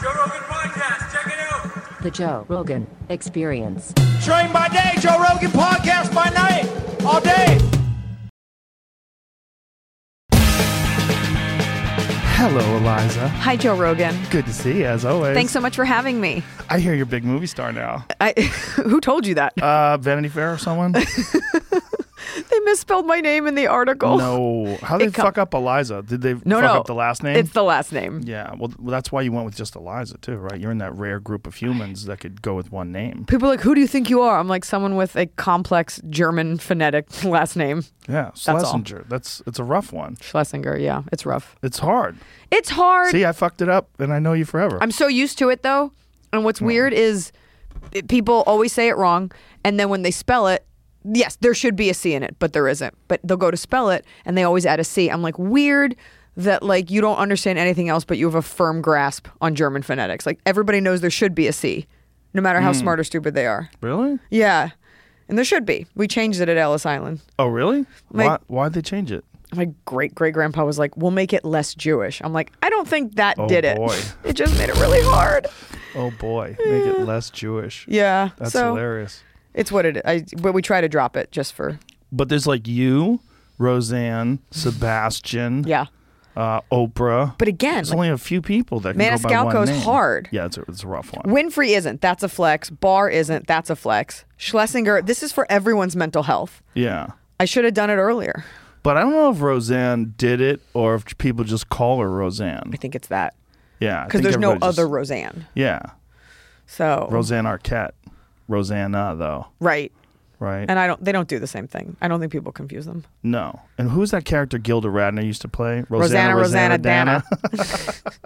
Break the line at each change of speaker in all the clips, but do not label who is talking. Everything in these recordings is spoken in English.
Joe Rogan Podcast. Check it out.
The Joe Rogan Experience.
Train by day, Joe Rogan podcast by night, all day.
Hello, Eliza.
Hi, Joe Rogan.
Good to see you as always.
Thanks so much for having me.
I hear you're a big movie star now.
I, who told you that?
Uh, Vanity Fair or someone?
they misspelled my name in the article.
no. How they
Oh. It come-
fuck up Eliza? Did they
no,
fuck
no.
up the last name?
It's the last name.
yeah. Well, th- well, that's why you went with just Eliza too, right? You're in that rare group of humans that could go with one name.
People are like, who do you think you are? I'm like someone with a complex German phonetic last name.
Yeah,
all.
Schlesinger. That's it's a rough one.
Schlesinger. Yeah, it's rough.
It's hard.
It's hard.
See, I fucked it up, and I know you forever.
I'm so used to it though. And
Hmm.
what's weird is it- people always say it wrong. And then when they spell it, yes, there should be a C in it, but there isn't. But they'll go to spell it and they always add a C. I'm like, weird that like you don't understand anything else, but you have a firm grasp on German phonetics. Like everybody knows there should be a C, no matter
Hmm.
how smart or stupid they are.
really?
Yeah. And there should be. We changed it at Ellis Island.
Oh, really?
Like-
why? Why'd they change it?
My great great grandpa was like, "We'll make it less Jewish." I'm like, I don't think that
Oh,
did it.
boy.
it just made it really hard.
Oh boy, make it less Jewish.
Yeah.
That's
so,
hilarious.
It's what it. I but we try to drop it just for
But there's like you, Roseanne, Sebastian.
yeah.
uh, Oprah.
But again,
it's
like-
only a few people that can go by one
Maniscalco's
name.
hard.
Yeah, it's a, it's a rough one.
Winfrey isn't. That's a flex. Barr isn't. That's a flex. Schlesinger. This is for everyone's mental health.
yeah,
I should have done it earlier.
but I don't know if Roseanne did it or if people just call her Roseanne.
I think it's that
Yeah, I
because
think
there's no
everybody just-
other Roseanne.
Yeah,
So
Roseanne Arquette, Rosanna though,
right.
right?
And I don't. They don't do the same thing. I don't think people confuse them.
no, and who's that character Gilda Radner used to play?
Rosanna, Rosanna,
Dana.
Dana.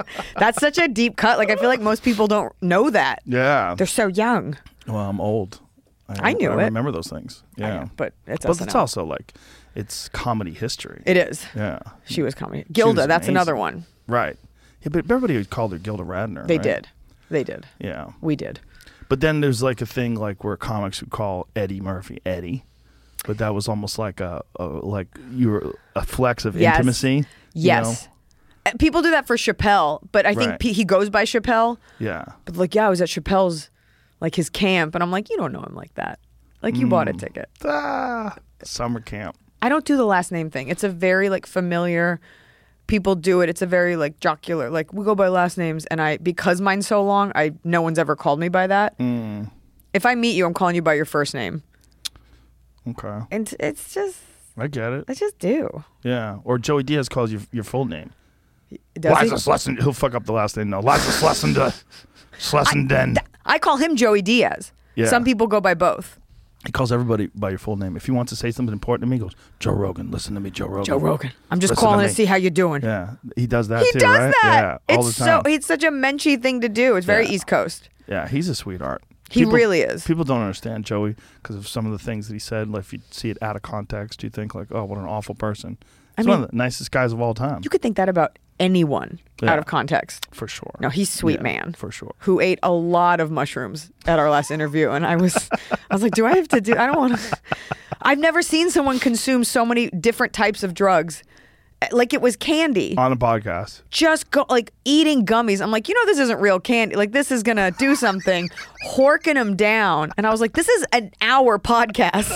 That's such a deep cut. Like I feel like most people don't know that.
yeah.
They're so young.
Well, I'm old.
I knew
I
it.
remember those things.
I
Yeah,
know, but it's
but
SNL.
it's also like it's comedy history.
It is.
yeah,
She was comedy. Gilda.
was
That's another
amazing.
one.
right. Yeah, but everybody called her Gilda Radner.
They
right?
did. They did.
Yeah.
We did.
But then there's like a thing like where comics would call Eddie Murphy Eddie, but that was almost like a, a like you were a flex of
Yes.
intimacy. you
Yes. Uh, People do that for Chappelle, but I
Right.
think P- he goes by Chappelle.
know? Yeah.
But like, yeah, I was at Chappelle's, like his camp, and I'm like, you don't know him like that. Like you bought a
Mm.
ticket.
Ah, summer camp.
I don't do the last name thing. It's a very like familiar. People do it. It's a very like jocular. Like we go by last names, and I because mine's so long, I no one's ever called me by that.
Mm.
If I meet you, I'm calling you by your first name,
Okay,
and it's just
I get it.
I just do.
Yeah. Or Joey Diaz calls you your full name.
Does he?
Liza Schlesinger. He'll fuck up the last name. No, Liza Schlesinger. Schlesinger.
I call him Joey Diaz.
Yeah.
Some people go by both.
He calls everybody by your full name. If he wants to say something important to me, he goes Joe Rogan. Listen to me, Joe Rogan.
Joe Rogan. I'm just
Listen to
calling to,
me.
see how you're doing.
Yeah, he does that
He
too,
does
right?
that.
Yeah, all
it's
the time.
so it's such a menschy thing to do. It's very
Yeah.
East Coast.
Yeah, he's a sweetheart.
He really is.
People don't understand Joey because of some of the things that he said. Like, if you see it out of context, you think like, "Oh, what an awful person." He's one
mean-
of the nicest guys of all time,
You could think that about anyone
Yeah.
out of context.
for sure.
No, he's sweet
Yeah,
man.
for sure.
Who ate a lot of mushrooms at our last interview and I was I was like, "Do I have to do I don't want to I've never seen someone consume so many different types of drugs. eh, Like it was candy.
On a podcast,
just go like eating gummies. I'm like, you know, this isn't real candy. Like, this is gonna do something, horking them down. And I was like, this is an hour podcast.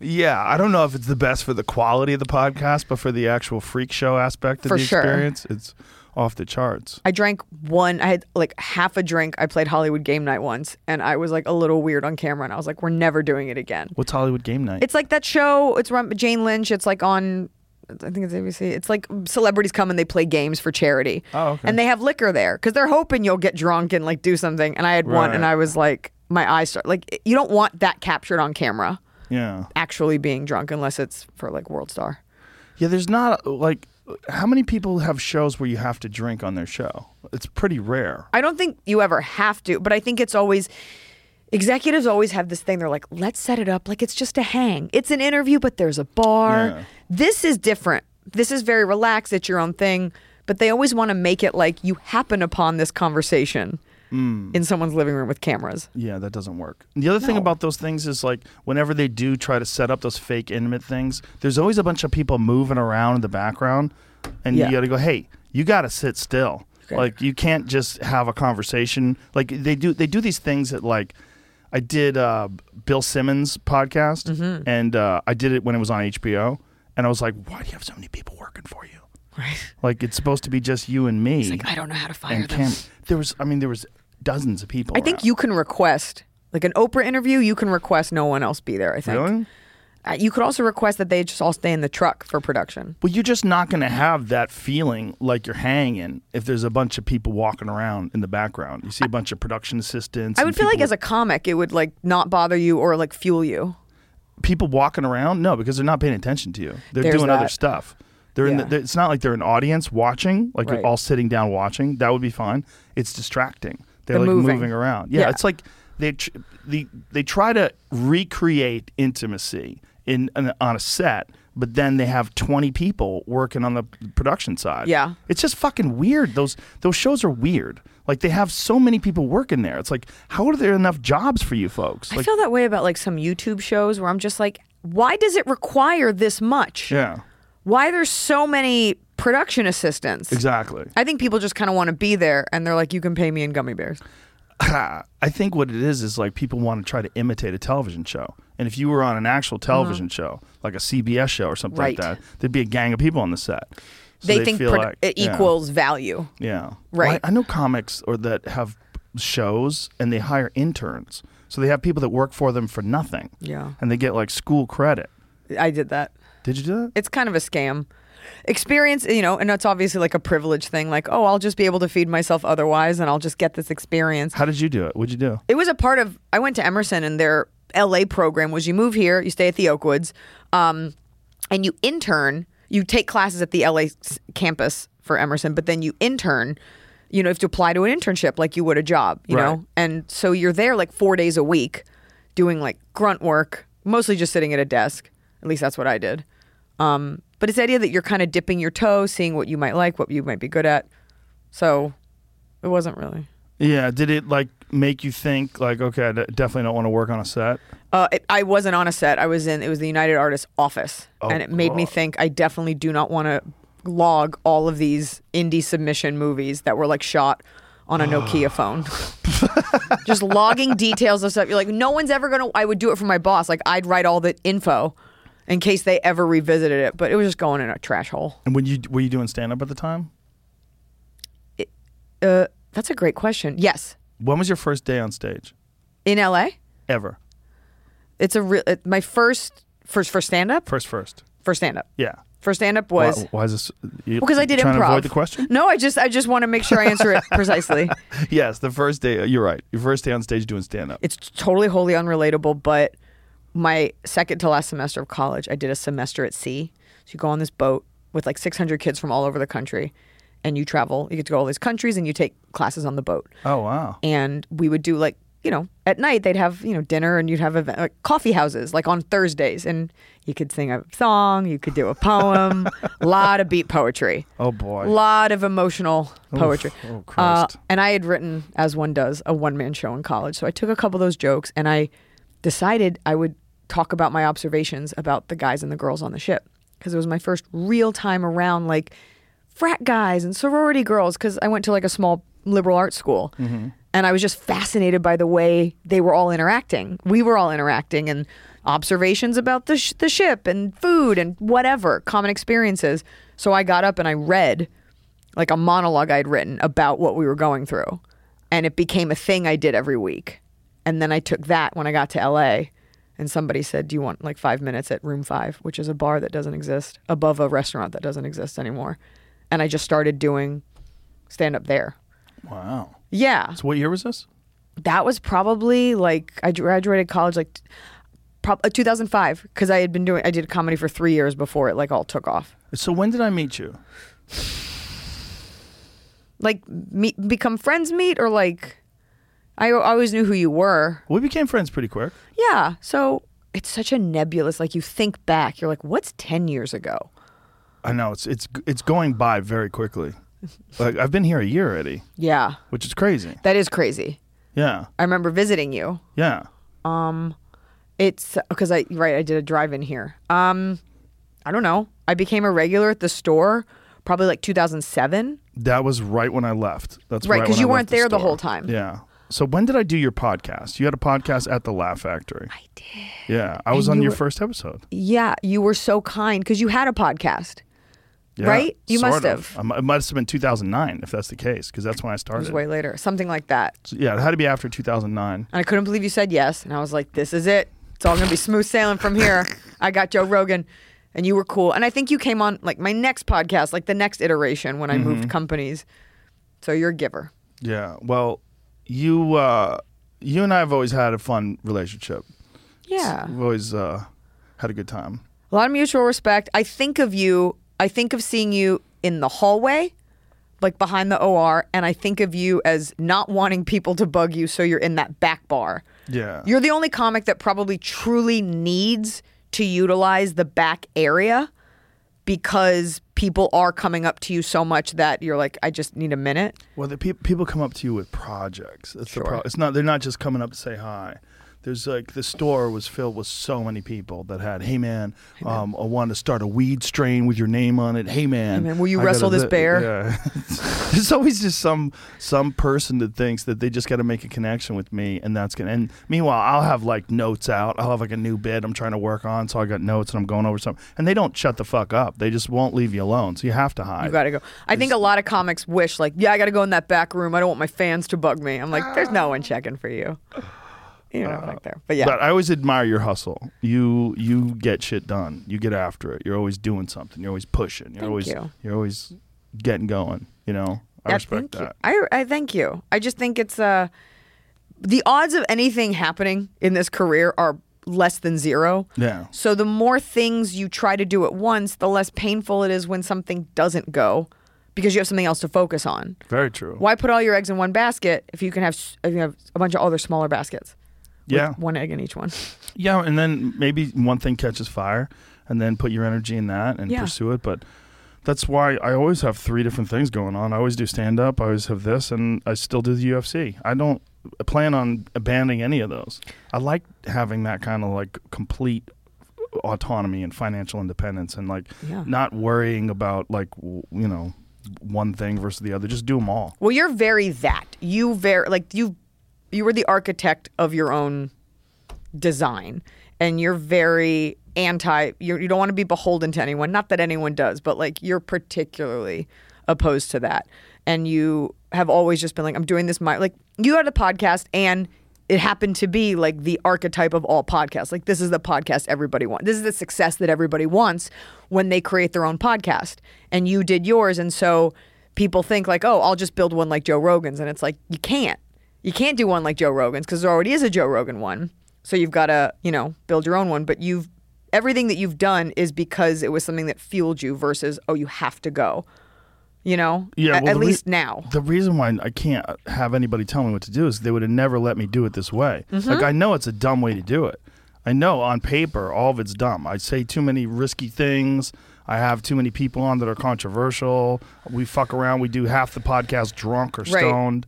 yeah, I don't know if it's the best for the quality of the podcast, but for the actual freak show aspect of
For
the
sure.
experience, it's off the charts.
I drank one. I had like half a drink. I played Hollywood Game Night once, and I was like a little weird on camera. And I was like, we're never doing it again.
What's Hollywood Game Night?
It's like that show. It's run by Jane Lynch. It's like on. I think it's ABC. It's like celebrities come and they play games for charity.
Oh, okay.
And they have liquor there because they're hoping you'll get drunk and like do something. And I had one, and
Right.
I was like, my eyes start like you don't want that captured on camera.
yeah,
Actually being drunk unless it's for like World Star.
yeah. There's not like how many people have shows where you have to drink on their show. It's pretty rare.
I don't think you ever have to, but I think it's always executives always have this thing. They're like, let's set it up like it's just a hang. It's an interview, but there's a bar.
Yeah.
This is different. This is very relaxed. It's your own thing. But they always want to make it like you happen upon this conversation
Hmm.
in someone's living room with cameras.
Yeah, that doesn't work. The other thing about those things is like whenever they do try to set up those fake intimate things, there's always a bunch of people moving around in the background, and you
Yeah.
got to go, hey, you got to sit still. Like you can't just have a conversation. Like they do they do these things that like I did uh, Bill Simmons podcast
Mm-hmm.
and uh, I did it when it was on HBO and I was like, why do you have so many people working for you?
Right.
Like it's supposed to be just you and me.
Like, I don't know how to fire
and
them.
Cam. There was I mean there was dozens of people.
I think
around.
you can request like an Oprah interview. You can request no one else be there. I think.
really.
Uh, You could also request that they just all stay in the truck for production.
Well, you're just not going to have that feeling like you're hanging if there's a bunch of people walking around in the background. You see a bunch of production assistants.
I
and
would feel like
people-
as a comic, it would like not bother you or like fuel you.
people walking around? No, because they're not paying attention to you. They're
There's
doing other
that.
stuff. They're in the,
Yeah.
they're- it's not like they're an audience watching, like
Right.
you're all sitting down watching. That would be fine. It's distracting. They're,
They're
like
moving.
moving, around. Yeah,
Yeah.
it's like they tr- the they try to recreate intimacy in, in on a set, but then they have 20 people working on the production side.
Yeah.
It's just fucking weird. Those those shows are weird. Like they have so many people working there. It's like how are there enough jobs for you folks? Like
I feel that way about like some YouTube shows where I'm just like, why does it require this much?
yeah.
Why there's so many production assistants?
Exactly.
I think people just kind of want to be there, and they're like, you can pay me in gummy bears.
I think what it is is like people want to try to imitate a television show. And if you were on an actual television show, like a CBS show or something
Uh-huh. Right.
like that, there'd be a gang of people on the set. So
they, think
feel
produ-
like-
it
yeah,
equals value.
Yeah.
Right.
Well, I, I know comics or that have shows and they hire interns. So they have people that work for them for nothing.
Yeah.
And they get like school credit.
I did that.
Did you do that?
It's kind of a scam. Experience, you know, and it's obviously like a privilege thing. Like, oh, I'll just be able to feed myself otherwise, and I'll just get this experience.
How did you do it? What'd you do?
It was a part of. I went to Emerson, and their LA program was you move here, you stay at the Oakwoods, um, and you intern. You take classes at the LA s- campus for Emerson, but then you intern. You know, you have to apply to an internship like you would a job. You
Right.
know, and so you're there like four days a week, doing like grunt work, mostly just sitting at a desk. At least that's what I did. Um, but it's the idea that you're kind of dipping your toe, seeing what you might like, what you might be good at. So it wasn't really.
Yeah. Did it like make you think, like, okay, I d- definitely don't want to work on a set?
Uh, it, I wasn't on a set. I was in. It was the United Artists office, and it made me think. I definitely do not want to log all of these indie submission movies that were like shot on a Nokia phone. Just logging details of stuff. You're like, no one's ever gonna. I would do it for my boss. Like, I'd write all the info in case they ever revisited it. But it was just going in a trash hole.
And when you were you doing stand up at the time?
Uh, that's a great question. Yes,
When was your first day on stage?
in LA,
Ever.
it's a real. It, my first first for stand up.
First, first.
For stand up.
Yeah.
For stand up was.
Why, why is this? you-
Because I did
trying
improv.
to avoid the question.
No, I just I just want to make sure I answer it precisely.
yes, the first day. You're right. Your first day on stage doing stand up.
It's totally wholly unrelatable, but my second to last semester of college, I did a semester at sea. So you go on this boat with like 600 kids from all over the country, and you travel. You get to go all these countries, and you take classes on the boat.
Oh wow.
And we would do like you know at night they'd have you know dinner, and you'd have event, like coffee houses like on Thursdays, and you could sing a song, you could do a poem, a lot of beat poetry.
Oh boy.
lot of emotional poetry.
Oh, Christ.
Uh, and I had written, as one does, a one man show in college. So I took a couple of those jokes and I decided I would talk about my observations about the guys and the girls on the ship because it was my first real time around like frat guys and sorority girls because I went to like a small liberal arts school.
Mm-hmm.
And I was just fascinated by the way they were all interacting. We were all interacting and observations about the, sh- the ship and food and whatever common experiences. So I got up and I read like a monologue I'd written about what we were going through. And it became a thing I did every week. And then I took that when I got to LA and somebody said, Do you want like five minutes at room five, which is a bar that doesn't exist above a restaurant that doesn't exist anymore? And I just started doing stand up there.
wow.
Yeah.
So what year was this?
That was probably like, I graduated college like t- prob- uh, 2005 because I had been doing, I did comedy for three years before it like all took off.
So when did I meet you?
like meet, become friends meet or like I o- always knew who you were.
We became friends pretty quick.
Yeah. So it's such a nebulous like you think back, you're like what's 10 years ago?
I know it's it's it's going by very quickly. Like I've been here a year already,
Yeah.
which is crazy.
That is crazy.
Yeah.
I remember visiting you.
Yeah.
It's cuz I right, I did a drive in here. Um I don't know. I became a regular at the store probably like 2007.
That was right when I left. That's
Right,
right
'cause
when
you
I left
weren't there the
store.
whole time.
Yeah. So when did I do your podcast? You had a podcast at the Laugh Factory. I did. Yeah, I was on
you
your
were-
first episode.
Yeah, you were so kind because you had a podcast.
Yeah,
Right? You
sort
must
of.
have.
Um, It must have been 2009 if that's the case, because that's when I
It
started.
was way later, something like that.
So, yeah, it had to be after 2009.
And I couldn't believe you said yes. And I was like, this is it. It's all going to be smooth sailing from here. I got Joe Rogan. And you were cool. And I think you came on like my next podcast, like the next iteration when I moved companies. So you're a giver.
Yeah. Well, you uh, you and I have always had a fun relationship.
Yeah.
We've always uh, had a good time.
A lot of mutual respect. I think of you, I think of seeing you in the hallway, like behind the OR, and I think of you as not wanting people to bug you, so you're in that back bar.
Yeah.
You're the only comic that probably truly needs to utilize the back area because people are coming up to you so much that you're like, I just need a minute.
Well, the peop people come up to you with projects. That's
Sure.
the pro- it's not they're not just coming up to say hi. There's like the store was filled with so many people that had, hey man, um, I want to start a weed strain with your name on it. Hey man,
man, will you
I got
wrestle
a
this
li-"
bear?
Yeah. There's always just some some person that thinks that they just got to make a connection with me, and that's gonna. And meanwhile, I'll have like notes out. I'll have like a new bit I'm trying to work on, so I got notes and I'm going over something. And they don't shut the fuck up. They just won't leave you alone. So you have to hide.
You gotta go. I think a lot of comics wish, like, yeah, I gotta go in that back room. I don't want my fans to bug me. I'm like, there's no one checking for you. You're not back there. Uh, But yeah.
But I always admire your hustle. You you get shit done. You get after it. You're always doing something. You're always pushing. You're
Thank
always
you.
are always getting going. You know. I
Yeah,
respect
thank you.
that.
I, I thank you. I just think it's uh, the odds of anything happening in this career are less than zero.
Yeah.
So the more things you try to do at once, the less painful it is when something doesn't go, because you have something else to focus on.
Very true.
Why put all your eggs in one basket if you can have s- if you have a bunch of other smaller baskets? with
Yeah.
one egg in each one.
Yeah, and then maybe one thing catches fire, and then put your energy in that and
Yeah.
pursue it. But that's why I always have three different things going on. I always do stand up. I always have this, and I still do the UFC. I don't plan on abandoning any of those. I like having that kind of like complete autonomy and financial independence, and like
Yeah.
not worrying about like w- you know one thing versus the other. Just do them all.
Well, you're very that. You very like you you were the architect of your own design and you're very anti you're, you don't want to be beholden to anyone. Not that anyone does, but like you're particularly opposed to that. And you have always just been like I'm doing this my like you had a podcast and it happened to be like the archetype of all podcasts. Like this is the podcast everybody wants. This is the success that everybody wants when they create their own podcast. And you did yours and so people think like, oh, I'll just build one like Joe Rogan's, and it's like you can't. You can't do one like Joe Rogan's because there already is a Joe Rogan one. So you've got to, you know, build your own one. But you've everything that you've done is because it was something that fueled you versus oh, you have to go. You know,
Yeah,
A-
well,
at
the re-
least now.
The reason why I can't have anybody tell me what to do is they would have never let me do it this way.
Mm-hmm.
Like I know it's a dumb way to do it. I know on paper all of it's dumb. I say too many risky things. I have too many people on that are controversial. We fuck around. We do half the podcast drunk or
Right.
stoned.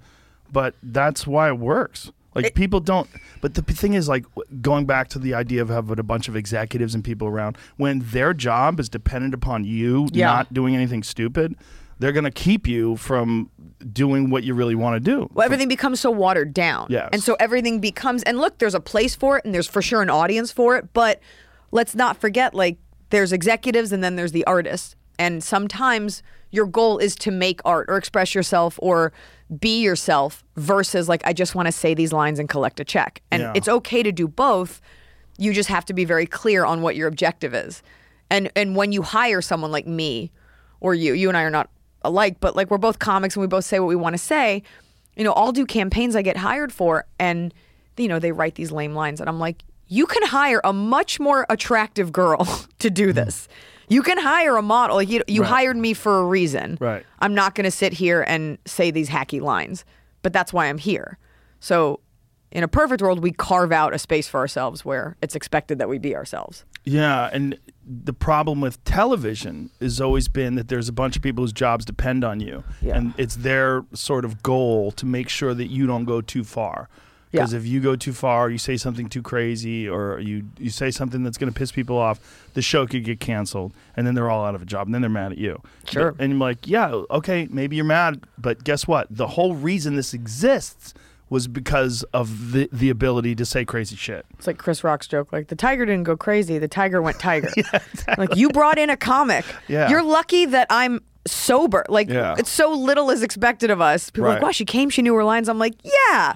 But that's why it works. Like people don't. But the p- thing is, like w- going back to the idea of having a bunch of executives and people around when their job is dependent upon you
Yeah.
not doing anything stupid, they're going to keep you from doing what you really want to do.
Well, everything becomes so watered down.
Yes.
And so everything becomes, and look, there's a place for it and there's for sure an audience for it, but let's not forget like there's executives and then there's the artists. And sometimes your goal is to make art or express yourself or be yourself versus like, I just want to say these lines and collect a check. And
Yeah.
it's okay to do both. You just have to be very clear on what your objective is. And and when you hire someone like me or you, you and I are not alike, but like we're both comics and we both say what we want to say. You know, I'll do campaigns I get hired for and you know, they write these lame lines and I'm like, you can hire a much more attractive girl to do this. You can hire a model. You, you
Right.
hired me for a reason.
Right.
I'm not going to sit here and say these hacky lines, but that's why I'm here. So, in a perfect world, we carve out a space for ourselves where it's expected that we be ourselves.
Yeah, and the problem with television has always been that there's a bunch of people whose jobs depend on you,
Yeah.
and it's their sort of goal to make sure that you don't go too far. Because
Yeah.
if you go too far, you say something too crazy, or you you say something that's going to piss people off, the show could get canceled, and then they're all out of a job, and then they're mad at you.
Sure.
And I'm like, yeah, okay, maybe you're mad, but guess what? The whole reason this exists was because of the the ability to say crazy shit.
It's like Chris Rock's joke, like the tiger didn't go crazy, the tiger went tiger. Like you brought in a comic.
Yeah.
You're lucky that I'm sober. Like
Yeah.
it's so little is expected of us. People are like,
Right.
wow, she came, she knew her lines. I'm like, yeah.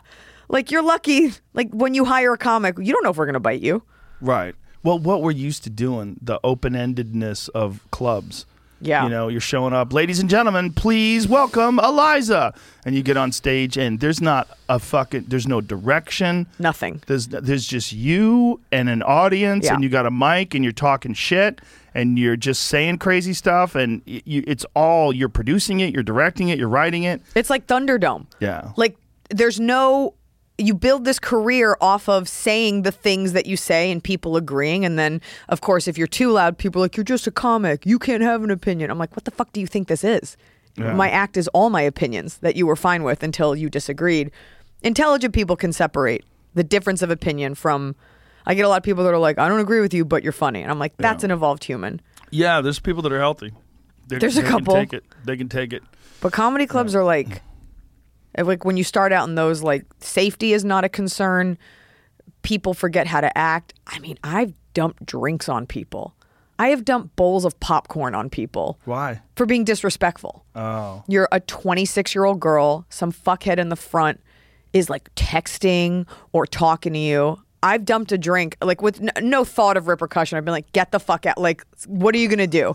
Like you're lucky. Like when you hire a comic, you don't know if we're gonna bite you.
Right. Well, what we're used to doing, the open endedness of clubs.
Yeah.
You know, you're showing up, ladies and gentlemen, please welcome Eliza. And you get on stage, and there's not a fucking, there's no direction.
Nothing.
There's, there's just you and an audience,
Yeah.
and you got a mic, and you're talking shit, and you're just saying crazy stuff, and y- you, it's all you're producing it, you're directing it, you're writing it.
It's like Thunderdome.
Yeah.
Like there's no you build this career off of saying the things that you say and people agreeing and then of course if you're too loud people are like you're just a comic you can't have an opinion i'm like what the fuck do you think this is
Yeah.
my act is all my opinions that you were fine with until you disagreed intelligent people can separate the difference of opinion from i get a lot of people that are like i don't agree with you but you're funny and i'm like that's an evolved human
Yeah, there's people that are healthy. They're,
There's a
they
couple.
Can take it. They can take it.
But comedy clubs are like, eh, like when you start out in those, like safety is not a concern. People forget how to act. I mean, I've dumped drinks on people. I have dumped bowls of popcorn on people.
Why?
For being disrespectful.
Oh.
You're a 26 year old girl. Some fuckhead in the front is like texting or talking to you. I've dumped a drink like with n- no thought of repercussion. I've been like, get the fuck out. Like, what are you gonna do?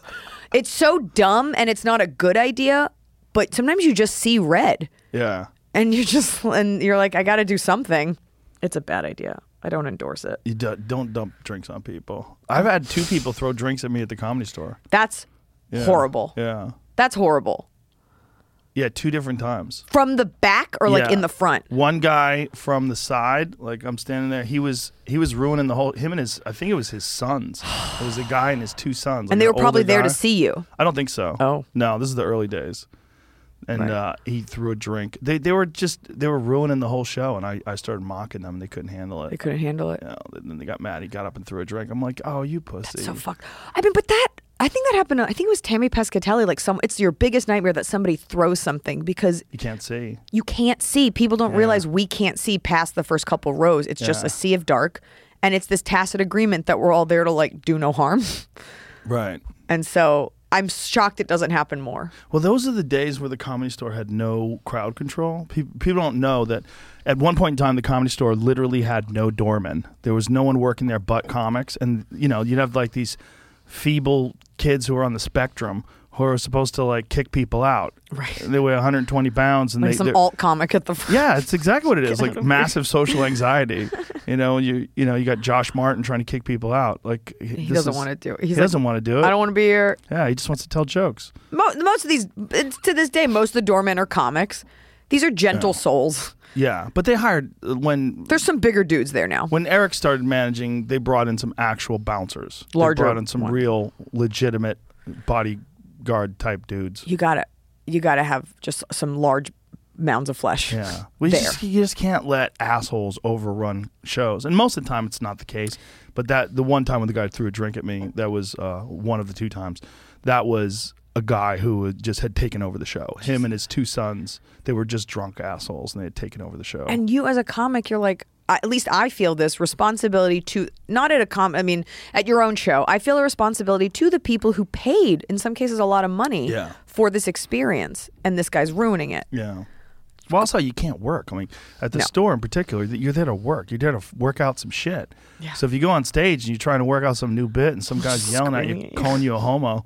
It's so dumb and it's not a good idea. But sometimes you just see red
Yeah.
and you just and you're like, I got to do something. It's a bad idea. I don't endorse it.
You do, don't dump drinks on people. I've had two people throw drinks at me at the comedy store.
That's
Yeah.
horrible.
Yeah.
That's horrible.
Yeah, two different times.
From the back or like
Yeah.
in the front.
One guy from the side, like I'm standing there, he was he was ruining the whole him and his I think it was his sons. It was a guy and his two sons. like
And they
an
were probably
older
there to
guy.
see you.
I don't think so.
Oh.
No, this is the early days. And
Right.
uh, he threw a drink. They they were just they were ruining the whole show and I, I started mocking them and they couldn't handle it.
They couldn't handle it.
You know, and then they got mad. He got up and threw a drink. I'm like, "Oh, you pussy."
So fuck. I mean, but that I think that happened. to- I think it was Tammy Pescatelli. Like some, it's your biggest nightmare that somebody throws something because
you can't see.
you can't see. People don't realize we can't see past the first couple rows. It's just
Yeah.
a sea of dark, and it's this tacit agreement that we're all there to like do no harm.
Right.
and so I'm shocked it doesn't happen more.
Well, those are the days where the comedy store had no crowd control. Pe- People don't know that at one point in time, the comedy store literally had no doorman. There was no one working there but comics. And, you know, you'd have like these feeble kids who are on the spectrum who are supposed to like kick people out.
Right.
They weigh 120 pounds and
Like
they.
some
they're-
alt comic at the front.
yeah, it's exactly what it is. Like massive social anxiety. you know, you you know, you got Josh Martin trying to kick people out. Like
He doesn't want to do it. He's
He doesn't
like,
want to do it.
I don't want to be here.
yeah, he just wants to tell jokes.
Mo- most of these, it's, to this day, most of the doormen are comics. These are gentle souls.
Yeah, but they hired uh, when
There's some bigger dudes there now.
when Eric started managing, they brought in some actual bouncers.
Larger
they brought in some
one.
real legitimate bodyguard type dudes.
you gotta you gotta have just some large mounds of flesh.
Yeah, we
there.
just you just can't let assholes overrun shows, and most of the time it's not the case. But that the one time when the guy threw a drink at me, that was uh, one of the two times. That was a guy who had just had taken over the show. Him and his two sons, they were just drunk assholes, and they had taken over the show.
and you as a comic, you're like. I- At least I feel this responsibility to not at a com. I mean, at your own show, I feel a responsibility to the people who paid, in some cases, a lot of money
Yeah.
for this experience, and this guy's ruining it.
Yeah. Well, also you can't work. I mean, at the
No.
store in particular, that you're there to work. You're there to f- work out some shit.
Yeah.
So if you go on stage and you're trying to work out some new bit, and some guy's yelling at
Screaming
you,
at you.
calling you a homo,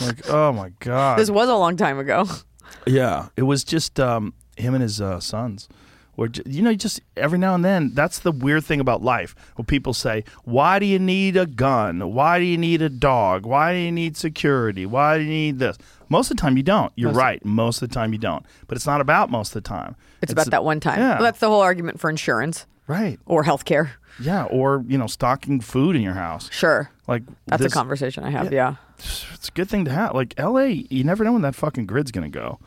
like, oh my god.
This was a long time ago.
yeah. It was just um, him and his uh, sons. Or you know, just every now and then, that's the weird thing about life. When people say, "Why do you need a gun? Why do you need a dog? Why do you need security? Why do you need this?" Most of the time, you don't. You're right. Most of the time, you don't. But it's not about most of the time.
It's, about that one time.
yeah.
Well, that's the whole argument for insurance
Right.
or healthcare.
Yeah. Or, you know, stocking food in your house.
Sure,
Like,
that's
this-
a conversation I have.
Yeah.
Yeah,
It's a good thing to have. Like, LA, you never know when that fucking grid's going to go.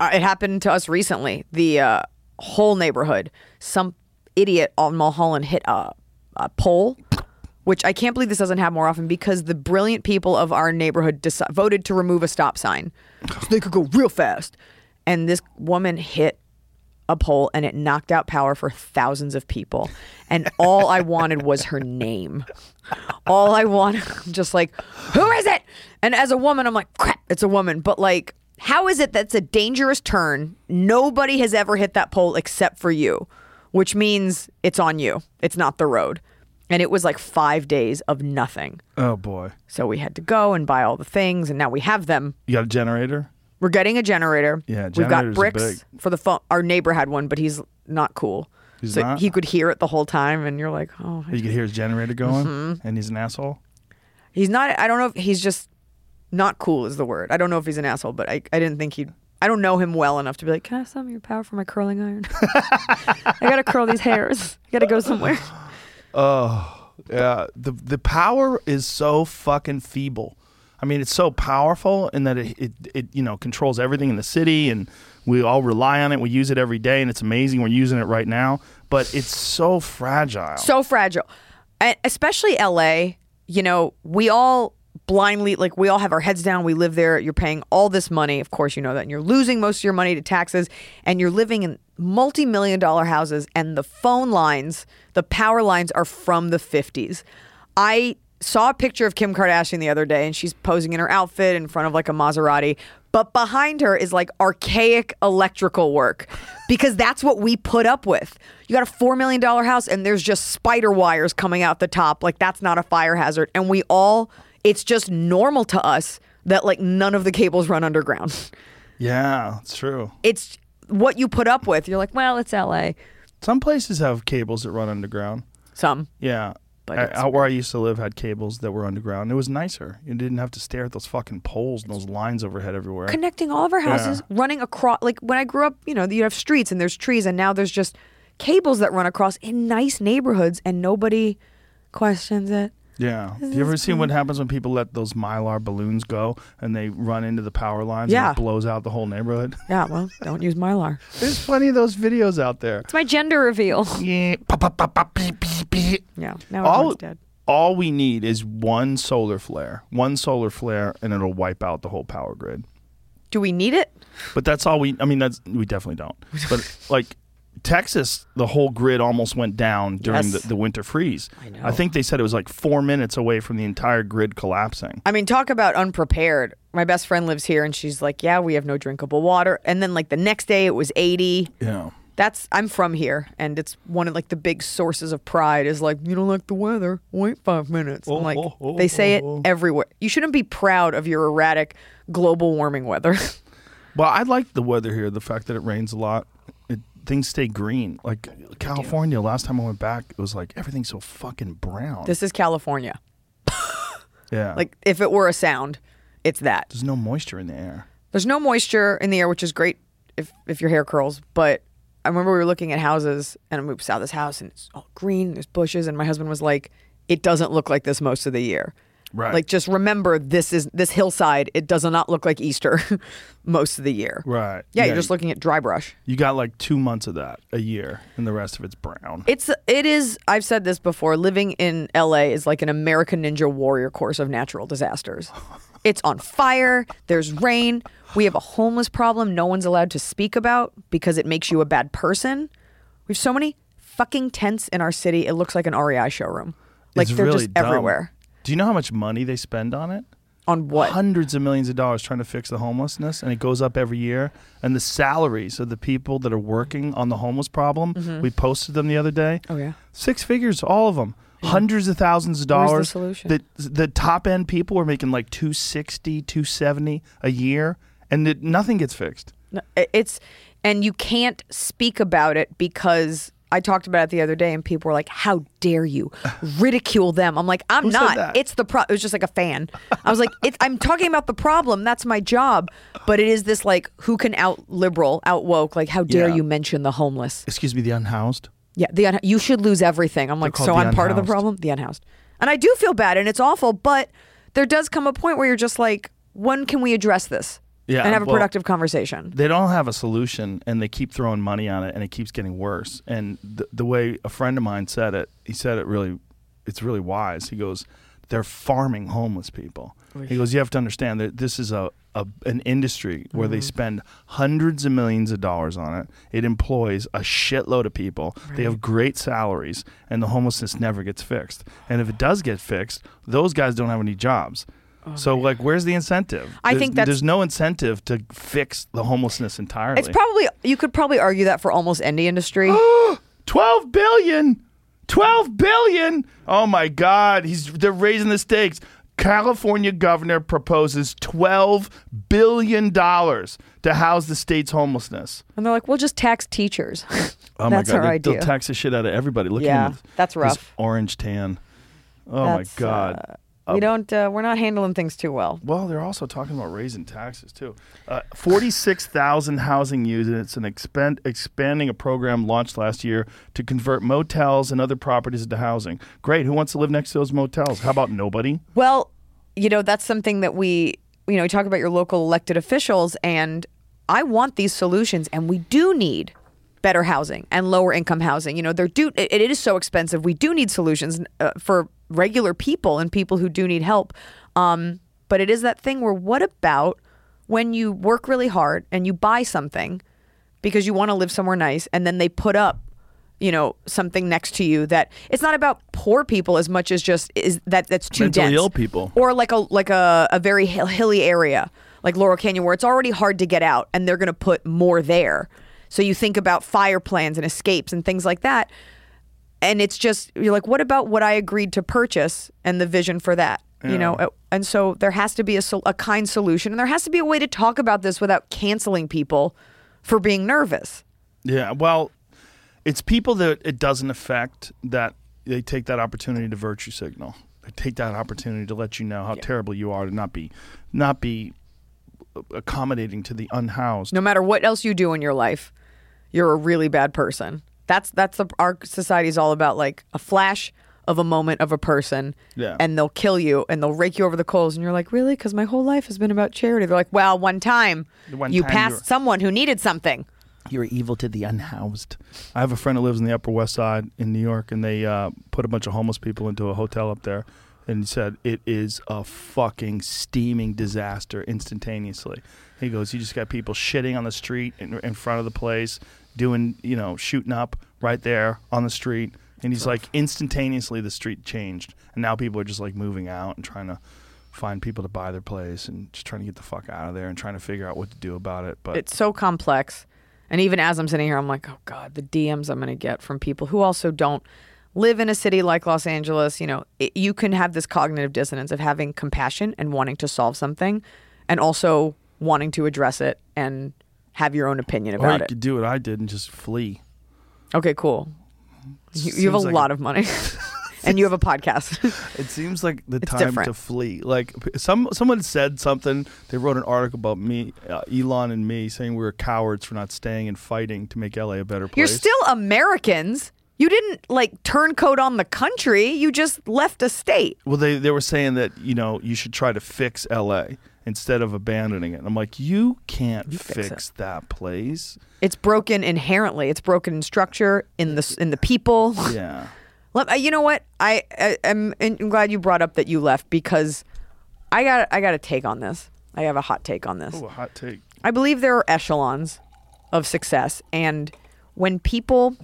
Uh, it happened to us recently. The uh, whole neighborhood. Some idiot on Mulholland hit a, a pole, which I can't believe this doesn't happen more often because the brilliant people of our neighborhood deci- voted to remove a stop sign so they could go real fast. And this woman hit a pole and it knocked out power for thousands of people. And all I wanted was her name. All I wanted, I'm just like, who is it? And as a woman, I'm like, crap, it's a woman. But like, how is it that's a dangerous turn? Nobody has ever hit that pole except for you, which means it's on you, it's not the road. And it was like five days of nothing.
Oh boy,
So we had to go and buy all the things, and now we have them.
you got a generator?
We're getting a generator.
Yeah,
we've got
generators are
bricks
big.
for the phone. Our neighbor had one, but he's not cool.
He's
so
not?
he could hear it the whole time, and you're like, oh,
You could hear his generator going,
Mm-hmm.
and he's an asshole.
he's not. I don't know if he's just not cool is the word. I don't know if he's an asshole, but I, I didn't think he. I don't know him well enough to be like, can I have some of your power for my curling iron? I gotta curl these hairs. I gotta go somewhere.
Yeah, Uh, the the power is so fucking feeble. I mean, it's so powerful in that it, it it you know controls everything in the city, and we all rely on it. We use it every day, and it's amazing. We're using it right now, but it's so fragile.
so fragile and especially la you know we all blindly like we all have our heads down we live there you're paying all this money of course you know that and you're losing most of your money to taxes and you're living in multi-million dollar houses and the phone lines the power lines are from the 50s i saw a picture of kim kardashian the other day and she's posing in her outfit in front of like a maserati but behind her is like archaic electrical work because that's what we put up with. You got a $4 million house and there's just spider wires coming out the top. Like, that's not a fire hazard. And we all, it's just normal to us that like none of the cables run underground.
yeah, it's true.
It's what you put up with. You're like, well, it's LA.
Some places have cables that run underground.
Some.
Yeah.
But
I-
it's-
out where I used to live had cables that were underground. It was nicer. You didn't have to stare at those fucking poles and those lines overhead everywhere.
Connecting all of our houses, running across. Like, when I grew up, you know, you have streets and there's trees, and now there's just cables that run across in nice neighborhoods and nobody questions it.
yeah. Have you ever seen what happens when people let those mylar balloons go and they run into the power lines
Yeah.
and it blows out the whole neighborhood?
Yeah, well, don't use Mylar.
There's plenty of those videos out there.
It's my gender reveal.
Yeah. Pop, pop, pop, pop, beep, beep, beep.
Yeah, now
all,
everyone's dead.
all we need is one solar flare. One solar flare and it'll wipe out the whole power grid.
Do we need it?
But that's all we. I mean, that's we definitely don't. But like Texas, the whole grid almost went down during
Yes.
the, the winter freeze. I
know.
I think they said it was like four minutes away from the entire grid collapsing.
I mean, talk about unprepared. My best friend lives here, and she's like, "Yeah, we have no drinkable water." And then, like the next day, it was eighty.
Yeah.
That's I'm from here, and it's one of like the big sources of pride is like, "You don't like the weather? Wait five minutes." I'm like,
oh, oh,
they say it
oh.
everywhere. You shouldn't be proud of your erratic global warming weather.
Well, I like the weather here. The fact that it rains a lot, it, things stay green. Like California, last time I went back, it was like everything's so fucking brown.
this is California.
yeah.
Like, if it were a sound, it's that.
there's no moisture in the air.
There's no moisture in the air, which is great if if your hair curls. But I remember we were looking at houses, and we saw this house, and it's all green. There's bushes, and my husband was like, "It doesn't look like this most of the year."
Right.
Like, just remember, this is this hillside. It does not look like Easter most of the year.
Right.
Yeah,
Yeah,
you're just
you-
looking at dry brush.
You got like two months of that a year, and the rest of it's brown.
It's it is. I've said this before. Living in L.A. is like an American Ninja Warrior course of natural disasters. It's on fire. There's rain. We have a homeless problem. No one's allowed to speak about because it makes you a bad person. We have so many fucking tents in our city. It looks like an REI showroom. Like
It's
they're
really
just
dumb.
everywhere.
Do you know how much money they spend on it?
On what?
Hundreds of millions of dollars trying to fix the homelessness, and it goes up every year. And the salaries of the people that are working on the homeless problem, we posted them the other day.
Mm-hmm. Oh, yeah.
six figures, all of them, hundreds of thousands of
Where's the
dollars.
solution?
The, the top end people are making like 260, 270 a year, and it, nothing gets fixed.
No, it- It's and you can't speak about it because I talked about it the other day and people were like, "How dare you ridicule them?" I'm like, "I'm
Who said
not.
that?
It's the pro." It was just like a fan. I was like, it's, "I'm talking about the problem. That's my job." But it is this like, who can out liberal, out woke? Like, how dare
Yeah.
you mention the homeless?
Excuse me, the unhoused.
Yeah, the unha- you should lose everything. I'm like,
called
so
the
I'm part of the
unhoused.
problem. The unhoused, and I do feel bad, and it's awful. But there does come a point where you're just like, when can we address this?
Yeah,
and have a
well-
productive conversation.
they don't have a solution and they keep throwing money on it and it keeps getting worse and th- the way a friend of mine said it he said it really it's really wise he goes they're farming homeless people he goes you have to understand that this is a, a an industry where they
Mm-hmm.
spend hundreds of millions of dollars on it it employs a shitload of people they have great salaries and the homelessness never gets fixed and if it does get fixed those guys don't have any jobs so like where's the incentive
Oh, I
There's-
think that's-
there's no incentive to fix the homelessness entirely.
It's probably you could probably argue that for almost any industry.
12 billion. 12 billion. Oh my god, he's they're raising the stakes. California governor proposes 12 billion dollars to house the state's homelessness.
And they're like, we'll just tax teachers.
Oh
That's
my god,
our
they,
idea.
will tax the shit out of everybody. Look
Yeah,
at him.
that's
This
rough.
orange tan. Oh
That's,
my god. Um,
uh, we don't. Uh, we're not handling things too well.
Well, they're also talking about raising taxes too. Uh, Forty-six thousand housing units and expand, expanding a program launched last year to convert motels and other properties into housing. Great. Who wants to live next to those motels? How about nobody?
Well, you know, that's something that we, you know, we talk about your local elected officials, and I want these solutions, and we do need better housing and lower income housing. You know, they're do it, it is so expensive. We do need solutions uh, for regular people and people who do need help. Um, but it is that thing where what about when you work really hard and you buy something because you want to live somewhere nice, and then they put up you know something next to you that it's not about poor people as much as just is that that's too
Mentally
dense
ill people.
or like a like a, a very hill, hilly area like Laurel Canyon where it's already hard to get out and they're going to put more there so you think about fire plans and escapes and things like that and it's just you're like what about what I agreed to purchase and the vision for that you know Uh, and so there has to be a, sol- a kind solution and there has to be a way to talk about this without canceling people for being nervous
Yeah. Well, it's people that it doesn't affect that they take that opportunity to virtue signal. They take that opportunity to let you know how terrible you are to not be, not be accommodating to the unhoused.
no matter what else you do in your life, you're a really bad person. That's that's the, our society is all about like a flash of a moment of a person,
Yeah.
and they'll kill you and they'll rake you over the coals, and you're like, really? Because my whole life has been about charity. They're like, well, one time
The one
you
time you
passed
were-
someone who needed something.
you're evil to the unhoused. I have a friend who lives in the Upper West Side in New York, and they uh, put a bunch of homeless people into a hotel up there, and he said it is a fucking steaming disaster instantaneously. He goes, you just got people shitting on the street in, in front of the place, doing you know shooting up right there on the street, and he's like instantaneously the street changed, and now people are just like moving out and trying to. Find people to buy their place and just trying to get the fuck out of there and trying to figure out what to do about it. But
It's so complex, and even as I'm sitting here, I'm like, oh god, the DMs I'm gonna get from people who also don't live in a city like Los Angeles. You know, it, you can have this cognitive dissonance of having compassion and wanting to solve something, and also wanting to address it and have your own opinion
Or
about
you
it.
could do what I did and just flee.
Okay, cool. You, you have a
Seems like
lot
a-
of money, and you have a podcast.
It seems like the
It's
time
different.
to flee. Like p- some someone said something. They wrote an article about me, uh, Elon and me, saying we were cowards for not staying and fighting to make LA a better place.
You're still Americans. You didn't like turncoat on the country. You just left a state.
well. They they were saying that you know you should try to fix LA instead of abandoning it. I'm like, you can't
fix
fix, that place.
It's broken inherently. It's broken in structure, in the in the people.
Yeah.
Let- uh, you know what? I, I am I'm glad you brought up that you left because I got I got a take on this. I have a hot take on this.
Ooh, a hot take.
I believe there are echelons of success. And when people,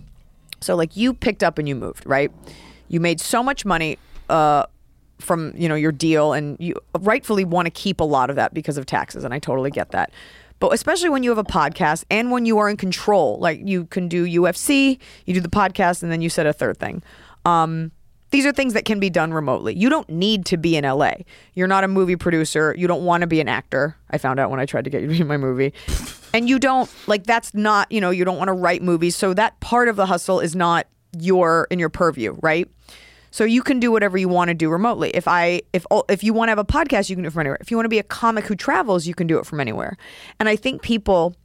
so like you picked up and you moved, right? You made so much money uh, from, you know, your deal and you rightfully want to keep a lot of that because of taxes. And I totally get that. But especially when you have a podcast and when you are in control, like you can do UFC, you do the podcast, and then you said a third thing. Um, these are things that can be done remotely. You don't need to be in LA. You're not a movie producer. You don't want to be an actor. I found out when I tried to get you to be in my movie. And you don't, like, that's not, you know, you don't want to write movies. So that part of the hustle is not your, in your purview, right? So you can do whatever you want to do remotely. If I, if, if you want to have a podcast, you can do it from anywhere. If you want to be a comic who travels, you can do it from anywhere. And I think people,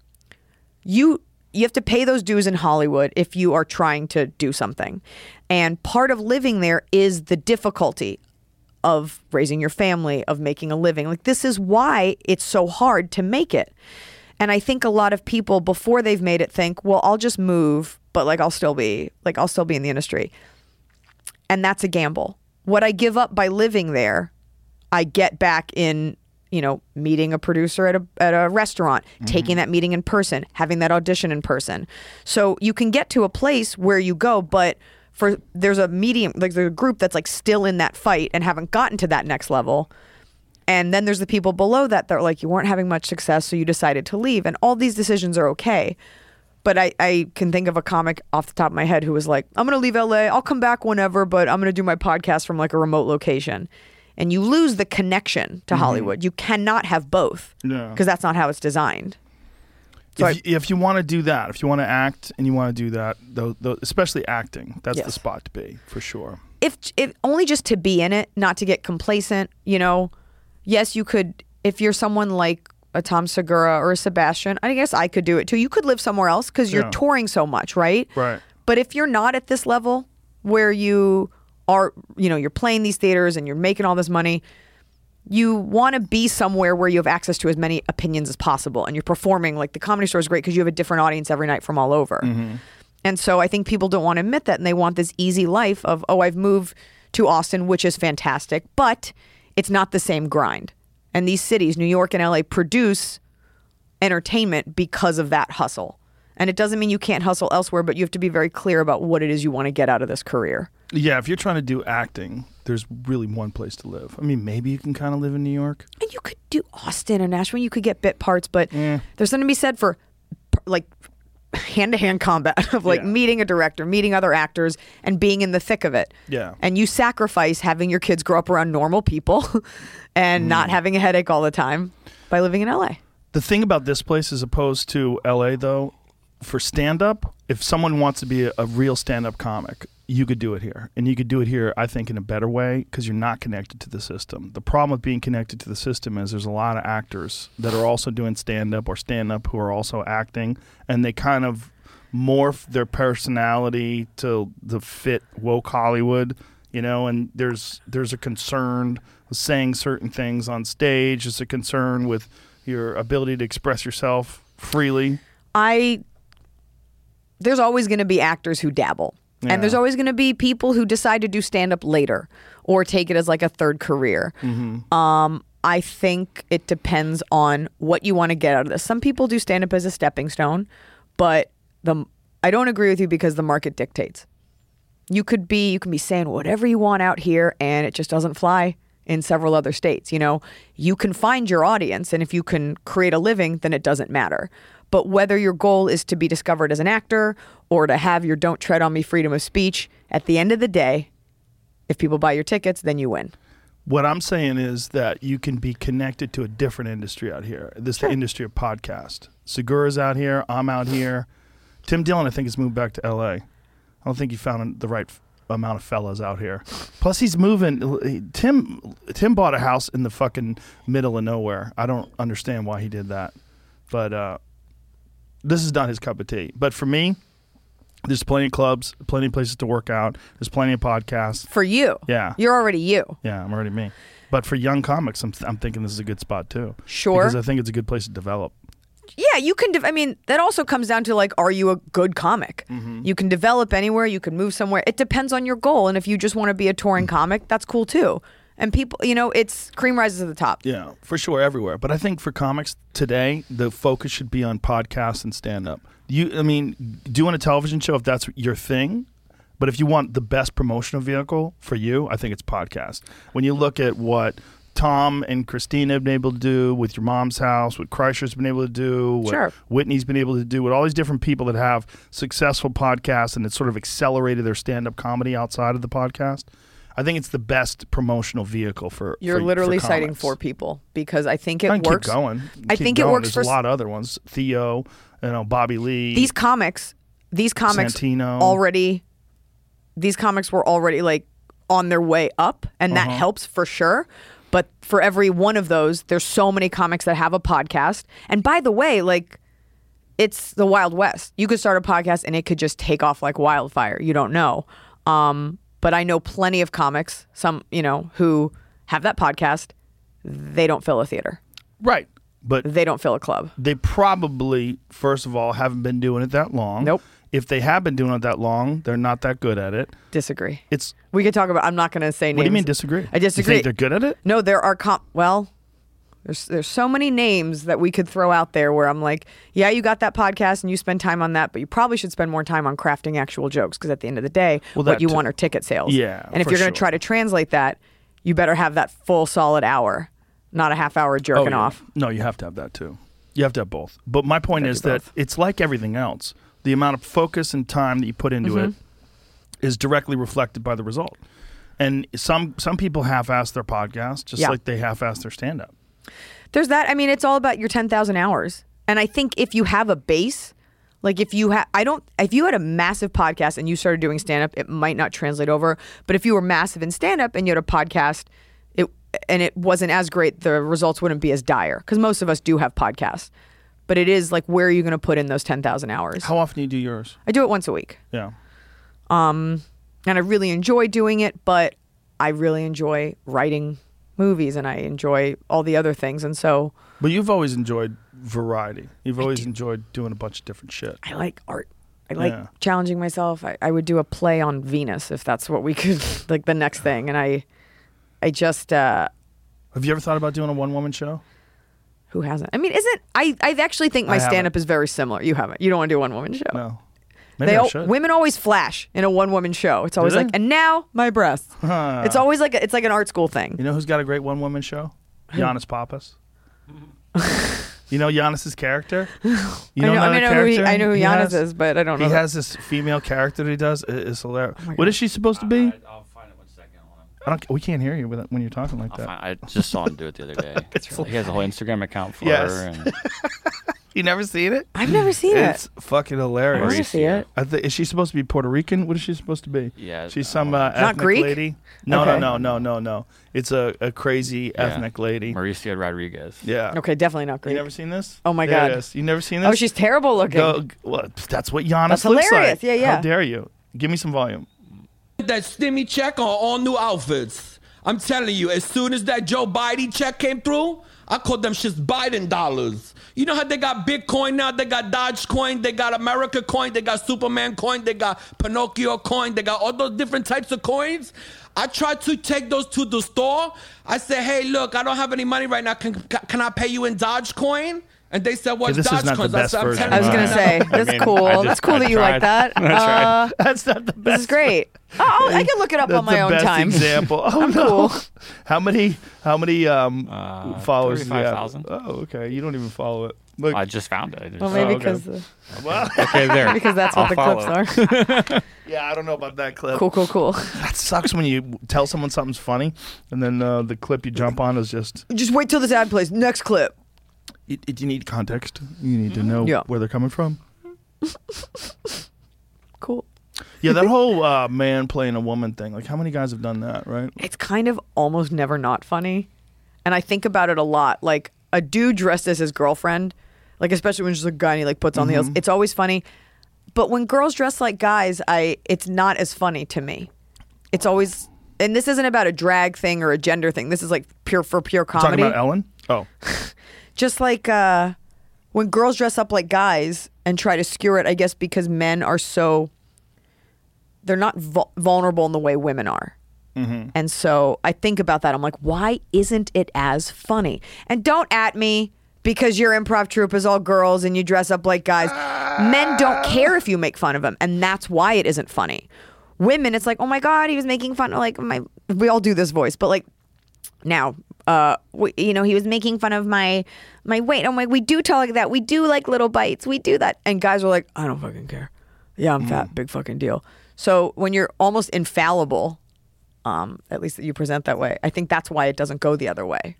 you you have to pay those dues in Hollywood if you are trying to do something. And part of living there is the difficulty of raising your family, of making a living. Like, this is why it's so hard to make it. And I think a lot of people before they've made it think, well, I'll just move, but like I'll still be like I'll still be in the industry. And that's a gamble. What I give up by living there, I get back in, you know, meeting a producer at a at a restaurant, taking that meeting in person, having that audition in person. So you can get to a place where you go, but for there's a medium like there's a group that's like still in that fight and haven't gotten to that next level. And then there's the people below that that are like, you weren't having much success, so you decided to leave. And all these decisions are okay. But I, I can think of a comic off the top of my head who was like, I'm going to leave LA. I'll come back whenever, but I'm going to do my podcast from like a remote location. And you lose the connection to Hollywood. You cannot have both
Yeah.
because that's not how it's designed. So
if, you, if you want to do that, if you want to act and you want to do that, though, though, especially acting, that's the
Yes.
spot to be for sure.
if if only just to be in it, not to get complacent, you know. Yes, you could if you're someone like a Tom Segura or a Sebastian, I guess I could do it too. You could live somewhere else cuz you're
Yeah.
touring so much, right?
Right.
But if you're not at this level where you are, you know, you're playing these theaters and you're making all this money, you want to be somewhere where you have access to as many opinions as possible and you're performing like the comedy store is great because you have a different audience every night from all over and so i think people don't want to admit that and they want this easy life of oh i've moved to austin which is fantastic but it's not the same grind and these cities new york and la produce entertainment because of that hustle and it doesn't mean you can't hustle elsewhere but you have to be very clear about what it is you want to get out of this career
Yeah, if you're trying to do acting, there's really one place to live. I mean, maybe you can kind of live in New York.
And you could do Austin and Nashville. You could get bit parts, but there's something to be said for p- like hand to hand combat of like
Yeah.
meeting a director, meeting other actors, and being in the thick of it.
Yeah.
And you sacrifice having your kids grow up around normal people and
Mm.
not having a headache all the time by living in LA.
The thing about this place, as opposed to LA, though, for stand up, if someone wants to be a, a real stand up comic, you could do it here. And you could do it here, I think, in a better way because you're not connected to the system. The problem with being connected to the system is there's a lot of actors that are also doing stand up or stand up who are also acting, and they kind of morph their personality to the fit woke Hollywood, you know, and there's there's a concern with saying certain things on stage, there's a concern with your ability to express yourself freely.
I there's always going to be actors who dabble.
Yeah.
And there's always going to be people who decide to do stand up later or take it as like a third career. Um, I think it depends on what you want to get out of this. Some people do stand up as a stepping stone, but the I don't agree with you because the market dictates. You could be you can be saying whatever you want out here and it just doesn't fly in several other states, you know. You can find your audience and if you can create a living then it doesn't matter. But whether your goal is to be discovered as an actor or to have your don't tread on me freedom of speech, at the end of the day, if people buy your tickets, then you win.
What I'm saying is that you can be connected to a different industry out here. This is the industry of podcast. Segura's out here. I'm out here. Tim Dillon, I think, has moved back to L.A. I don't think he found the right f- amount of fellas out here. Plus, he's moving. Tim Tim bought a house in the fucking middle of nowhere. I don't understand why he did that, but uh, this is not his cup of tea. But for me, there's plenty of clubs, plenty of places to work out. There's plenty of podcasts.
For you.
Yeah.
You're already you.
Yeah, I'm already me. But for young comics, I'm, I'm thinking this is a good spot too.
Sure.
Because I think it's a good place to develop.
yeah, you can. De- I mean, that also comes down to like, are you a good comic?
Mm-hmm.
You can develop anywhere. You can move somewhere. It depends on your goal. And if you just want to be a touring
Mm-hmm.
comic, that's cool too. And people, you know, it's cream rises to the top.
Yeah, for sure, everywhere. But I think for comics today, the focus should be on podcasts and stand up. You, I mean, doing a television show if that's your thing. But if you want the best promotional vehicle for you, I think it's podcast. When you look at what Tom and Christina have been able to do with your mom's house, what Kreischer's been able to do, what
Sure.
Whitney's been able to do, what all these different people that have successful podcasts and it sort of accelerated their stand up comedy outside of the podcast. I think it's the best promotional vehicle for
You're
for- for
literally citing
comics.
four people because I think it
I can
works.
Keep going.
I
Keep
think it
going.
works
There's
for
a lot of other ones. Theo, you know, Bobby Lee.
these comics. These comics
Santino.
already. These comics were already like on their way up, and that helps for sure. But for every one of those, there's so many comics that have a podcast. And by the way, like it's the wild west. You could start a podcast and it could just take off like wildfire. You don't know. Um, but I know plenty of comics, some you know, who have that podcast. They don't fill a theater.
Right. But
They don't fill a club.
they probably, first of all, haven't been doing it that long.
Nope.
If they have been doing it that long, they're not that good at it.
Disagree.
It's
we could talk about. I'm not going to say names.
what do you mean disagree?
I
You
disagree.
think they're good at it?
No, there are comp. Well, there's there's so many names that we could throw out there where I'm like, yeah, you got that podcast and you spend time on that, but you probably should spend more time on crafting actual jokes because at the end of the day,
Well,
what
that
you
too.
want are ticket sales.
Yeah,
and if
for
you're going
sure.
to try to translate that, you better have that full solid hour, not a half hour
Oh,
jerking
yeah.
off.
No, you have to have that too. You have to have both. But my point
Gotta
is
do
that
both.
it's like everything else. The amount of focus and time that you put into it
Mm-hmm.
is directly reflected by the result. And some some people half-ass their podcast, just
Yeah.
like they half-ass their stand-up.
There's that. I mean, it's all about your 10,000 hours. And I think if you have a base, like if you have, I don't, if you had a massive podcast and you started doing stand up, it might not translate over. But if you were massive in stand up and you had a podcast, it, and it wasn't as great, the results wouldn't be as dire because most of us do have podcasts. But it is like, where are you going to put in those 10,000 hours?
How often do you do yours?
I do it once a week
Yeah.
and I really enjoy doing it, but I really enjoy writing movies and I enjoy all the other things. And so
But you've always enjoyed variety. You've always enjoyed doing a bunch of different shit.
I like art. I like
Yeah.
challenging myself. I, I would do a play on Venus if that's what we could like the next thing. And I I just uh
Have you ever thought about doing a one-woman show?
who hasn't? I mean, isn't I I actually think
I
my
haven't.
stand up is very similar. You haven't. You don't want to do a one woman show.
No. Maybe
They
I
al-
should.
women always flash in a one woman show. It's always
they?
like, and now my breasts. it's always like a, it's like an art school
You
thing.
know who's got a great one woman show? Giannis Papas. you know Giannis's character? You
I know,
none
I,
of
mean,
the
I know who he,
character
I know who
he
Giannis
has?
is, but I don't know.
He
that-
has this female character that he does. It- It's hilarious.
my
what
God.
is she supposed to be? I,
I'll find it one second. Hold on.
don't. We can't hear you with when you're talking like
I'll
that.
find, I just saw him do it the other day. It's really- he has a whole Instagram account for
Yes.
her. And
You never seen it?
I've never seen it.
It's fucking
I want
hilarious.
to see it.
I thi- is she supposed to be Puerto Rican? What is she supposed to be?
Yeah,
she's
I
some
don't
uh,
know.
Not
ethnic
Greek?
lady. No,
Okay.
no, no, no, no, no. It's a, a crazy
Yeah.
ethnic lady.
Mauricio Rodriguez.
Yeah.
Okay, definitely not
You
great.
never seen this?
Oh my
There it
God.
is. You never seen this?
Oh, she's terrible looking.
Go, g- well, that's what Giannis
That's
looks
hilarious.
like.
Yeah, yeah.
How dare you? Give me some volume.
that stimmy check on all new outfits. I'm telling you, as soon as that Joe Biden check came through, I called them shits Biden dollars. You know how they got Bitcoin now, they got Dogecoin, they got America coin, they got Superman coin, they got Pinocchio coin, they got all those different types of coins. I tried to take those to the store. I said, hey, look, I don't have any money right now. Can, can can I pay you in Dogecoin? And they said, what's
this is not the
Dogecoin?
best
said, "I'm
version.
telling
I was
you
gonna
right now."
say that's
mean,
cool.
I just-
that's cool
I
that you like that.
tried. I tried.
Uh,
That's not the best.
this is great. Oh, I can look it up
That's
on my
the
own
best
time.
example. Oh
I'm
no.
cool.
How many? How many um,
Uh,
followers? do you have?
35,000.
Oh, okay. You don't even follow it. Look,
I just found it. I just-
Well, maybe
Oh, okay.
because
okay, there.
because that's what
I'll
the
follow.
clips are.
yeah, I don't know about that clip.
cool, cool, cool.
That sucks when you tell someone something's funny, and then uh, the clip you jump on is just.
Just wait till this ad plays. Next clip.
It, it, you need context. You need to know
Yeah.
where they're coming from.
Cool.
Yeah, that whole uh, man playing a woman thing. Like, how many guys have done that? Right?
It's kind of almost never not funny, and I think about it a lot. Like a dude dressed as his girlfriend, like especially when she's a guy and he like puts on the
Mm-hmm.
heels. It's always funny, but when girls dress like guys, I it's not as funny to me. It's always. And this isn't about a drag thing or a gender thing. This is like pure for pure comedy.
Talking about Ellen. Oh,
just like uh, when girls dress up like guys and try to skewer it, I guess because men are so they're not vul- vulnerable in the way women are. And so I think about that. I'm like, why isn't it as funny? And don't at me because your improv troupe is all girls and you dress up like guys. Men don't care if you make fun of them, and that's why it isn't funny. Women, it's like, oh my god, he was making fun. Like my, we all do this voice, but like now uh we, you know he was making fun of my my weight i'm like we do talk like that we do like little bites we do that and guys were like i don't fucking care yeah i'm fat big fucking deal so when you're almost infallible um at least that you present that way i think that's why it doesn't go the other way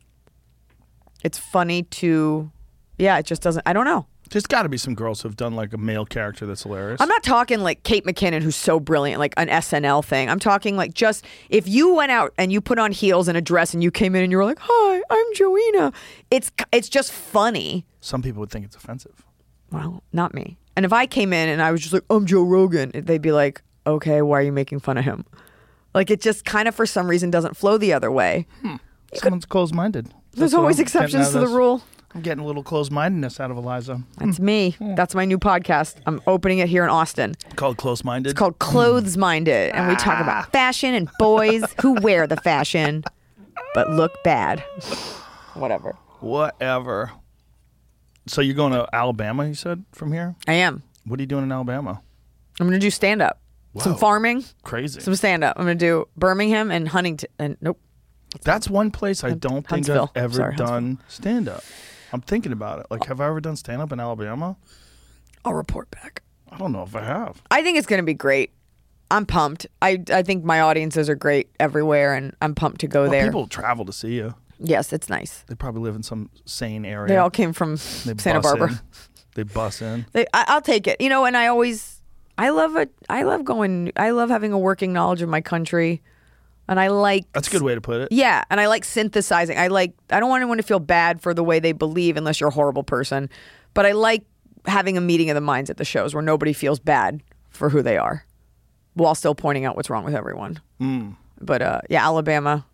it's funny to yeah it just doesn't i don't know
there's got to be some girls who've done like a male character that's hilarious.
I'm not talking like Kate McKinnon, who's so brilliant, like an SNL thing. I'm talking like just if you went out and you put on heels and a dress and you came in and you were like, "Hi, I'm Joanna." It's it's just funny.
Some people would think it's offensive.
Well, not me. And if I came in and I was just like, "I'm Joe Rogan," they'd be like, "Okay, why are you making fun of him?" Like it just kind of for some reason doesn't flow the other way.
Someone's closed-minded.
There's always exceptions to the rule.
I'm getting a little closed-mindedness out of Eliza.
That's me. That's my new podcast. I'm opening it here in Austin.
Called close-minded.
It's called Clothes Minded, and we talk about fashion and boys who wear the fashion but look bad. Whatever.
whatever. So you're going to Alabama? You said from here.
I am.
What are you doing in Alabama?
I'm going to do stand up. Some
Wow.
farming,
Crazy.
some stand up. I'm going to do Birmingham and Huntington. And nope.
That's one place I don't think I've
Huntsville.
ever
Sorry,
done stand up. I'm thinking about it. Like, have I ever done stand up in Alabama?
I'll report back.
I don't know if I have.
I think it's going to be great. I'm pumped. I, I think my audiences are great everywhere, and I'm pumped to go
Well,
there.
people travel to see you.
yes, it's nice.
They probably live in some sane area.
They all came from
They
Santa
bus
Barbara.
in. They bus in.
They, I, I'll take it. You know, and I always, I love a, I love going, I love having a working knowledge of my country, and I like.
That's a good way to put it.
Yeah, and I like synthesizing. I like. I don't want anyone to feel bad for the way they believe, unless you're a horrible person. But I like having a meeting of the minds at the shows where nobody feels bad for who they are, while still pointing out what's wrong with everyone.
Mm.
But uh, yeah, Alabama.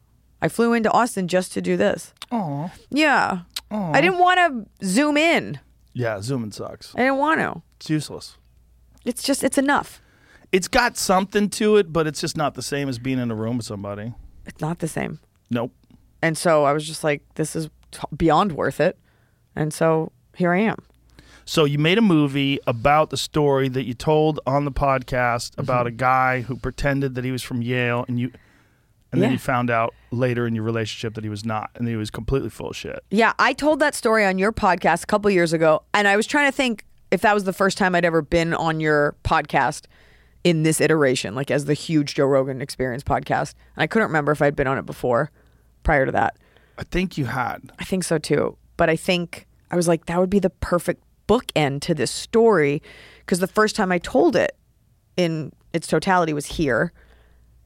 I flew into Austin just to do this.
Aw.
Yeah, I didn't want to zoom in.
Yeah, zooming sucks.
I didn't want to.
It's useless.
It's just it's enough.
It's got something to it, but it's just not the same as being in a room with somebody.
It's not the same.
Nope.
And so I was just like, this is t- beyond worth it. And so here I am.
So you made a movie about the story that you told on the podcast
Mm-hmm.
about a guy who pretended that he was from Yale, and you, and then
Yeah.
you found out later in your relationship that he was not, and he was completely full of shit.
Yeah, I told that story on your podcast a couple years ago, and I was trying to think if that was the first time I'd ever been on your podcast in this iteration, like as the huge Joe Rogan Experience podcast. And I couldn't remember if I'd been on it before, prior to that.
I think you had.
I think so too. But I think I was like, that would be the perfect bookend to this story. Because the first time I told it in its totality was here.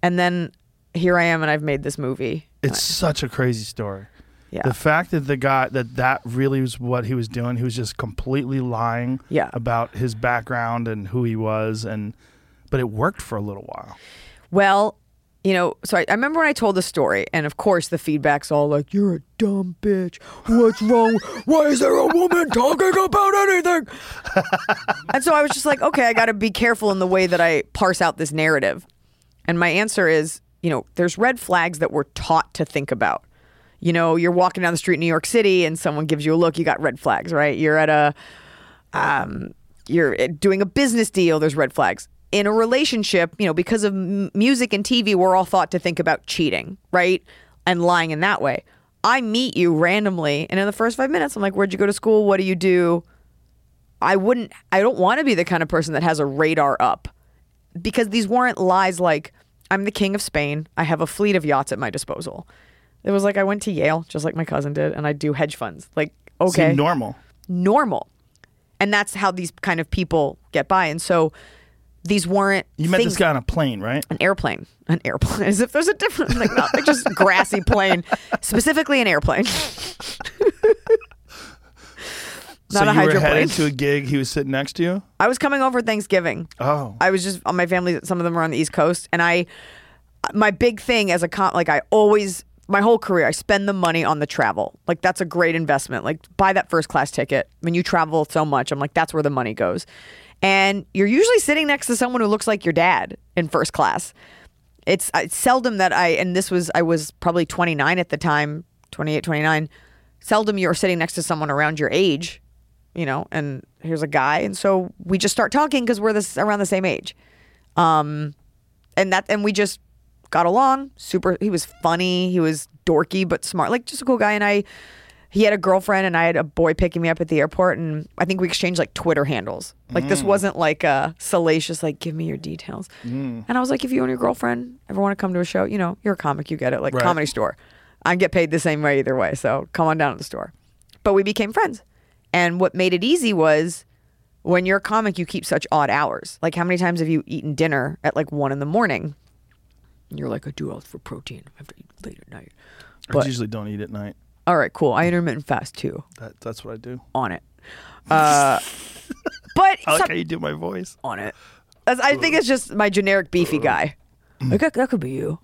And then here I am, and I've made this movie.
It's such a crazy story.
Yeah.
The fact that the guy that that really was what he was doing, he was just completely lying
Yeah.
about his background and who he was, and but it worked for a little while.
Well, you know, so I, I remember when I told the story, and of course the feedback's all like, "You're a dumb bitch. What's wrong? Why is there a woman talking about anything?" and so I was just like, "Okay, I got to be careful in the way that I parse out this narrative." And my answer is, you know, there's red flags that we're taught to think about. You know, you're walking down the street in New York City, and someone gives you a look. You got red flags, right? You're at a um, you're doing a business deal, there's red flags. In a relationship, you know, because of m- music and TV, we're all thought to think about cheating, right? And lying in that way. I meet you randomly, and in the first five minutes, I'm like, where'd you go to school? What do you do? I wouldn't, I don't want to be the kind of person that has a radar up because these weren't lies like, I'm the king of Spain. I have a fleet of yachts at my disposal. It was like, I went to Yale, just like my cousin did, and I do hedge funds. Like, okay
Seemed normal.
normal. And that's how these kind of people get by. And so these weren't
You met
things-
this guy on a plane, right?
an airplane. An airplane. As if there's a different like not like just grassy plane. Specifically an airplane.
so
Not a
you were
hydroplane.
headed to a gig. He was sitting next to you.
I was coming over Thanksgiving.
Oh.
I was just on my family. Some of them are on the East Coast, and I, my big thing as a con, like I always, my whole career, I spend the money on the travel. Like that's a great investment. Like buy that first class ticket when you travel so much. I'm like that's where the money goes, and you're usually sitting next to someone who looks like your dad in first class. It's, uh, it's seldom that I, and this was, I was probably 29 at the time, 28, 29. Seldom you're sitting next to someone around your age you know, and here's a guy, and so we just start talking because we're this around the same age, um, and that and we just got along. Super, he was funny, he was dorky but smart, like just a cool guy. And I, he had a girlfriend, and I had a boy picking me up at the airport, and I think we exchanged like Twitter handles. Like this wasn't like a salacious like give me your details, and I was like, if you and your girlfriend ever want to come to a show, you know, you're a comic, you get it, like
Right.
comedy store. I get paid the same way either way, so come on down to the store. But we became friends. And what made it easy was when you're a comic, you keep such odd hours. Like, how many times have you eaten dinner at like one in the morning? And you're like, I do all this for protein. I have to eat late at night.
I
But-
usually don't eat at night.
All right, cool. I intermittent fast too.
That, that's what I do.
On it. Uh, but
I like
some-
how you do my voice.
on it. That's- I think it's just my generic beefy guy. Like, that, that could be you.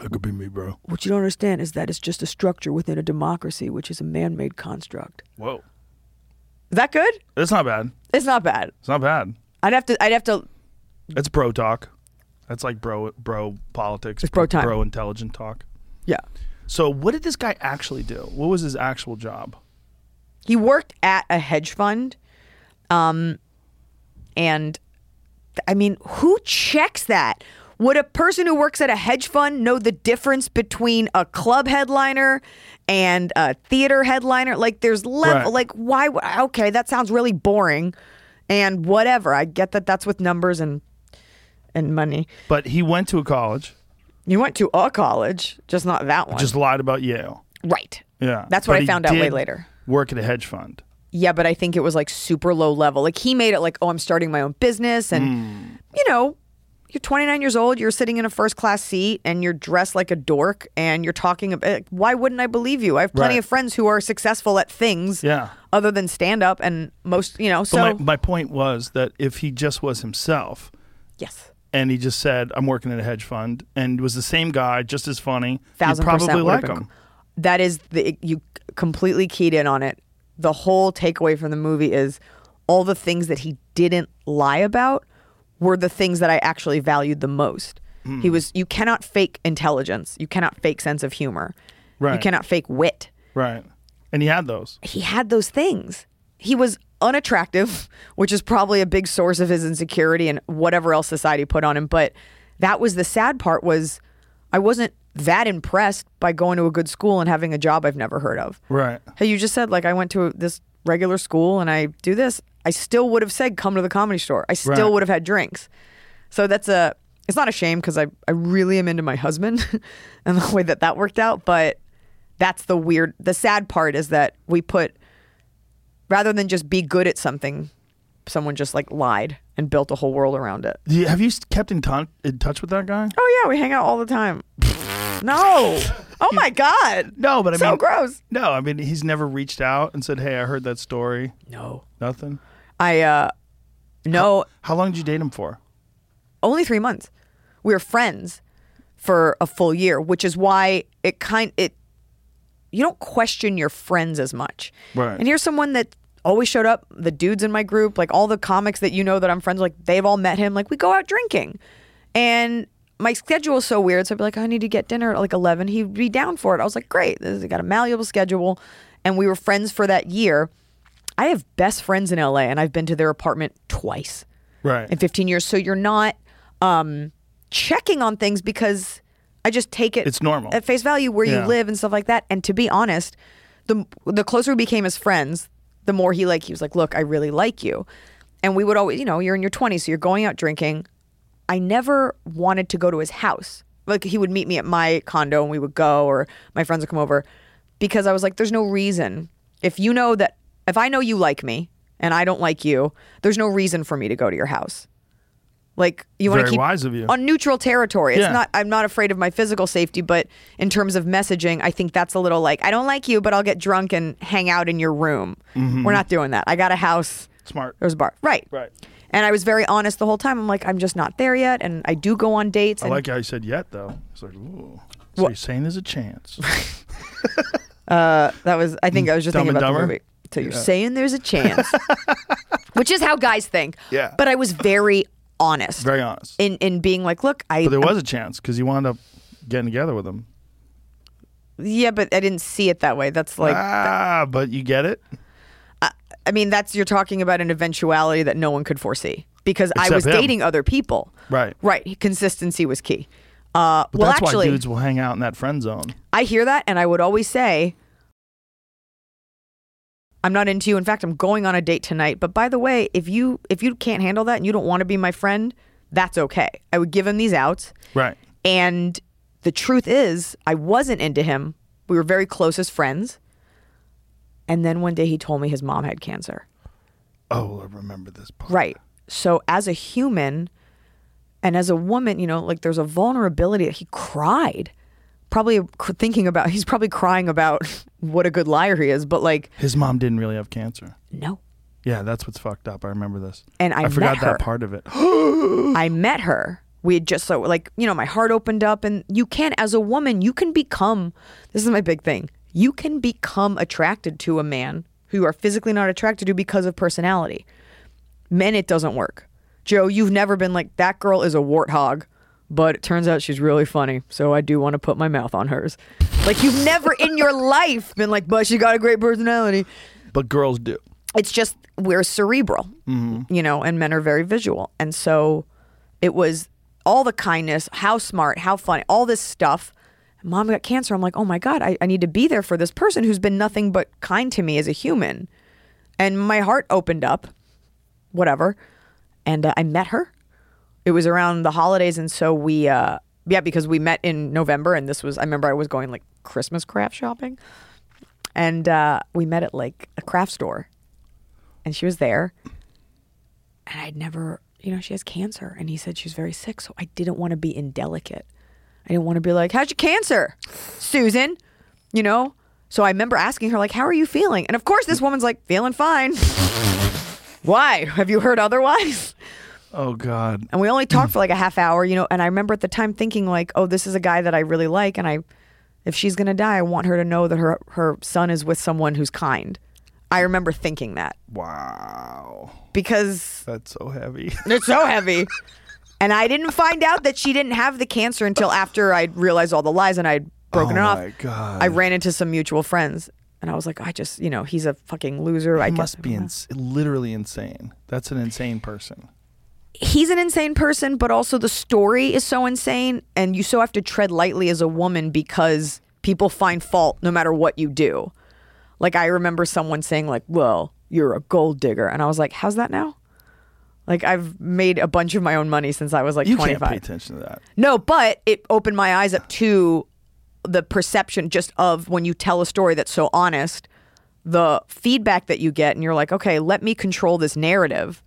That could be me, bro.
What you don't understand is that it's just a structure within a democracy, which is a man made construct.
Whoa,
Is that good?
it's not bad.
It's not bad.
It's not bad.
I'd have to. I'd have to.
That's bro talk. That's like bro bro politics.
It's bro time.
Bro intelligent talk.
Yeah.
So what did this guy actually do? What was his actual job?
He worked at a hedge fund, um, and I mean, who checks that? Would a person who works at a hedge fund know the difference between a club headliner and a theater headliner? Like, there's level.
Right.
Like, why? would- Okay, that sounds really boring, and whatever. I get that. That's with numbers and and money.
But he went to a college,
You went to a college, just not that one.
just lied about Yale.
right.
Yeah.
That's what
But
I
he
found out way
did
later.
Work at a hedge fund.
Yeah, but I think it was like super low level. Like he made it like, oh, I'm starting my own business. And,
Hmm.
you know, you're 29 years old, you're sitting in a first class seat and you're dressed like a dork and you're talking about, why wouldn't I believe you? I have plenty
Right.
of friends who are successful at things
Yeah.
other than stand up and most, you know, so.
But my, my point was that if he just was himself
yes.
and he just said, I'm working at a hedge fund and was the same guy, just as funny, you'd
thousand percent
probably
would have
like
been-
him.
That is the you completely keyed in on it. The whole takeaway from the movie is all the things that he didn't lie about were the things that I actually valued the most.
Hmm.
He was you cannot fake intelligence. You cannot fake sense of humor. You
Right.
cannot fake wit.
Right. And he had those.
He had those things. He was unattractive, which is probably a big source of his insecurity and whatever else society put on him, but that was the sad part was I wasn't that impressed by going to a good school and having a job I've never heard of.
Right.
Hey, you just said like I went to this regular school and I do this. I still would have said come to the comedy store. I still
Right.
would have had drinks. So that's a it's not a shame because I I really am into my husband and the way that that worked out. But that's the weird the sad part is that we put rather than just be good at something, someone just like lied and built a whole world around it.
Do you- have you s- kept in, ton- in touch with that guy?
Oh yeah, we hang out all the time. no. Oh my god.
No, but I
so
mean,
gross.
No, I mean, he's never reached out and said, Hey, I heard that story.
No.
Nothing.
I uh no
How long did you date him for?
only three months. We were friends for a full year, which is why it kind it you don't question your friends as much.
Right.
And here's someone that always showed up, the dudes in my group, like all the comics that you know that I'm friends with, like they've all met him. Like we go out drinking. And my schedule is so weird, so I'd be like, I need to get dinner at like eleven. He'd be down for it. I was like, Great, this I got a malleable schedule. And we were friends for that year. I have best friends in LA and I've been to their apartment twice
Right.
in 15 years. So you're not um, checking on things because I just take it.
It's normal.
at face value where
Yeah.
you live and stuff like that. And to be honest, the the closer we became as friends, the more he like he was like, look, I really like you, and we would always, you know, you're in your 20s, so you're going out drinking. I never wanted to go to his house. Like he would meet me at my condo and we would go, or my friends would come over, because I was like, there's no reason. If you know that, if I know you like me and I don't like you, there's no reason for me to go to your house. Like you want to
Very
keep
wise of you.
on neutral territory. It's
Yeah.
not I'm not afraid of my physical safety, but in terms of messaging, I think that's a little like I don't like you, but I'll get drunk and hang out in your room. We're not doing that. I got a house.
Smart.
There's a bar. Right.
Right.
And I was very honest the whole time. I'm like, I'm just not there yet, and I do go on dates.
I
And
like how you said yet, though. It's like, ooh. So
What?
you're saying there's a chance.
that was. I think I was just
Dumb
thinking
and
about the
Dumber?
movie. So you're saying there's a chance, which is how guys think.
Yeah.
But I was very honest.
Very honest.
In in being like, look, I.
But there was a chance because you wound up getting together with him.
yeah, but I didn't see it that way. That's like.
ah, but you get it.
I mean, that's you're talking about an eventuality that no one could foresee because I
Except
was
him.
dating other people.
Right.
Right. Consistency was key. Uh,
But
well,
that's
actually,
why dudes will hang out in that friend zone.
I hear that, and I would always say, "I'm not into you." In fact, I'm going on a date tonight. But by the way, if you if you can't handle that and you don't want to be my friend, that's okay. I would give him these outs.
Right.
And the truth is, I wasn't into him. We were very closest friends. And then one day he told me his mom had cancer.
Oh, I remember this part.
Right. So as a human and as a woman, you know, like there's a vulnerability. He cried, probably cr- thinking about, he's probably crying about what a good liar he is, but like,
His mom didn't really have cancer.
no.
Yeah, that's what's fucked up. I remember this.
And I met
forgot
her.
that part of it.
I met her we had just so like you know my heart opened up and you can as a woman you can become this is my big thing you can become attracted to a man who you are physically not attracted to because of personality men it doesn't work joe you've never been like that girl is a warthog but it turns out she's really funny so i do want to put my mouth on hers like you've never in your life been like but she got a great personality
But girls do.
it's just we're cerebral, you know, and men are very visual. And so it was all the kindness, how smart, how funny, all this stuff. Mom got cancer. I'm like, oh my God, I, I need to be there for this person who's been nothing but kind to me as a human. And my heart opened up, whatever. And uh, I met her. It was around the holidays. And so we, uh, yeah, because we met in November. And this was, I remember I was going like Christmas craft shopping. And uh, we met at like a craft store and she was there. And I'd never, you know, she has cancer. And he said she's very sick. So I didn't want to be indelicate. I didn't want to be like, How's your cancer, Susan? You know? So I remember asking her, like, How are you feeling? And of course, this woman's like, Feeling fine. Why? Have you heard otherwise?
Oh God.
And we only talked for like a half hour, you know. And I remember at the time thinking, like, oh, this is a guy that I really like. And I, if she's going to die, I want her to know that her, her son is with someone who's kind. I remember thinking that
Wow.
because
That's so heavy.
It's so heavy. And I didn't find out that she didn't have the cancer until after I realized all the lies and I'd broken
Oh
it off.
my God.
I ran into some mutual friends and I was like, I just, you know, he's a fucking loser. I
It
guess-
must be ins- literally insane. That's an insane person.
He's an insane person, but also the story is so insane. And you so have to tread lightly as a woman because people find fault no matter what you do. Like, I remember someone saying, like, well, you're a gold digger. And I was like, how's that now? Like, I've made a bunch of my own money since I was like
You
25.
can't pay attention to that.
No, but it opened my eyes up to the perception just of when you tell a story that's so honest, the feedback that you get, and you're like, okay, let me control this narrative.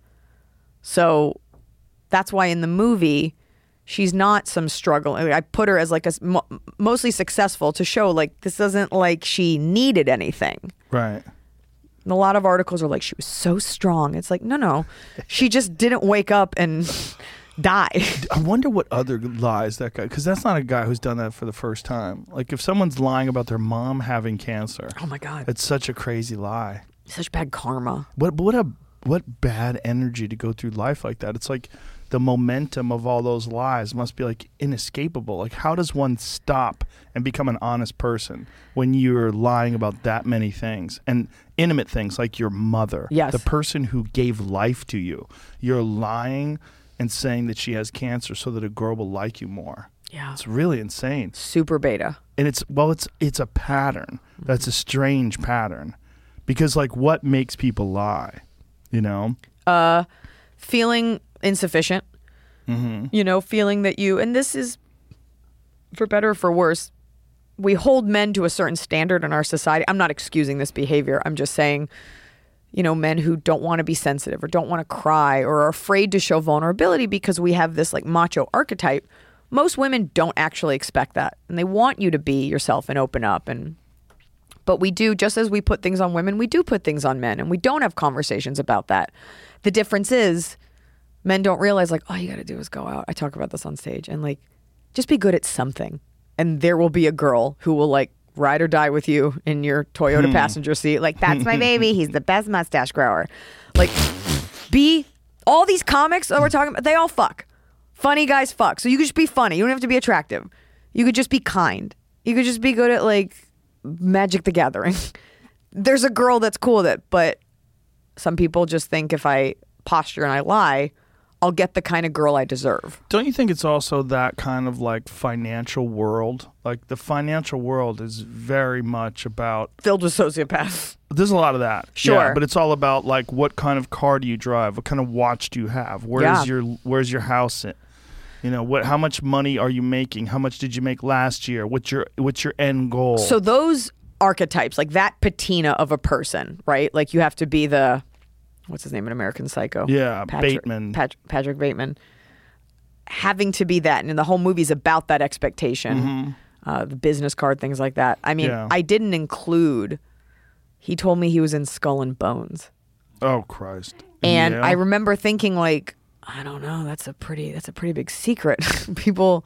So that's why in the movie, she's not some struggle. I put her as like a s- mo- mostly successful to show like this isn't like she needed anything.
Right.
And a lot of articles are like, she was so strong. It's like, no, no, she just didn't wake up and die.
I wonder what other lies that guy, because that's not a guy who's done that for the first time. Like if someone's lying about their mom having cancer,
oh my God.
it's such a crazy lie.
Such bad karma.
What but what a what bad energy to go through life like that. It's like the momentum of all those lies must be like inescapable. Like how does one stop and become an honest person when you're lying about that many things and intimate things like your mother,
Yes.
the person who gave life to you. You're lying and saying that she has cancer so that a girl will like you more.
Yeah.
It's really insane
super beta.
and it's well it's it's a pattern that's a strange pattern because like what makes people lie you know
Feeling insufficient. You know, feeling that you, and this is for better or for worse, we hold men to a certain standard in our society. I'm not excusing this behavior. I'm just saying, you know, men who don't want to be sensitive or don't want to cry or are afraid to show vulnerability because we have this like macho archetype. Most women don't actually expect that. And they want you to be yourself and open up and But we do, just as we put things on women, we do put things on men, and we don't have conversations about that. The difference is men don't realize, like, all you got to do is go out. I talk about this on stage and, like, just be good at something. And there will be a girl who will, like, ride or die with you in your Toyota passenger seat. Like, that's my baby. He's the best mustache grower. Like, be all these comics that we're talking about, they all fuck. Funny guys fuck. So you could just be funny. You don't have to be attractive. You could just be kind. You could just be good at like Magic the Gathering. There's a girl that's cool with it, but some people just think if I posture and I lie, I'll get the kind of girl I deserve.
don't you think it's also that kind of like financial world like the financial world is very much about
Filled with sociopaths.
there's a lot of that
Sure.
but it's all about like what kind of car do you drive what kind of watch do you have where's
Yeah.
your where's your house at? you know what how much money are you making how much did you make last year what's your what's your end goal
So those archetypes, like that patina of a person, right? Like you have to be the what's his name in American Psycho?
Yeah, Uh, Bateman.
Pat- Patrick Bateman. Having to be that, and the whole movie's about that expectation. Uh, the business card, things like that. I mean,
Mm-hmm. Yeah.
I didn't include. He told me he was in Skull and Bones.
oh christ
And
Yeah.
I remember thinking like, I don't know. That's a pretty that's a pretty big secret. People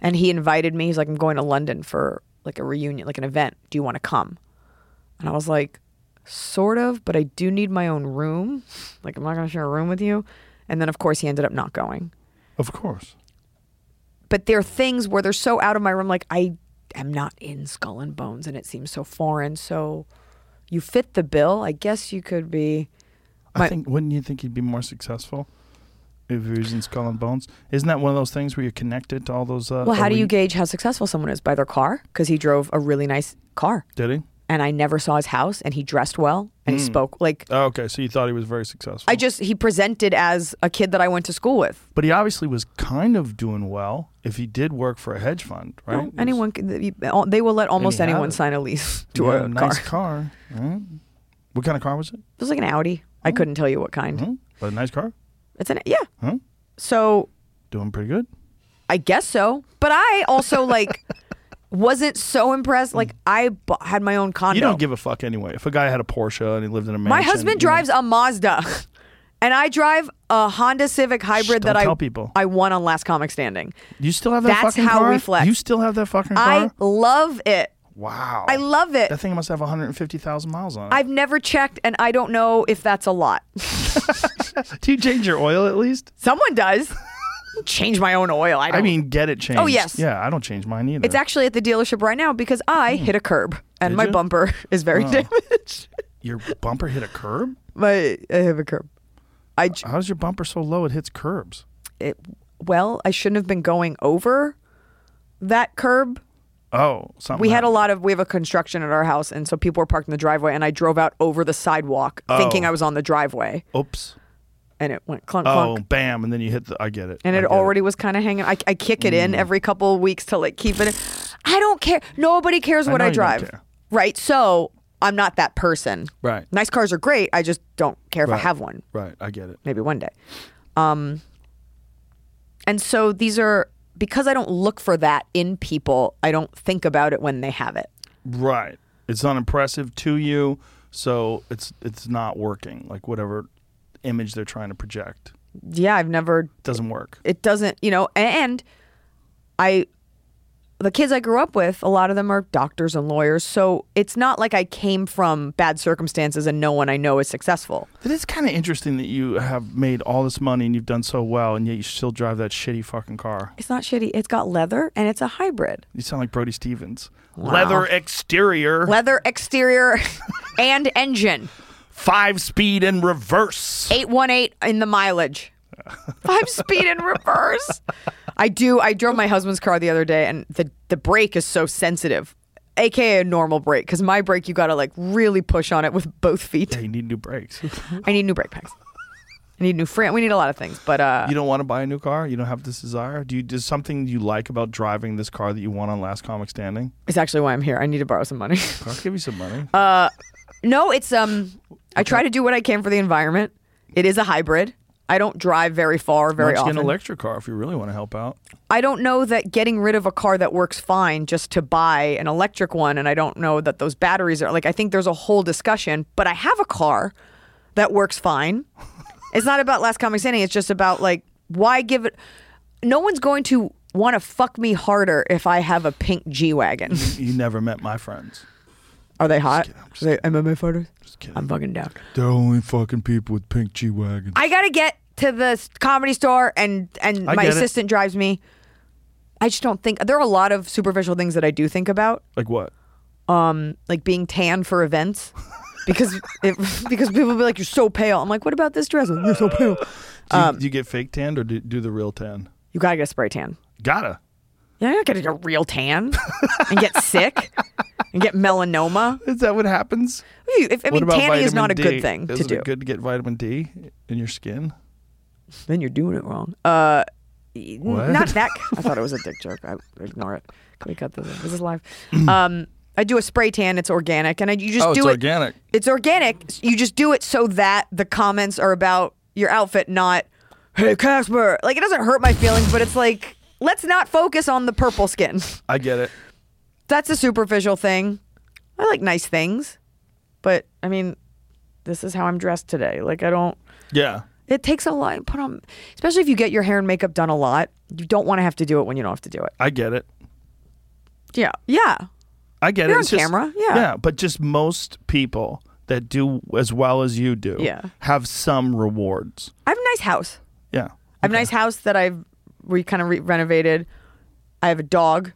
and he invited me. He's like, I'm going to London for like a reunion, like an event. Do you want to come? And I was like, sort of, but I do need my own room. Like I'm not gonna share a room with you. And then of course he ended up not going.
Of course.
But there are things where they're so out of my room, like I am not in skull and bones and it seems so foreign. So you fit the bill. I guess you could be
I
My-
think wouldn't you think you'd be more successful if you were using Skull and Bones? Isn't that one of those things where you're connected to all those? Uh,
Well, how do you
elite-
gauge how successful someone is by their car? Because he drove a really nice car,
Did he?
and I never saw his house, and he dressed well, and he spoke like
Oh, okay, so you thought he was very successful.
I just he presented as a kid that I went to school with.
but he obviously was kind of doing well if he did work for a hedge fund, right? He was-
Anyone, c- they will let almost
had
anyone
it.
sign a lease
he
to
had
a,
a
car.
nice car. right? What kind of car was it?
It was like an Audi. I couldn't tell you what kind.
Hmm? But a nice car.
It's an yeah.
Huh?
So
Doing pretty good.
I guess so, but I also like wasn't so impressed. Like I bu- had my own condo.
You don't give a fuck anyway. If a guy had a Porsche and he lived in a mansion,
My husband
you know-
drives a Mazda, and I drive a Honda Civic hybrid
don't
that I
tell people.
I won on Last Comic Standing.
You still have that
That's
fucking
how
car?
we flex.
You still have that fucking
I
car?
love it.
Wow.
I love it.
That thing must have 150,000 miles on it.
I've never checked, and I don't know if that's a lot.
Do you change your oil at least?
Someone does change my own oil. I, don't.
I mean, get it changed.
Oh, yes.
Yeah, I don't change mine either.
it's actually at the dealership right now because I hit a curb and
Hmm. Did
my
you?
bumper is very
Oh.
damaged.
your bumper hit a curb?
My I have a curb. I j-
How's your bumper so low it hits curbs?
it, well, I shouldn't have been going over that curb
Oh, something.
We had a
happened.
lot of we have a construction at our house, and so people were parked in the driveway, and I drove out over the sidewalk thinking
Oh.
I was on the driveway,
Oops.
and it went clunk
Oh,
clunk.
bam. And then you hit the. I get it. Mm.
And
I
it
get
already was kind of hanging. I, I kick it in every couple of weeks to like keep it. In. I don't care. Nobody cares
I
what
know
I,
you don't
drive,
care.
right? So I'm not that person.
Right.
Nice cars are great. I just don't care if
Right.
I have one.
Right. I get it.
Maybe one day. Um, and so these are because I don't look for that in people. I don't think about it when they have it.
Right. It's unimpressive to you, so it's it's not working. Like whatever image they're trying to project
Yeah, I've never
doesn't work.
it doesn't you know and i the kids i grew up with a lot of them are doctors and lawyers so it's not like i came from bad circumstances and no one i know is successful
It is kind of interesting that you have made all this money and you've done so well, and yet you still drive that shitty fucking car.
it's not shitty it's got leather and it's a hybrid
You sound like Brody Stevens. Leather exterior,
leather exterior and engine
five speed in reverse.
818 in the mileage five speed in reverse i do i drove my husband's car the other day and the the brake is so sensitive aka a normal brake because my brake you gotta like really push on it with both feet
Yeah, you need new brakes. you
I need new brake packs. I need new frame. We need a lot of things, but uh,
don't want to buy a new car. You don't have this desire. Do you? Is something you like about driving this car that you won on Last Comic Standing?
it's actually why I'm here. I need to borrow some money.
I'll give you some money.
no, it's um, I try to do what I can for the environment. It is a hybrid. I don't drive very far
Why
very
don't you
often.
get an electric car if you really want to help out.
I don't know that getting rid of a car that works fine just to buy an electric one, and I don't know that those batteries are like. I think there's a whole discussion, but I have a car that works fine. it's not about last comic standing. It's just about like why give it. No one's going to want to fuck me harder if I have a pink G wagon.
You never met my friends.
Are they hot? Are they MMA fighters?
kidding.
I'm fucking down.
They're only fucking people with pink G wagons.
I gotta get to the s- comedy store, and and
I
my
get it.
assistant drives me. I just don't think there are a lot of superficial things that I do think about.
Like what?
like being tan for events because it, because people be like you're so pale. I'm like, what about this dress? You're so pale.
Do
Um,
you, do you get fake tanned or do, do the real tan?
You gotta get a spray tan.
Gotta.
You're not gonna get a real tan and get sick and get melanoma.
Is that what happens?
You- If, I mean, tanning is not a
D?
good thing to
Isn't
do.
it good to get vitamin D in your skin?
Then you're doing it wrong. Uh, y-
What?
not that. I thought it was a dick joke. I ignore it. Can we cut this? out? This is live. Um, I do a spray tan. It's organic, and I, you just
Oh,
do
it's
it.
organic.
It's organic. You just do it so that the comments are about your outfit, not "Hey Casper." Like it doesn't hurt my feelings, but it's like let's not focus on the purple skin.
I get it.
That's a superficial thing. I like nice things, but I mean, this is how I'm dressed today. Like I don't.
Yeah.
It takes a lot. Put on, especially if you get your hair and makeup done a lot. You don't want to have to do it when you don't have to do it.
I get it.
Yeah, yeah.
I get it.
You're on
It's just-
camera, yeah.
Yeah, but just most people that do as well as you do
Yeah.
have some rewards.
I have a nice house.
Yeah.
I have a nice house that I've we kind of re- renovated. I have a dog.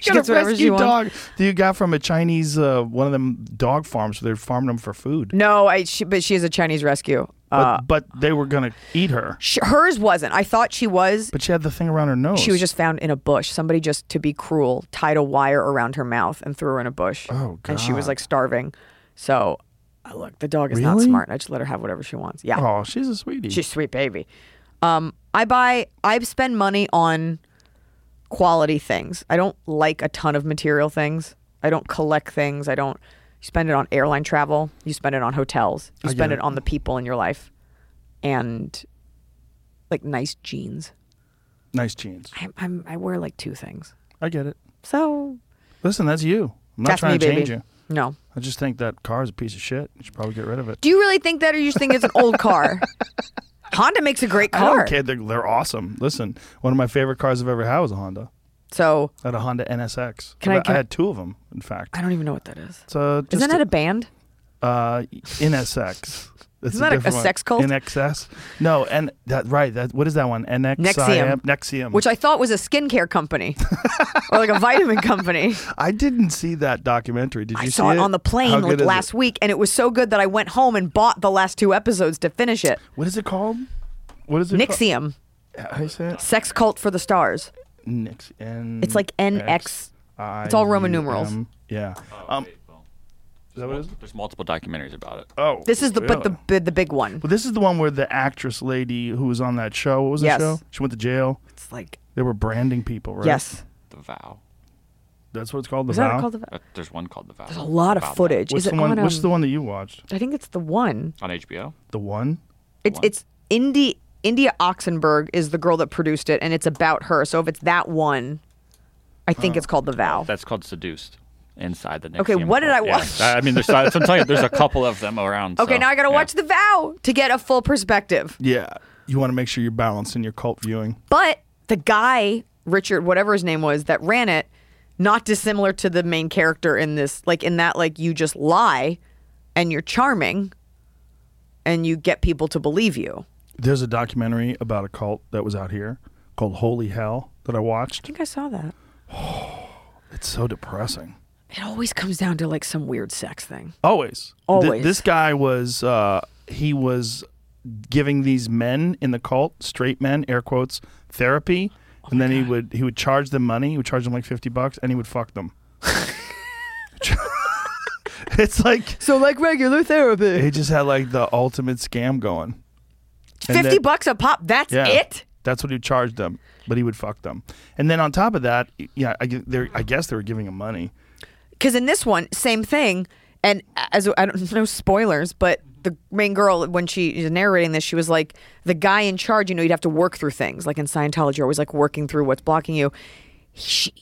she
Got
gets
a
whatever she
rescue
wants.
dog that you got from a Chinese uh, one of them dog farms where they're farming them for food.
No, I. She, but she is a Chinese rescue.
But,
Uh,
but they were gonna eat her.
sh hers wasn't. I thought she was.
But she had the thing around her nose.
She was just found in a bush. Somebody just to be cruel tied a wire around her mouth and threw her in a bush.
Oh,
And she was
God.
like starving. So, uh, look, the dog is not
Really?
smart. and I just let her have whatever she wants. Yeah.
Oh, she's a sweetie.
She's a sweet baby. Um, I buy, I spend money on quality things. I don't like a ton of material things. I don't collect things. I don't you spend it on airline travel. You spend it on hotels. You
I get
spend it.
it.
on the people in your life, and like nice jeans.
nice jeans.
I, I'm, I wear like two things.
I get it.
So
Listen, that's you. I'm not
that's
trying
me,
to
baby.
change you.
No.
I just think that car is a piece of shit. You should probably get rid of it.
Do you really think that, or you just think it's an old car? Honda makes a great
I
car.
don't care. They're, they're awesome. Listen, one of my favorite cars I've ever had was a Honda.
So
I had a Honda NSX.
Can I- can
I
I-
had two of them, in fact.
I don't even know what that is.
It's, uh, just
Isn't that a band?
uh, NSX. That's
Isn't that a-
different
a
one.
sex cult?
NXS? No, and that right. That what is that one? NX
Nexium.
Nexium.
which I thought was a skincare company or like a vitamin company.
I didn't see that documentary. Did you
I
see
saw it on the
How
plane
good
like
is it?
last week, and it was so good that I went home and bought the last two episodes to finish it.
What is it called? What is it?
Nixium,
Called? How you say it?
sex cult for the stars.
Nix. N-
It's like
Mm.
NX. It's all Roman numerals.
IUM. Yeah. Um, is that what it is?
There's multiple documentaries about it.
Oh,
This is the but the
really?
bi- the big one.
Well, this is the one where the actress lady who was on that show. What was the
Yes.
show? She went to jail.
It's like
They were branding people, right?
yes,
The Vow.
That's what it's called. The
is that
Vow?
called? The,
Uh, There's one called The Vow.
there's a lot
About
of
that.
footage.
What's
is it
the one?
on?
what's
um,
the one that you watched?
I think it's the one.
On HBO.
The one.
It's
one.
it's Indy India Oxenberg is the girl that produced it, and it's about her. So if it's that one, I think it's called the Vow.
That's called Seduced. Inside the Nexium.
Okay, what did I
cult. Yeah,
watch?
I mean, there's, I'm telling you, there's a couple of them around.
Okay,
so,
now I gotta
yeah.
watch The Vow to get a full perspective.
Yeah. You want to make sure you're balancing your cult viewing.
But the guy, Richard, whatever his name was, that ran it, not dissimilar to the main character in this, like in that, like you just lie and you're charming and you get people to believe you.
There's a documentary about a cult that was out here called Holy Hell that I
I
watched.
think I saw that.
It's so depressing.
It always comes down to like some weird sex thing.
Always. Th-
Always.
this guy was uh, he was giving these men in the cult, straight men, air quotes, therapy,
Oh
and then he would he would charge them money. He would charge them like fifty bucks, and he would fuck them. it's like
So like regular therapy.
he just had like the ultimate scam going. And
Fifty
then-
bucks a pop. That's
Yeah.
it.
That's what he would charge them, but he would fuck them. And then on top of that, yeah, I, gu- they're- I guess they were giving him money.
because in this one, same thing. And as I don't no spoilers, but the main girl when she is narrating this, she was like, the guy in charge. You know, you'd have to work through things. Like in Scientology, you're always like working through what's blocking you. She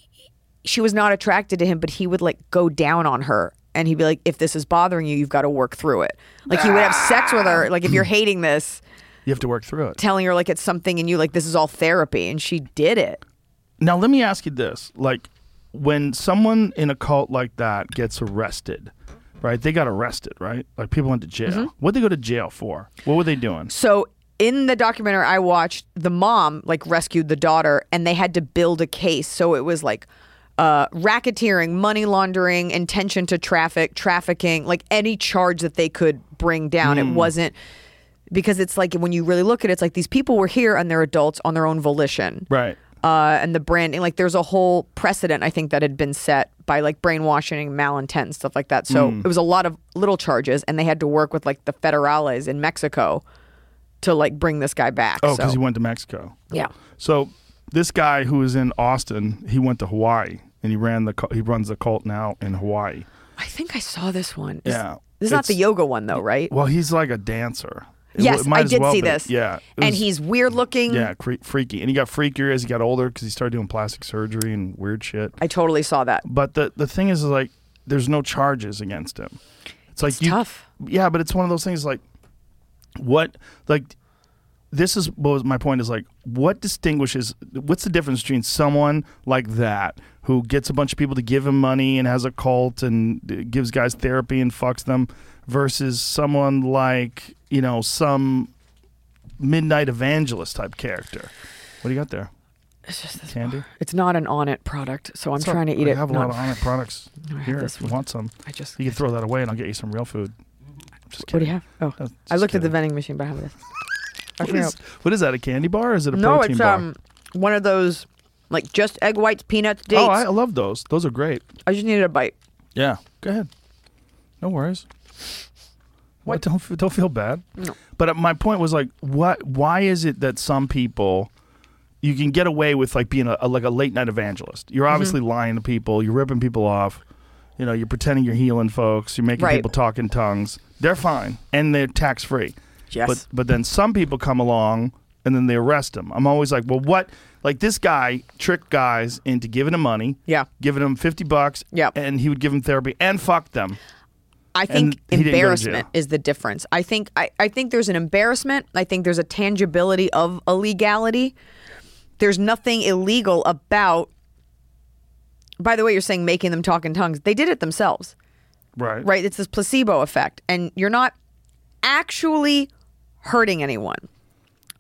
she was not attracted to him, but he would like go down on her. And he'd be like, if this is bothering you, you've got to work through it. Like he would have sex with her. Like if you're hating this,
You have to work through it.
telling her like it's something in you, like this is all therapy. And she did it.
Now, let me ask you this: like, when someone in a cult like that gets arrested, right? They got arrested, right? Like, people went to jail.
Mm-hmm.
What'd they go to jail for? What were they doing?
So in the documentary I watched, the mom like rescued the daughter, and they had to build a case. So it was like uh, racketeering, money laundering, intention to traffic, trafficking, like any charge that they could bring down. It wasn't because it's like when you really look at it, it's like these people were here and they're adults on their own volition
Right.
uh, and the branding. Like, there's a whole precedent I think that had been set by like brainwashing, malintent, stuff like that. So
Mm.
it was a lot of little charges, and they had to work with like the federales in Mexico to like bring this guy back.
Oh,
so,
because he went to Mexico.
yeah,
So this guy who was in Austin, he went to Hawaii and he ran the cu- he runs the cult now in Hawaii.
I think I saw this one. Is-
Yeah,
this is not
it's-
the yoga one though, right?
Well, he's like a dancer. It w-
yes,
it might
I
as
did
well
see
be.
this.
Yeah, it
and
was-
he's weird looking.
Yeah, cre- freaky. And he got freakier as he got older because he started doing plastic surgery and weird shit.
I totally saw that.
But the the thing is, is like, there's no charges against him. It's like
It's
you,
tough.
Yeah, but it's one of those things like what like this is what was my point is like what distinguishes what's the difference between someone like that who gets a bunch of people to give him money and has a cult and uh, gives guys therapy and fucks them versus someone like you know some midnight evangelist type character what do you got there it's just candy
It's not an on it product, so I'm
What's up?
trying to eat
I
it.
have a
No,
lot of on it products
I have
here
this
if you
one.
want some
I just.
you can throw that away and i'll get you some real food just
What do
kidding
you have? Oh,
No, just
I looked at the
kidding.
vending machine, but I haven't. I
what
forgot.
is, what is that a candy bar or is it a
no,
protein
it's
bar
um one of those like just egg whites, peanuts, dates.
oh i
I,
love those those are great
just needed a bite.
Yeah. Go ahead. No worries. What? Don't f- don't feel bad.
No.
But uh, my point was like, what? Why is it that some people you can get away with like being a, a- like a late night evangelist? You're
Mm-hmm.
obviously lying to people. You're ripping people off. You know, you're pretending you're healing folks. You're making
Right.
people talk in tongues. They're fine and they're tax free.
Yes.
But but then some people come along and then they arrest them. I'm always like, well, what? Like this guy tricked guys into giving him money.
Yeah.
Giving him fifty bucks.
Yep.
And he would give him therapy and fuck them.
I think
he didn't go to
embarrassment
jail.
is the difference. I think I, I think there's an embarrassment. I think there's a tangibility of illegality. There's nothing illegal about. By the way, you're saying making them talk in tongues. They did it themselves.
Right.
right? It's this placebo effect, and you're not actually hurting anyone.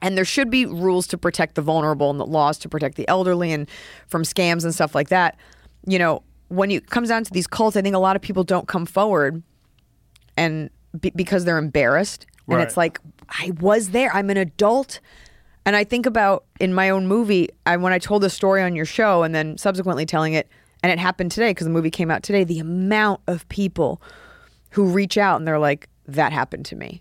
And there should be rules to protect the vulnerable and the laws to protect the elderly and from scams and stuff like that. You know, when you- it comes down to these cults, I think a lot of people don't come forward and be, because they're embarrassed. And it's
Right.
like, I was there. I'm an adult. And I think about in my own movie, I, when I told the story on your show and then subsequently telling it, and it happened today because the movie came out today, the amount of people who reach out and they're like, that happened to me.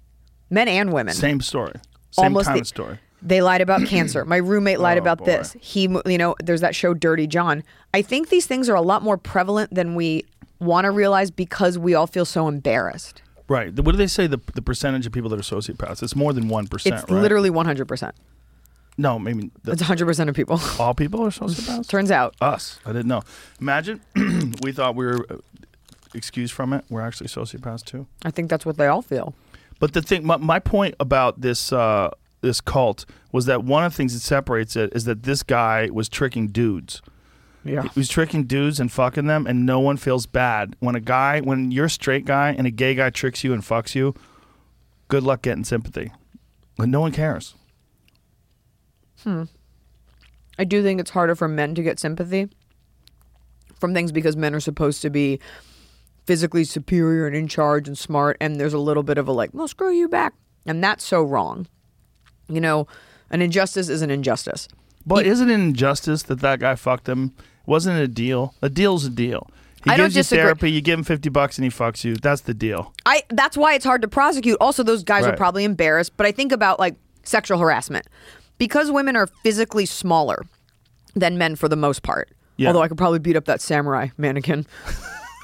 Men and women.
Same story. Same
Almost
kind
the-
of story.
They lied about cancer. My roommate lied
Oh,
about
boy.
this. He, mo- you know, there's that show Dirty John. I think these things are a lot more prevalent than we want to realize because we all feel so embarrassed.
Right. What do they say the, the percentage of people that are sociopaths? It's more than 1%,
It's
right?
literally 100%.
No, maybe the,
It's 100% of people.
all people are sociopaths?
Turns out.
Us. I didn't know. Imagine we thought we were uh, excused from it. We're actually sociopaths too.
I think that's what they all feel.
But the thing, my, my point about this uh, this cult was that one of the things that separates it is that this guy was tricking dudes.
Yeah.
He was tricking dudes and fucking them, and no one feels bad when a guy, when you're a straight guy and a gay guy tricks you and fucks you. Good luck getting sympathy, but no one cares.
I do think it's harder for men to get sympathy from things because men are supposed to be physically superior and in charge and smart. And there's a little bit of a like, well, screw you back. And that's so wrong. You know, an injustice is an injustice.
But isn't it an injustice that that guy fucked him? Wasn't it a deal? A deal's a deal. He
I don't
gives you
disagree.
therapy. You give him fifty bucks and he fucks you. That's the deal.
I that's why it's hard to prosecute. Also, those guys are
Right.
probably embarrassed. But I think about like sexual harassment because women are physically smaller than men for the most part.
Yeah.
Although I could probably beat up that samurai mannequin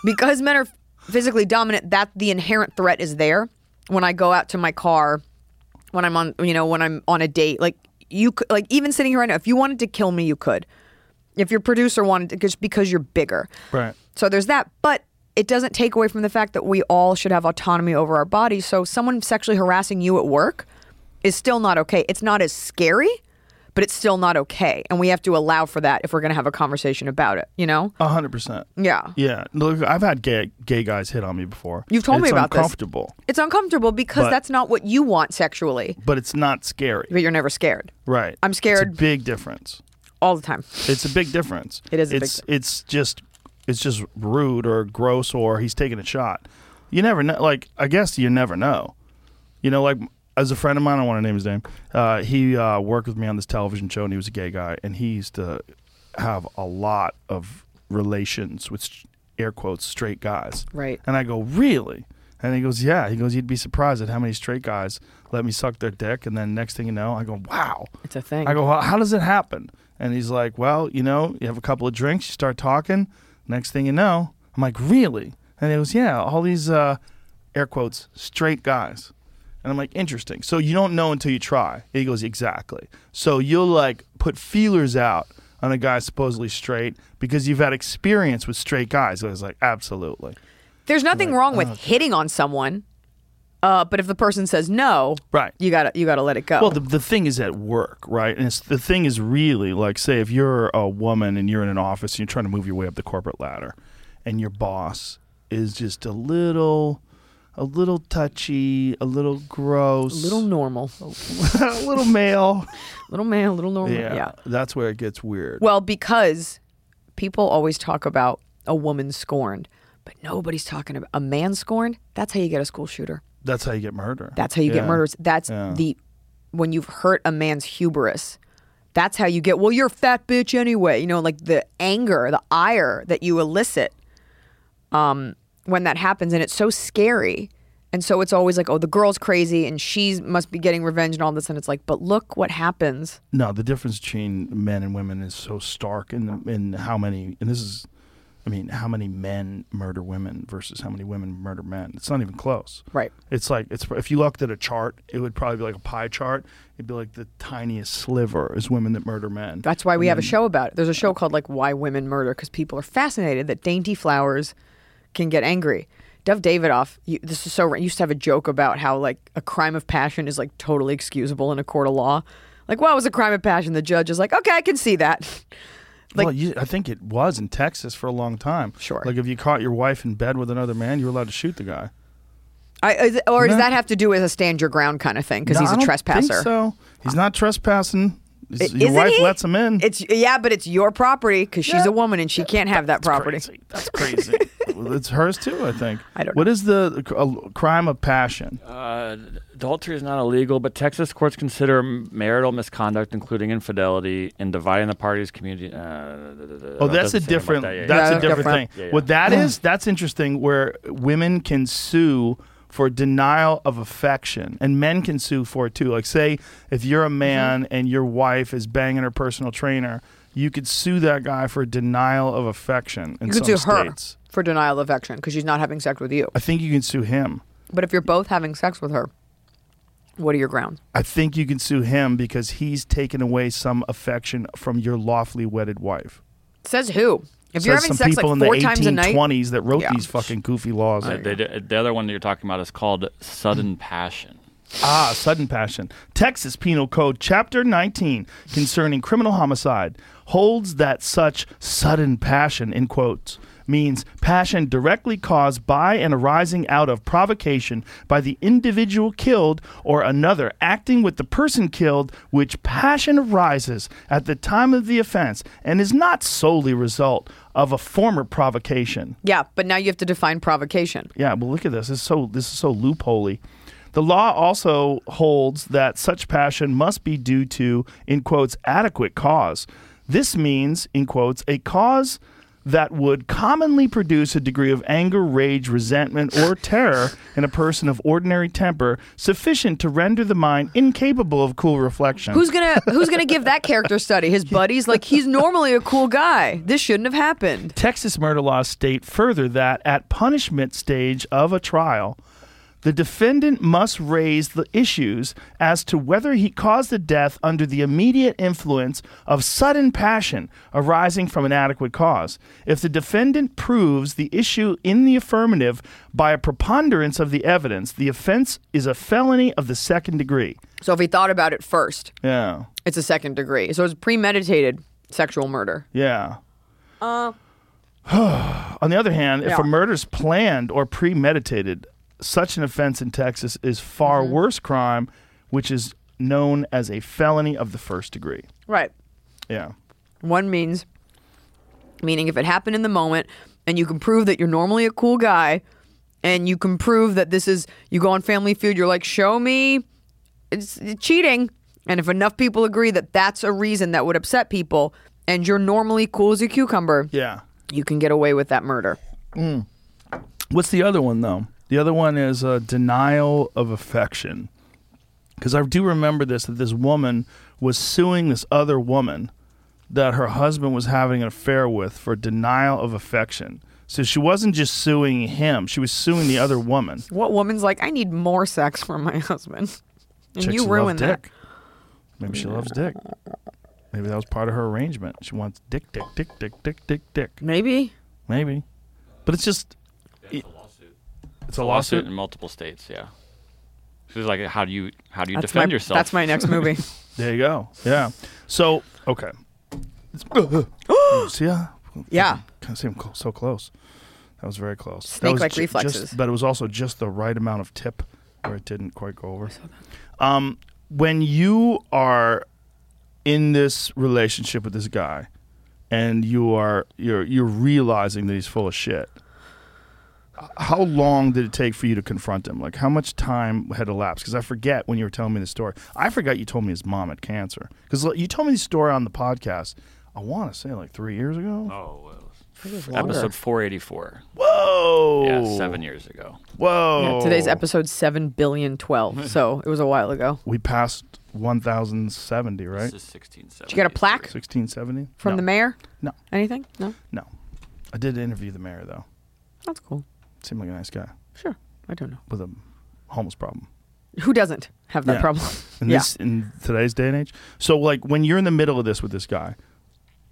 because men are physically dominant. That the inherent threat is there. When I go out to my car, when I'm on, you know, when I'm on a date, like you, could, like even sitting here right now, if you wanted to kill me, you could. If your producer wanted to, just because you're bigger,
Right.
so there's that, but it doesn't take away from the fact that we all should have autonomy over our bodies. So someone sexually harassing you at work is still not okay. It's not as scary, but it's still not okay. And we have to allow for that if we're going to have a conversation about it, you know?
A hundred percent.
Yeah.
Yeah. Look, I've had gay gay guys hit on me before.
You've told
And
me
it's
about this.
uncomfortable,
It's uncomfortable because
But-
that's not what you want sexually,
but it's not scary.
but you're never scared
Right.
I'm scared.
It's a big difference.
all the time.
It's a big difference.
It is a big
it's
di-
it's just it's just rude or gross or he's taking a shot. You never know. Like I guess you never know. You know, like as a friend of mine, I don't want to name his name. Uh, he uh, worked with me on this television show, and he was a gay guy, and he used to have a lot of relations with s- air quotes straight guys.
Right.
And I go, really? And he goes, yeah. He goes, you'd be surprised at how many straight guys let me suck their dick, and then next thing you know, I go, wow.
It's a thing.
I go, well, how does it happen? And he's like, well, you know, you have a couple of drinks, you start talking. Next thing you know, I'm like, really? And he goes, yeah, all these uh, air quotes, straight guys. And I'm like, interesting. So you don't know until you try. He goes, exactly. So you'll like put feelers out on a guy supposedly straight because you've had experience with straight guys. I was like, absolutely. Oh,
There's nothing wrong with hitting on someone. Uh, but if the person says no,
Right.
you gotta you gotta let it go.
Well, the, the thing is at work, right? And it's, the thing is really like, say, if you're a woman and you're in an office and you're trying to move your way up the corporate ladder, and your boss is just a little, a little touchy, a little gross,
little normal,
a little male.
little man, little normal.
Yeah,
yeah.
that's where it gets weird.
Well, because people always talk about a woman scorned, but nobody's talking about a man scorned. That's how you get a school shooter.
that's how you get murder.
That's how you
Yeah.
get murders. That's
Yeah.
the when you've hurt a man's hubris. That's how you get. Well, you're a fat bitch anyway. You know, like the anger, the ire that you elicit um, when that happens, and it's so scary. And so it's always like, oh, the girl's crazy, and she must be getting revenge and all this. And it's like, but look what happens.
No, the difference between men and women is so stark in the, in how many and this is I mean, how many men murder women versus how many women murder men. It's not even close.
Right.
It's like it's if you looked at a chart, it would probably be like a pie chart. It'd be like the tiniest sliver is women that murder men.
That's why we have a
Mm-hmm.
show about it. There's a show called like Why Women Murder because people are fascinated that dainty flowers can get angry. Dove Davidoff, you, this is so ra- used to have a joke about how like a crime of passion is like totally excusable in a court of law. Like, well, it was a crime of passion. The judge is like, okay, I can see that. like-
well, you, I think it was in Texas for a long time.
Sure.
Like if you caught your wife in bed with another man, you were allowed to shoot the guy.
I, is, or does
No.
that have to do with a stand your ground kind of thing because
No,
he's
I
a
don't
trespasser?
Think so he's not trespassing.
I-
His- your
isn't
wife
he?
lets him in.
It's yeah, but it's your property because she's
Yeah.
a woman and she can't have that property.
Crazy. That's crazy. Well, it's hers too, I think.
I don't
What is the uh, crime of passion?
Uh, adultery is not illegal, but Texas courts consider marital misconduct, including infidelity, and dividing the parties' community. Uh,
oh, that's a different. That's a
Yeah,
different,
different.
thing.
Yeah, yeah.
What that is, that's interesting. Where women can sue for denial of affection, and men can sue for it too. Like, say, if you're
Mm-hmm.
a man and your wife is banging her personal trainer, you could sue that guy for denial of affection. In
You could
some
sue her
states.
for denial of action because she's not having sex with you.
I think you can sue him.
But if you're both having sex with her, what are your grounds?
I think you can sue him because he's taken away some affection from your lawfully wedded wife.
Says who? If
So
you're
that's some
having sex like
people
four
in the
times a night,
1820s that wrote
Yeah.
these fucking goofy laws.
Uh, they, d- the other one that you're talking about is called sudden
Mm.
passion.
ah, sudden passion. Texas Penal Code Chapter 19 concerning criminal homicide holds that such sudden passion, in quotes, means passion directly caused by and arising out of provocation by the individual killed or another acting with the person killed, which passion arises at the time of the offense and is not solely result of a former provocation.
yeah. But now you have to define provocation.
Yeah, well, look at this. This is so this is so loopholey. The law also holds that such passion must be due to, in quotes, adequate cause. This means, in quotes, a cause that would commonly produce a degree of anger, rage, resentment, or terror in a person of ordinary temper sufficient to render the mind incapable of cool reflection.
Who's gonna Who's gonna give that character study? His buddies, like he's normally a cool guy. This shouldn't have happened.
Texas murder laws state further that at punishment stage of a trial, the defendant must raise the issues as to whether he caused the death under the immediate influence of sudden passion arising from an adequate cause. If the defendant proves the issue in the affirmative by a preponderance of the evidence, the offense is a felony of the second degree.
So if he thought about it first,
Yeah.
it's a second degree. So it's premeditated sexual murder.
Yeah. On the other hand, if
Yeah.
a murder is planned or premeditated, such an offense in Texas is far worse crime, which is known as a felony of the first degree.
Right.
Yeah.
One means, meaning if it happened in the moment and you can prove that you're normally a cool guy and you can prove that this is, you go on Family Feud, you're like, show me it's cheating. And if enough people agree that that's a reason that would upset people and you're normally cool as a cucumber,
Yeah.
you can get away with that murder.
What's the other one though? The other one is uh, denial of affection. Because I do remember this that this woman was suing this other woman that her husband was having an affair with for denial of affection. So she wasn't just suing him; she was suing the other woman.
What woman's like, I need more sex from my husband? And
Chicks
you
love
ruined that.
dick. Maybe she loves dick. Maybe that was part of her arrangement. She wants dick, dick, dick, dick, dick, dick, dick.
Maybe.
Maybe, but it's just
It's a lawsuit.
it's a
Lawsuit
lawsuit.
in multiple states. Yeah. It's like how do you how do you
That's
defend
my,
yourself?
That's my next movie.
There you go. Yeah. So okay. See ya.
Yeah.
Can't see him cl- so close. That was very close. That
Snake-like
was ju- just-
reflexes.
but it was also just the right amount of tip where it didn't quite go over. Um, when you are in this relationship with this guy, and you are you're you're realizing that he's full of shit. h- How long did it take for you to confront him? Like, how much time had elapsed? Because I forget when you were telling me the story. I forgot you told me his mom had cancer. Because you told me the story on the podcast. I want to say like three years ago.
Oh, well,
longer.
episode 484.
Whoa.
Yeah, seven years ago.
Whoa.
Yeah, today's episode seven billion twelve, so it was a while ago.
We passed 1,070, right?
This is 1670.
Did you get a plaque
1670?
from
no.
the mayor?
No.
Anything? No.
No. I did interview the mayor, though.
That's cool.
Seemed like a nice guy
Sure. I don't know.
with a homeless problem.
Who doesn't have that
Yeah.
problem?
in
yeah.
this in today's day and age. So like when you're in the middle of this with this guy,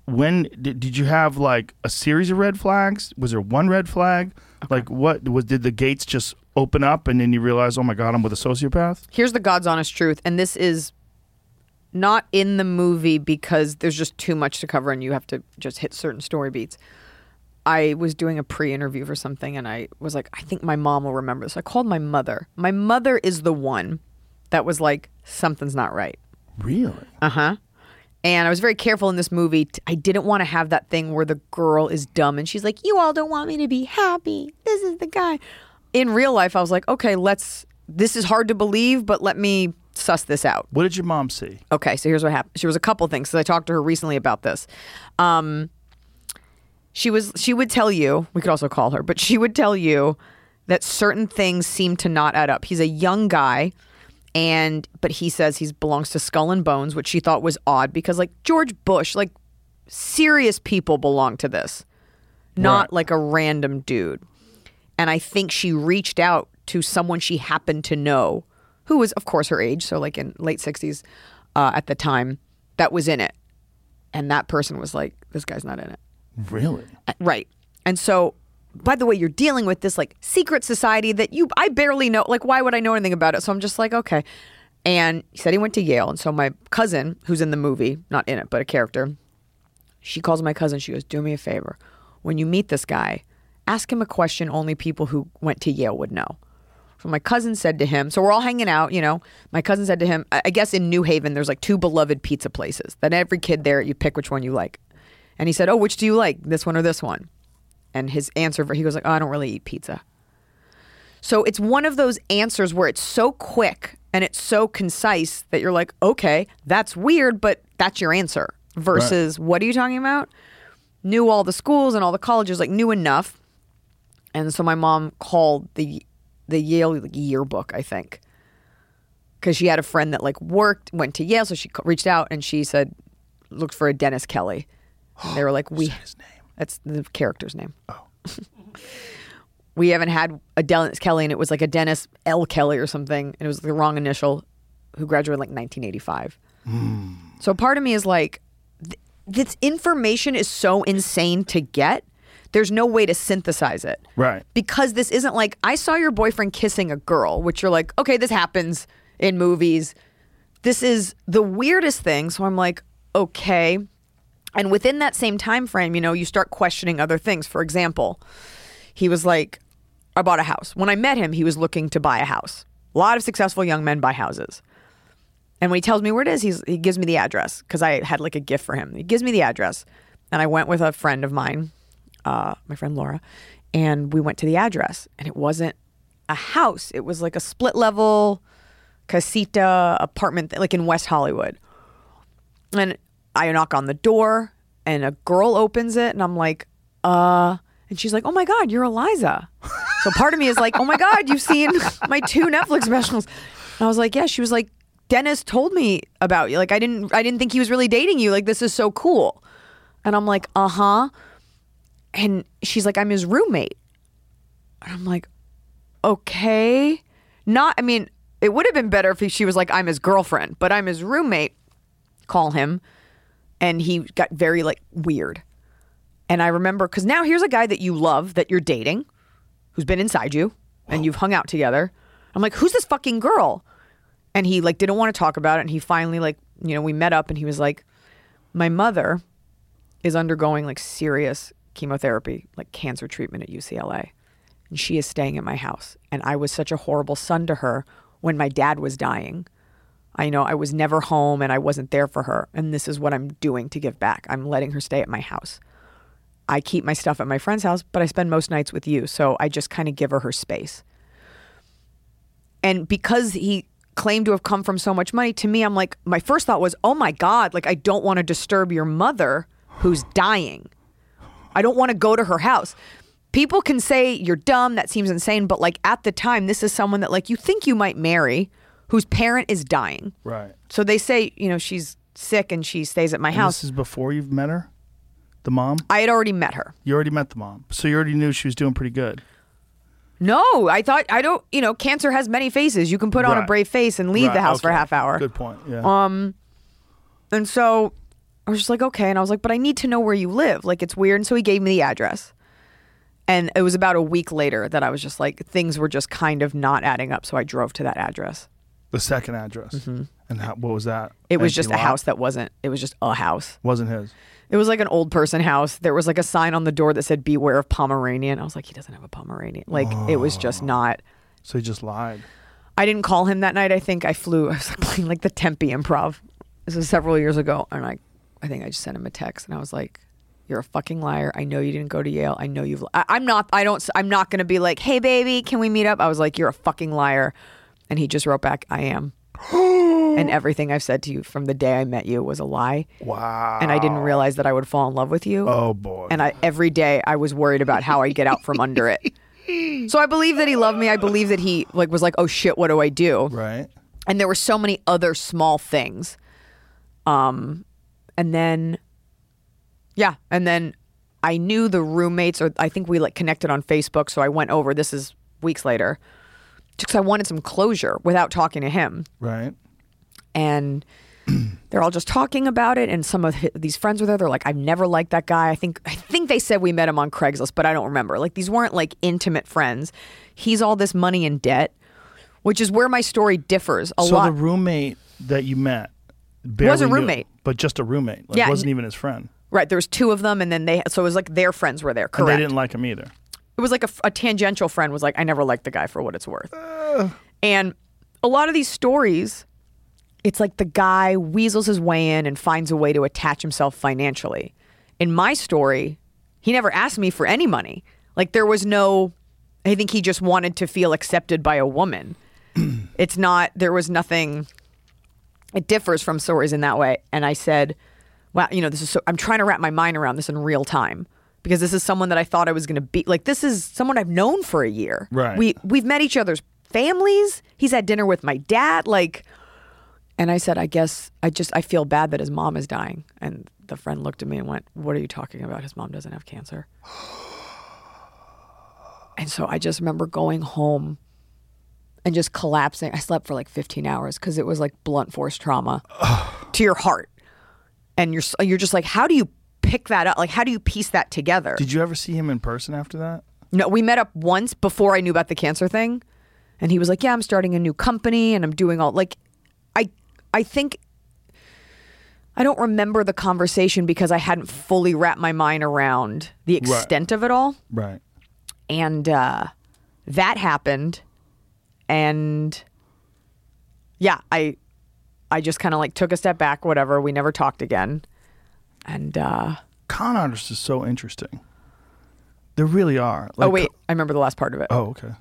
when did, did you have like a series of red flags? Was there one red flag? Like what was did the gates just open up and then you realize, "Oh my god, I'm with a sociopath?"
Here's the God's honest truth, and this is not in the movie because there's just too much to cover and you have to just hit certain story beats. I was doing a pre interview for something and I was like, I think my mom will remember this. I called my mother. My mother is the one that was like, something's not right.
Really?
Uh huh. And I was very careful in this movie. T- I didn't want to have that thing where the girl is dumb and she's like, You all don't want me to be happy. This is the guy. In real life, I was like, Okay, let's, this is hard to believe, but let me suss this out.
What did your mom see?
Okay, so here's what happened. She was a couple things because I talked to her recently about this. Um, she was she would tell you we could also call her, but she would tell you that certain things seem to not add up. He's a young guy, and but he says he belongs to Skull and Bones, which she thought was odd because like George Bush, like serious people belong to this, not like a random dude. And I think she reached out to someone she happened to know, who was, of course, her age, so like in late 60s uh, at the time, that was in it. And that person was like, this guy's not in it.
Really?
Uh, Right. And so, by the way, you're dealing with this like secret society that you, I barely know. Like, why would I know anything about it? So I'm just like, okay. And he said he went to Yale. And so my cousin, who's in the movie, not in it, but a character, she calls my cousin. She goes, Do me a favor. When you meet this guy, ask him a question only people who went to Yale would know. So my cousin said to him, So we're all hanging out, you know. My cousin said to him, I I guess in New Haven, there's like two beloved pizza places that every kid there, you pick which one you like. And he said, Oh, which do you like? This one or this one? And his answer, for he goes like, Oh, I don't really eat pizza. So it's one of those answers where it's so quick and it's so concise that you're like, okay, that's weird, but that's your answer. Versus, what are you talking about? Knew all the schools and all the colleges, like knew enough. And so my mom called the the Yale yearbook, I think, because she had a friend that like worked, went to Yale, so she ca- reached out and she said, looked for a Dennis Kelly. And they were like, we. his name? Oh. That's the character's name we haven't had a Dennis Kelly, and it was like a Dennis L. Kelly or something, and it was the wrong initial, who graduated like 1985. So part of me is like, th- this information is so insane to get. There's no way to synthesize it.
Right.
Because this isn't like, I saw your boyfriend kissing a girl, which you're like, okay, this happens in movies. This is the weirdest thing. So I'm like, okay. And within that same time frame, you know, you start questioning other things. For example, he was like, I bought a house. When I met him, he was looking to buy a house. A lot of successful young men buy houses. And when he tells me where it is, he's, he gives me the address because I had like a gift for him. He gives me the address. And I went with a friend of mine, uh, my friend Laura, and we went to the address. And it wasn't a house, it was like a split level casita apartment, like in West Hollywood. And I knock on the door, and a girl opens it, and I'm like, uh, and she's like, oh my God, you're Eliza. so part of me is like, oh my God, you've seen my two Netflix specials. And I was like, yeah, she was like, Dennis told me about you. Like, I didn't, I didn't think he was really dating you. Like, this is so cool. And I'm like, uh huh. And she's like, I'm his roommate. And I'm like, okay. Not, I mean, it would have been better if he- she was like, I'm his girlfriend, but I'm his roommate. Call him. And he got very, like, weird. And I remember, because now here's a guy that you love, that you're dating, who's been inside you, and you've hung out together. I'm like, who's this fucking girl? and he like didn't want to talk about it and he finally like you know we met up and he was like my mother is undergoing like serious chemotherapy like cancer treatment at UCLA and she is staying at my house and I was such a horrible son to her when my dad was dying I you know I was never home and I wasn't there for her and this is what I'm doing to give back I'm letting her stay at my house I keep my stuff at my friend's house but I spend most nights with you so I just kind of give her her space and because he claimed to have come from so much money to me i'm like my first thought was oh my god like i don't want to disturb your mother who's dying i don't want to go to her house people can say you're dumb that seems insane but like at the time this is someone that like you think you might marry whose parent is dying
Right.
so they say you know she's sick and she stays at my
And this
house
is before you've met her, the mom.
i had already met her
You already met the mom, so you already knew she was doing pretty good.
no i thought i don't you know cancer has many faces you can put on a
Right.
brave face and leave
Right,
the house for a
okay.
half hour Um,
Good point. Yeah.
And so I was just like, okay. And I was like, but I need to know where you live. Like, it's weird. And so he gave me the address. And it was about a week later that I was just like, things were just kind of not adding up. So I drove to that address.
the second address. And how, what was that?
mm-hmm. It was
Empty
just a
lot?
house that wasn't, it was just a house.
Wasn't his.
It was like an old person house. There was like a sign on the door that said, beware of Pomeranian. I was like, he doesn't have a Pomeranian. Like, it was
Oh.
just not.
So he just lied.
I didn't call him that night. I think I flew. I was like playing like the Tempe improv. This was several years ago. And I, I think I just sent him a text and I was like, you're a fucking liar. I know you didn't go to Yale. I know you've, I, I'm not, I don't, I'm not going to be like, hey, baby, can we meet up? I was like, you're a fucking liar. And he just wrote back, I am. and everything I've said to you from the day I met you was a lie.
Wow.
And I didn't realize that I would fall in love with you.
Oh boy.
And I, every day I was worried about how I'd get out from under it. So I believe that he loved me. I believe that he like was like, oh shit, what do I do?
right.
and there were so many other small things um and then yeah and then i knew the roommates or i think we like connected on facebook so i went over this is weeks later because i wanted some closure without talking to him
Right.
and they're all just talking about it and some of hi- these friends were there they're like i've never liked that guy i think i think they said we met him on craigslist but i don't remember like these weren't like intimate friends he's all this money in debt which is where my story differs a
so
lot
the roommate that you met barely
Was a
knew him,
roommate.
but just a roommate. Like
Yeah,
wasn't
n-
even his friend.
Right. There was two of them, and then they. So it was like their friends were there. Correct.
And they didn't like him either.
it was like a, f- a tangential friend was like, I never liked the guy for what it's worth. and a lot of these stories, it's like the guy weasels his way in and finds a way to attach himself financially. In my story, he never asked me for any money. Like there was no. I think he just wanted to feel accepted by a woman. it's not. There was nothing it differs from stories in that way. And I said, wow, you know, this is so, I'm trying to wrap my mind around this in real time because this is someone that I thought I was going to be like, this is someone I've known for a year.
Right.
We, we've met each other's families. He's had dinner with my dad. Like, and I said, I guess I just, I feel bad that his mom is dying. And the friend looked at me and went, what are you talking about? His mom doesn't have cancer. And so I just remember going home and just collapsing. I slept for like 15 hours because it was like blunt force trauma to your heart. And you're s- you're just like, how do you pick that up? Like, how do you piece that together?
Did you ever see him in person after that?
No, we met up once before I knew about the cancer thing, and he was like, "Yeah, I'm starting a new company and I'm doing all like I I think I don't remember the conversation because I hadn't fully wrapped my mind around the extent of it all
Right.
and uh, that happened and yeah i i just kind of like took a step back whatever we never talked again and uh
Con artists is so interesting. They really are. Like,
oh wait i remember the last part of it
Oh, okay.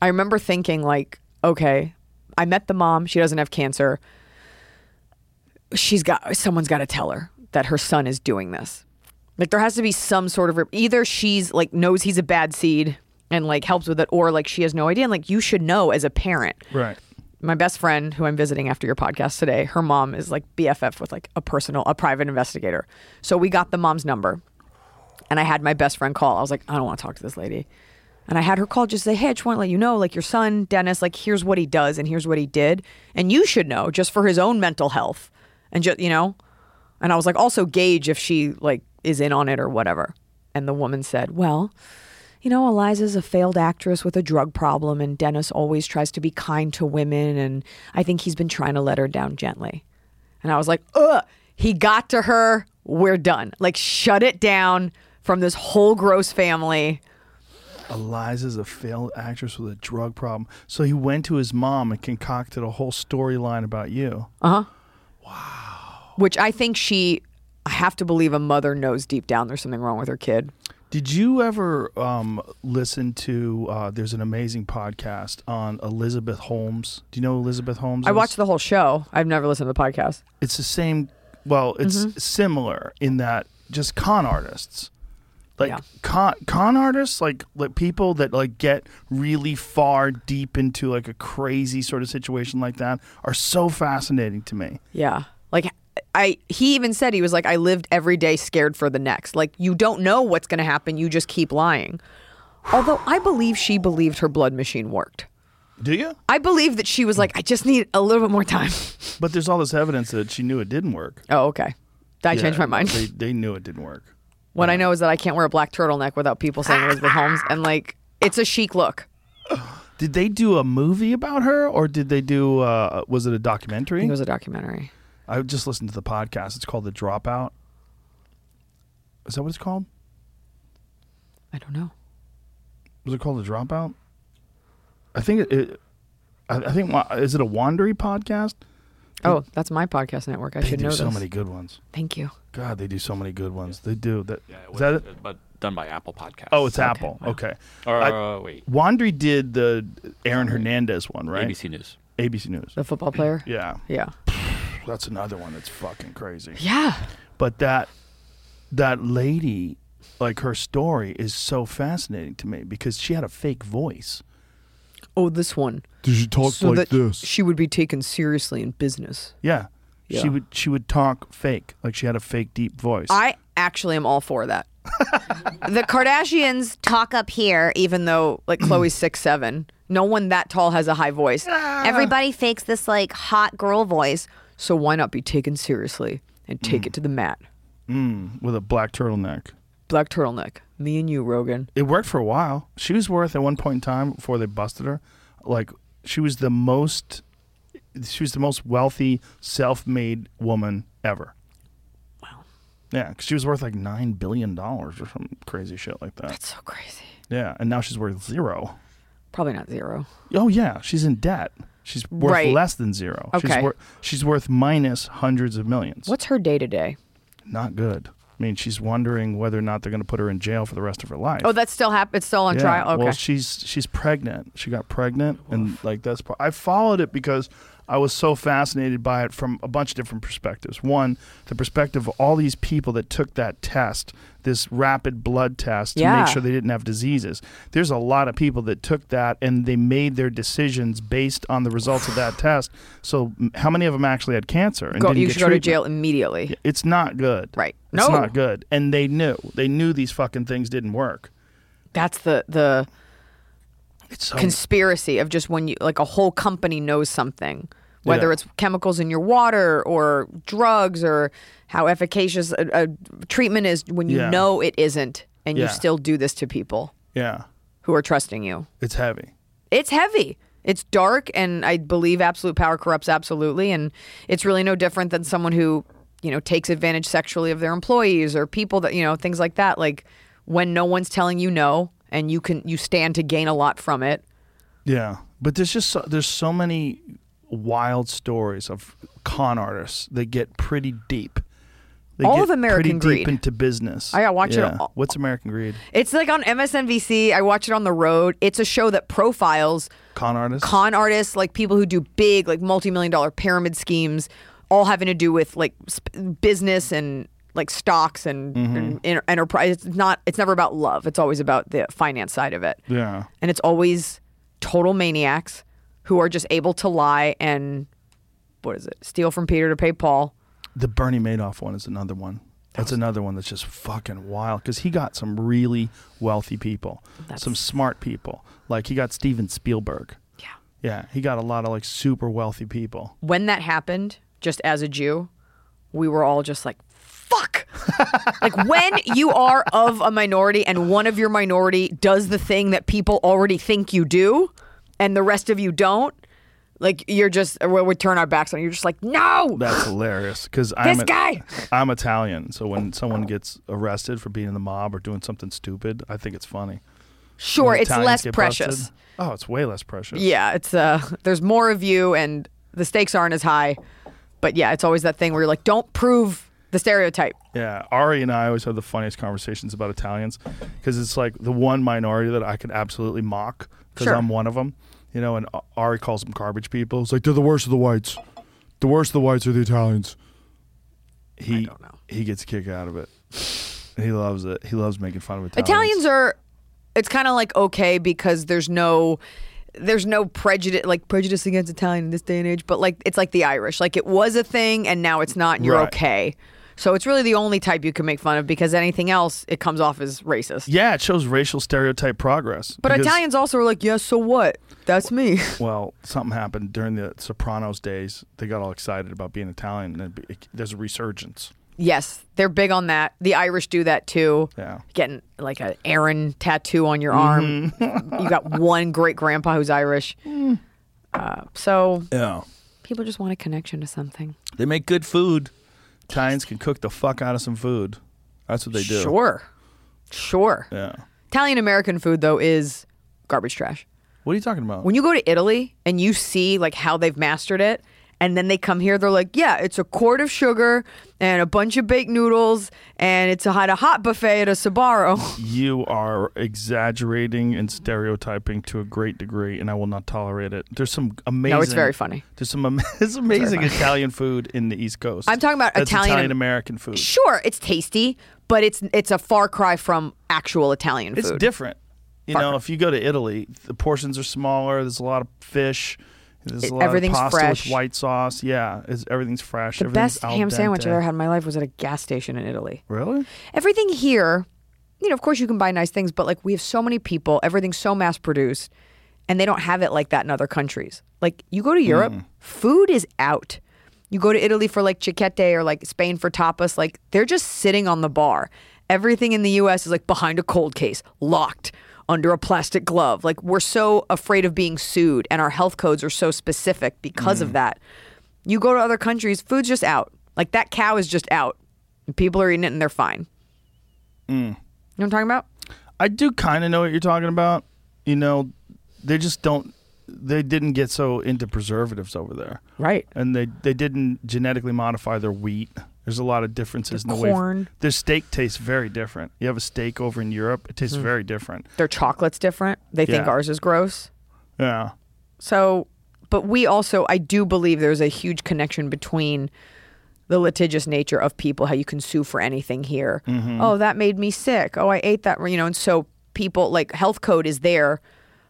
I remember thinking like, okay, I met the mom. She doesn't have cancer. She's got someone's got to tell her that her son is doing this. Like there has to be some sort of either she's like knows he's a bad seed and like helps with it, or like she has no idea. And like you should know as a parent.
Right.
My best friend, who I'm visiting after your podcast today, her mom is like BFF with like a personal, a private investigator. So we got the mom's number and I had my best friend call. I was like, I don't want to talk to this lady. And I had her call just say, Hey, I just want to let you know, like your son, Dennis, like here's what he does and here's what he did. And you should know just for his own mental health. And just, you know? And I was like, also gauge if she like is in on it or whatever. And the woman said, Well, you know, Eliza's a failed actress with a drug problem, and Dennis always tries to be kind to women, and I think he's been trying to let her down gently. And I was like, ugh, he got to her. We're done. Like, shut it down from this whole gross family.
Eliza's a failed actress with a drug problem. So he went to his mom and concocted a whole storyline about you.
which I think she, I have to believe a mother knows deep down there's something wrong with her kid.
Did you ever um, listen to? Uh, there's an amazing podcast on Elizabeth Holmes. Do you know who Elizabeth Holmes?
I
is?
watched the whole show. I've never listened to the podcast.
It's the same. Well, it's
Mm-hmm.
similar in that just con artists, like
Yeah.
con con artists, like like people that like get really far deep into like a crazy sort of situation like that, are so fascinating to me.
Yeah. Like I he even said he was like I lived every day scared for the next. Like you don't know what's going to happen, you just keep lying. Although I believe she believed her blood machine worked.
Do you?
I believe that she was like I just need a little bit more time.
But there's all this evidence that she knew it didn't work.
oh, okay. I changed
Yeah,
my mind.
They, they knew it didn't work.
what I know is that I can't wear a black turtleneck without people saying Elizabeth Holmes and like it's a chic look.
Did they do a movie about her, or did they do? Uh, was it a
I
documentary?
think it was a documentary.
I just listened to the podcast. It's called The Dropout. Is that what it's called?
I don't know.
Was it called The Dropout? I think it. it I I think wa- is it a Wandery podcast?
Oh, that's my podcast network. I
They
should know
do so
this.
many good ones.
Thank you.
God, they do so many good ones. They do that. Is that it?
But done by Apple Podcasts.
Oh, it's Apple. Okay.
Or,
I-
uh, wait,
Wandery did the Aaron Hernandez one, right?
ABC News.
ABC News.
The football player?
Yeah,
Yeah.
that's another one that's fucking crazy.
Yeah.
but that that lady like her story is so fascinating to me because she had a fake voice
Oh, this one.
Did you talk
So that
like this?
she would be taken seriously in business.
yeah. she
Yeah.
would she would talk fake like she had a fake deep voice
I actually am all for that. the Kardashians talk up here, even though like Chloe's six seven. No one that tall has a high voice.
Everybody fakes this like hot girl voice.
Ah. So why not be taken seriously and take it to the mat?
with a black turtleneck
Black turtleneck. Me and you, Rogan.
it worked for a while she was worth at one point in time before they busted her like she was the most she was the most wealthy self-made woman ever wow yeah 'cause she was worth like 9 billion dollars or some crazy shit like that
So crazy.
yeah and now she's worth zero
Probably not zero.
Oh yeah, she's in debt. She's worth
Right.
less than zero. She's
Okay.
worth she's worth minus hundreds of millions.
What's her day to day?
Not good. I mean, she's wondering whether or not they're going to put her in jail for the rest of her life.
Oh, that's still happening. It's still on
yeah.
trial. Okay.
Well, she's she's pregnant. She got pregnant, and like that's. part- I followed it because I was so fascinated by it from a bunch of different perspectives. One, the perspective of all these people that took that test, this rapid blood test, to
Yeah.
make sure they didn't have diseases. There's a lot of people that took that and they made their decisions based on the results of that test. So, m- how many of them actually had cancer and
go,
didn't
you
get
should go to
treatment?
jail immediately.
It's not good.
Right.
It's
No.
not good. And they knew. They knew these fucking things didn't work.
That's the the
It's so
conspiracy of just when you like a whole company knows something whether
Yeah.
it's chemicals in your water or drugs or how efficacious a, a treatment is when you
Yeah.
know it isn't and
Yeah.
you still do this to people
yeah.
who are trusting you
It's heavy.
it's heavy it's dark and i believe absolute power corrupts absolutely and it's really no different than someone who you know takes advantage sexually of their employees or people that you know things like that like when no one's telling you no and you can you stand to gain a lot from it
Yeah, but there's just so, there's so many wild stories of con artists that get pretty deep. They
All
get
of American
pretty deep
Greed.
into business.
I gotta watch it
yeah.
all-
What's American Greed?
It's like on MSNBC. I watch it on the road. It's a show that profiles
Con artists.
con artists, like people who do big, like multi-million dollar pyramid schemes, all having to do with like sp- business and like stocks and, and en- enterprise. It's not. It's never about love. It's always about the finance side of it.
yeah,
And it's always total maniacs who are just able to lie and what is it? Steal from Peter to pay Paul.
the Bernie Madoff one is another one. That's another one that's just fucking wild because he got some really wealthy people, some smart people. Like he got Steven Spielberg.
Yeah.
Yeah, he got a lot of like super wealthy people.
when that happened, just as a Jew, we were all just like, fuck. like when you are of a minority and one of your minority does the thing that people already think you do and the rest of you don't, like you're just, we we turn our backs on you. You're just like, no.
That's hilarious because I'm
This guy!
I'm Italian, so when someone gets arrested for being in the mob or doing something stupid, I think it's funny.
sure,
When
it's
Italians
less
get
precious.
busted- oh, it's way less precious.
Yeah, it's uh there's more of you and the stakes aren't as high. But yeah, it's always that thing where you're like, don't prove the stereotype.
Yeah, Ari and I always have the funniest conversations about Italians because it's like the one minority that I can absolutely mock because
Sure.
I'm one of them. You know, and A- Ari calls them garbage people. It's
Like
like
they're the worst of the whites. The worst of the whites are the Italians.
he he gets a kick out of it. He loves it. He loves making fun of Italians.
Italians are it's kind of like okay because there's no there's no prejudice like prejudice against Italian in this day and age, but like it's like the Irish. Like it was a thing and now it's not and you're
Right.
okay. So it's really the only type you can make fun of because anything else it comes off as racist.
Yeah, it shows racial stereotype progress.
But
because-
Italians also are like, yes, so what? That's me.
Well, something happened during the Sopranos days. They got all excited about being Italian, and it, it, there's a resurgence.
Yes, they're big on that. The Irish do that too.
Yeah.
Getting like an Aaron tattoo on your arm.
Mm-hmm.
you got one great grandpa who's Irish.
Mm.
Uh, so
Yeah.
people just want a connection to something.
They make good food. Italians can cook the fuck out of some food. That's what they do.
Sure. Sure.
Yeah.
Italian American food though is garbage trash.
What are you talking about?
When you go to Italy and you see like how they've mastered it and then they come here they're like, "Yeah, it's a quart of sugar and a bunch of baked noodles and it's a hot, a hot buffet at a Sabaro."
you are exaggerating and stereotyping to a great degree, and I will not tolerate it. There's some amazing.
very funny.
There's some am- there's amazing Italian food in the East Coast.
I'm talking about
That's
Italian-
Italian American food.
sure, it's tasty, but it's it's a far cry from actual Italian food.
It's different. You know, if you go to Italy, the portions are smaller. There's a lot of fish. There's
It-
a lot
E, everything's
of pasta
fresh.
with white sauce. Yeah, it's, everything's fresh.
the
everything's
best
al
ham sandwich
dente.
I've ever had in my life was at a gas station in Italy.
Really?
Everything here, you know, of course you can buy nice things, but like we have so many people, everything's so mass produced, and they don't have it like that in other countries. Like you go to Europe, food is out. You go to Italy for like chiquette or like Spain for tapas, like they're just sitting on the bar. Everything in the US is like behind a cold case, locked under a plastic glove. Like we're so afraid of being sued and our health codes are so specific because of that. You go to other countries, food's just out. Like that cow is just out. People are eating it and they're fine. You know what I'm talking about?
I do kind of know what you're talking about. You know, they just don't. They didn't get so into preservatives over there,
Right.
and they they didn't genetically modify their wheat. There's a lot of differences in the way
corn.
their steak tastes very different. You have a steak over in Europe; it
Hmm.
tastes very different.
Their chocolate's different. They think
Yeah.
ours is gross.
Yeah,
So, but we also, I do believe there's a huge connection between the litigious nature of people, how you can sue for anything here. Oh, that made me sick. Oh, I ate that. You know, and so people like health code is there.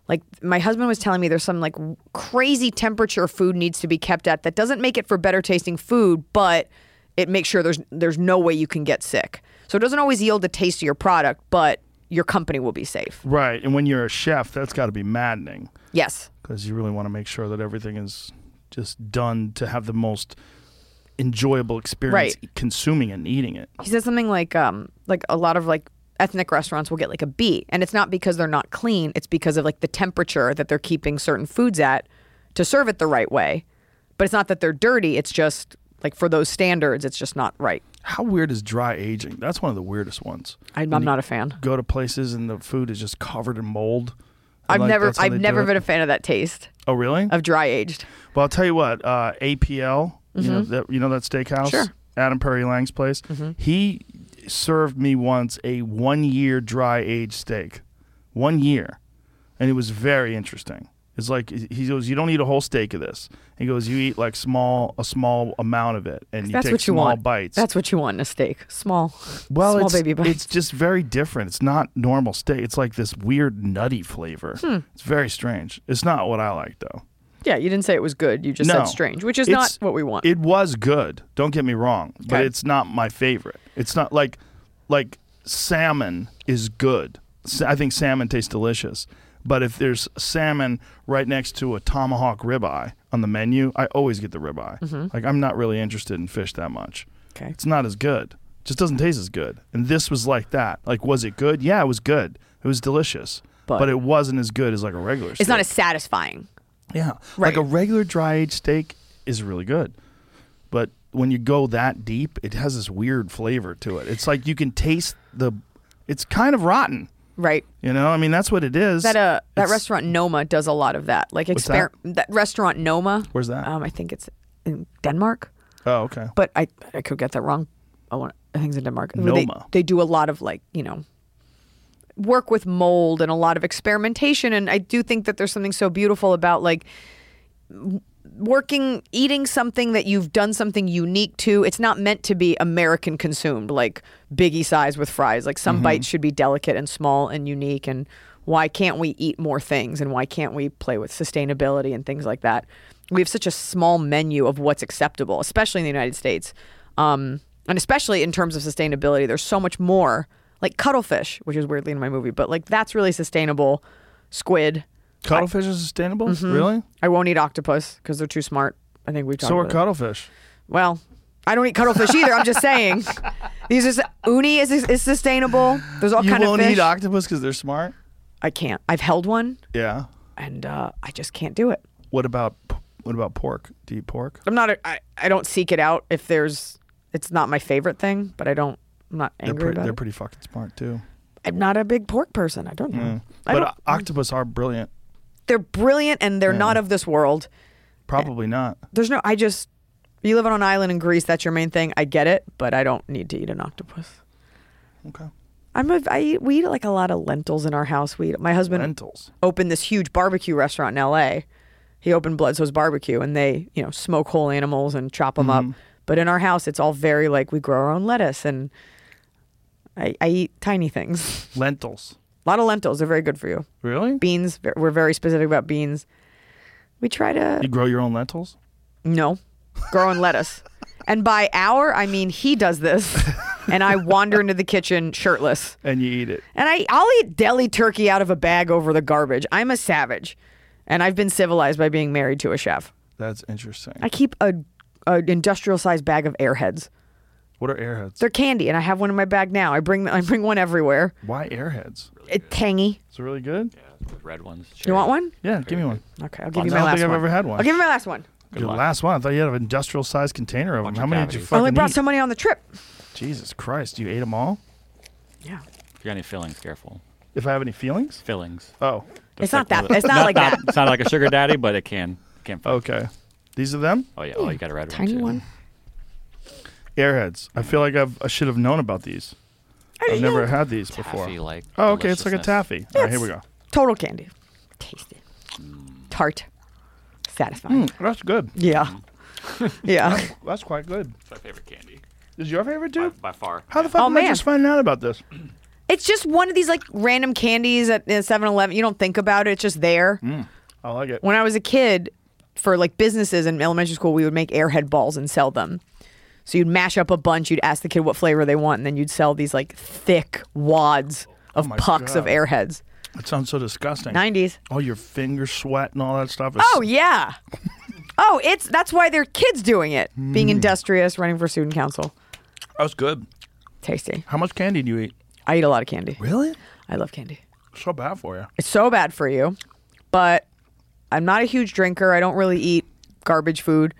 Like my husband was telling me there's some like w- crazy temperature food needs to be kept at that doesn't make it for better tasting food, but it makes sure there's there's no way you can get sick. So it doesn't always yield the taste of your product, but your company will be safe.
right. And when you're a chef, that's got to be maddening.
Yes.
because you really want to make sure that everything is just done to have the most enjoyable experience
Right.
consuming and eating it.
he said something like um like a lot of like ethnic restaurants will get like a B and it's not because they're not clean it's because of like the temperature that they're keeping certain foods at to serve it the right way but it's not that they're dirty it's just like for those standards it's just not right
How weird is dry aging? That's one of the weirdest ones.
I'm,
When
I'm
you
not a fan
Go to places and the food is just covered in mold. I
I've
like
never
that's how
I've
they do
never
it.
been a fan of that taste
Oh really?
of dry aged
Well, I'll tell you what. Uh, APL, you know that you know that steakhouse,
Mm-hmm. Sure. Mm-hmm.
Adam Perry Lang's place. He served me once a one-year dry aged steak, one year, and it was very interesting. It's like he goes, you don't eat a whole steak of this. He goes, you eat like small a small amount of it, and you
that's
take
what you
small
want
bites.
that's what you want in a steak small
well,
small
it's,
baby bites
it's just very different. It's not normal steak. It's like this weird nutty flavor.
Hmm.
It's very strange. It's not what I like though.
yeah you didn't say it was good you just
no,
said strange which is not
It's-
what we want
It was good. Don't get me wrong, but
Okay.
it's not my favorite. It's not like like salmon is good. S- I think salmon tastes delicious, but if there's salmon right next to a tomahawk ribeye on the menu, I always get the ribeye. Like I'm not really interested in fish that much.
Mm-hmm. Okay.
It's not as good. just doesn't taste as good. And this was like that. Like, was it good? Yeah, it was good. It was delicious.
But-
But, it wasn't as good as like a regular steak.
It's not as satisfying.
Yeah.
Right.
Like a regular dry aged steak is really good. But when you go that deep, it has this weird flavor to it. It's like you can taste the it's kind of rotten.
Right.
You know, I mean that's what it is.
That uh that
It's-
restaurant Noma does a lot of that. Like
What's that?
exper- that? restaurant Noma.
Where's that?
Um I think it's in Denmark,
Oh, okay.
but I I could get that wrong. I want I think it's in Denmark. Where They,
Noma.
they do a lot of like, you know, work with mold and a lot of experimentation and I do think that there's something so beautiful about like w- working eating something that you've done something unique to it's not meant to be american consumed like biggie size with fries like
Mm-hmm.
some bites should be delicate and small and unique and why can't we eat more things and why can't we play with sustainability and things like that we have such a small menu of what's acceptable especially in the united states um, and especially in terms of sustainability there's so much more like cuttlefish which is weirdly in my movie but like that's really sustainable squid
Cuttlefish is sustainable?
Mm-hmm.
Really?
I won't eat octopus because they're too smart. I think we talked
So are
about it.
cuttlefish.
Well, I don't eat cuttlefish either. I'm just saying. These is uni is is sustainable. There's all
you
kind
won't
of fish.
eat octopus because they're smart?
I can't. I've held one
Yeah.
and uh, I just can't do it.
What about p- what about pork? Do you eat pork?
I'm not. A, I I don't seek it out if there's. It's not my favorite thing, but I don't. I'm not
They're
angry
pretty
about
they're
it.
pretty fucking smart too.
I'm not a big pork person. I don't know.
But
I don't,
uh, octopus are brilliant.
they're brilliant and they're not of this world.
Probably not.
There's no. I just. You live on an island in Greece. That's your main thing. I get it, but I don't need to eat an octopus.
Okay.
I'm a, I eat, we eat like a lot of lentils in our house. We eat, my husband
Lentils.
opened this huge barbecue restaurant in LA. He opened Bledsoe's Barbecue and they, you know, smoke whole animals and chop them up. But in our house, it's all very like we grow our own lettuce and I, I eat tiny things.
Lentils.
a lot of lentils. They're very good for you.
Really?
Beans, ve- we're very specific about beans. We try to,
You grow your own lentils?
no, grow own lettuce. And by our, I mean he does this and I wander into the kitchen shirtless.
And you eat it.
And I, I'll eat deli turkey out of a bag over the garbage. I'm a savage, and I've been civilized by being married to a chef.
That's interesting.
I keep a, a industrial sized bag of Airheads.
What are airheads?
They're candy, and I have one in my bag now. I bring I bring one everywhere.
Why airheads?
It tangy.
It's really good.
Red ones.
You want one?
Yeah, give me one.
Okay, I'll give you
I
my
don't
last
think I've
one.
ever had one.
I'll give you my last one.
Your last one. I thought you had an industrial sized container of them.
Bunch
How
of
many did you
I
cavities.
fucking
only brought
eat?
so many on the trip.
Jesus Christ, you ate them all?
Yeah,
If you got any fillings, careful.
If I have any feelings?
Fillings.
Oh,
it's
Like
not that.
one of
It's
the-
not like that.
It's not like a sugar daddy, but it can. Can't. Oh,
okay. These are them?
oh yeah. Oh, you got a red
Tiny
one. too.
one.
Airheads. I feel like I've, I should have known about these. I've never had these before.
Taffy-like
Oh, okay. It's like a taffy.
deliciousness.
All right, here we go.
Total candy. Tasty. Tart. Satisfying.
That's good.
Yeah.
Mm.
yeah.
That's quite good.
It's my favorite candy
Is your favorite, dude?
by far.
How the fuck
Oh,
am I
man.
just finding out about this?
It's just one of these like random candies at 7 Eleven. You don't think about it, it's just there.
I like it.
When I was a kid, for like businesses in elementary school, we would make airhead balls and sell them. So you'd mash up a bunch, you'd ask the kid what flavor they want, and then you'd sell these like thick wads of
Oh my
pucks of
God.
airheads.
It sounds so disgusting.
90s.
All your finger sweat and all that stuff. Is
Oh, yeah. oh, it's that's why they're kids doing it. Being
Hmm.
industrious, running for student council.
That was good.
Tasty.
How much candy do you eat?
I eat a lot of candy.
Really?
I love candy.
So bad for you.
It's so bad for you. But I'm not a huge drinker. I don't really eat garbage food,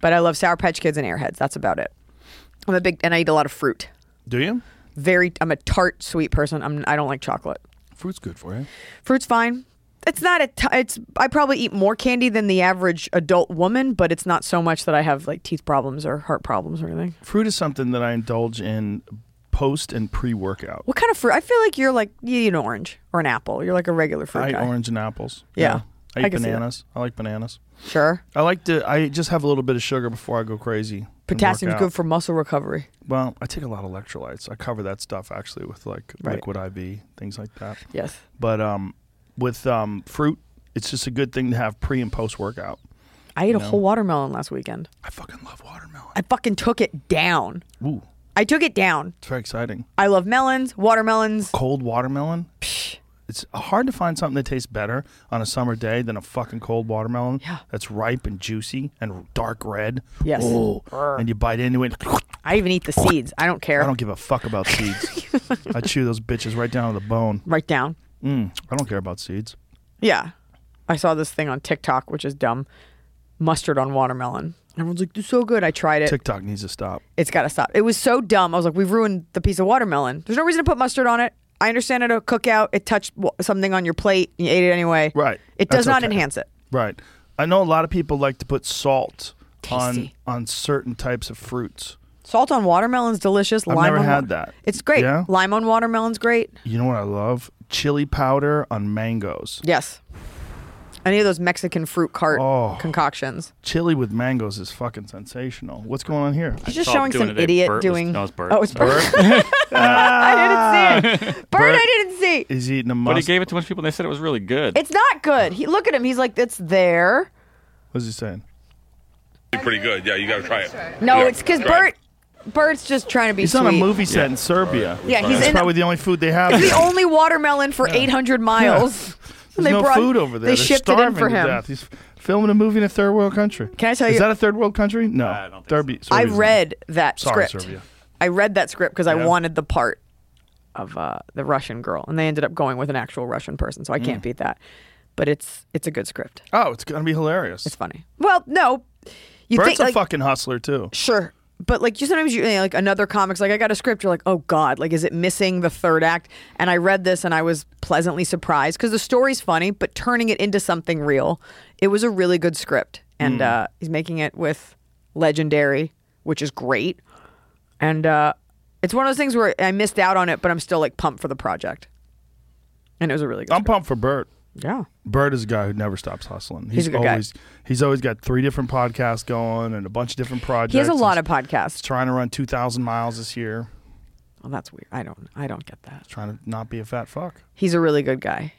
but I love Sour Patch Kids and Airheads. That's about it. I'm a big and I eat a lot of fruit.
Do you?
Very I'm a tart sweet person. I'm I don't like chocolate.
Fruit's good for you.
Fruit's fine. It's not a t- it's I probably eat more candy than the average adult woman, but it's not so much that I have like teeth problems or heart problems or anything.
Fruit is something that I indulge in post and pre workout.
What kind of fruit? I feel like you're like you eat an orange or an apple. You're like a regular fruit
I eat
guy.
orange and apples.
Yeah.
I
I
eat
can see that.
bananas. I like bananas.
Sure.
I like to. I just have a little bit of sugar before I go crazy. and work
Potassium's
out.
good for muscle recovery.
Well, I take a lot of electrolytes. I cover that stuff actually with like
Right.
liquid IV things like that.
Yes.
But um, with um fruit, it's just a good thing to have pre and post workout.
I ate a whole watermelon last weekend.
I fucking love watermelon.
I fucking took it down.
Ooh,
I took it down.
it's very exciting.
I love melons, watermelons.
Cold watermelon. it's hard to find something that tastes better on a summer day than a fucking cold watermelon.
Yeah.
That's ripe and juicy and dark red.
Yes.
Oh, and you bite into it.
I even eat the seeds. I don't care.
I don't give a fuck about seeds. I chew those bitches right down to the bone.
Right down.
Mm, I don't care about seeds.
Yeah. I saw this thing on TikTok, which is dumb. Mustard on watermelon. Everyone's like, this is so good. I tried it.
TikTok needs to stop.
it's got to stop. It was so dumb. I was like, we've ruined the piece of watermelon. There's no reason to put mustard on it. I understand at a cookout, it touched wa- something on your plate and you ate it anyway.
Right.
It does
That's
not
okay.
enhance it.
Right. I know a lot of people like to put salt
Tasty.
on on certain types of fruits.
Salt on watermelon's delicious.
I've
Lime
never
on
had
wa-
that.
It's great.
Yeah?
Lime on watermelon's great.
You know what I love? Chili powder on mangoes.
Yes. Any of those Mexican fruit cart
Oh.
concoctions.
Chili with mangoes is fucking sensational. What's going on here?
He's just
saw
showing
him doing
some
it.
idiot
Bert was-
doing.
no, it's Bert.
Oh, it's Bert. I didn't see it. Bert, I didn't see.
He's eating a
But he
mustard.
gave it to a bunch of people and they said it was really good.
It's not good. He, look at him. He's like, it's there.
What's he saying?
Pretty good. Yeah, you gotta try it.
No, it's because Bert. Bert's just trying to be
He's
sweet.
on a movie set in Serbia.
Yeah, he's
That's
in-
probably the only food they have.
It's
there.
the only watermelon for 800 miles. And
There's
they
no
brought-
food over there.
They
They're
shipped it
starving
in for
to
him.
death. He's filming a movie in a third world country.
Can I tell
Is
you-
that a third world country? No.
I don't think so.
Derby.
I read that
Sorry,
script.
Serbia.
I read that script because I
Yeah.
wanted the part of uh, the Russian girl, and they ended up going with an actual Russian person, so I
Mm.
can't beat that. But it's it's a good script.
Oh, it's gonna be hilarious.
It's funny. Well, no, you
Bert's
think
a
like,
fucking hustler too.
sure, but like you sometimes you you know, like another comic's like I got a script. You're like, oh god, like is it missing the third act? And I read this and I was pleasantly surprised because the story's funny, but turning it into something real, it was a really good script.
Hmm.
And uh, he's making it with legendary, which is great. And uh, it's one of those things where I missed out on it, but I'm still like pumped for the project. And it was a really good.
I'm
script.
pumped for Bert.
yeah.
Bert is a guy who never stops hustling. He's,
a good guy.
always he's always got three different podcasts going and a bunch of different projects.
He has a lot of
He's
podcasts.
trying to run two thousand miles this year.
Well, that's weird. I don't. I don't get that.
Trying to not be a fat fuck.
He's a really good guy.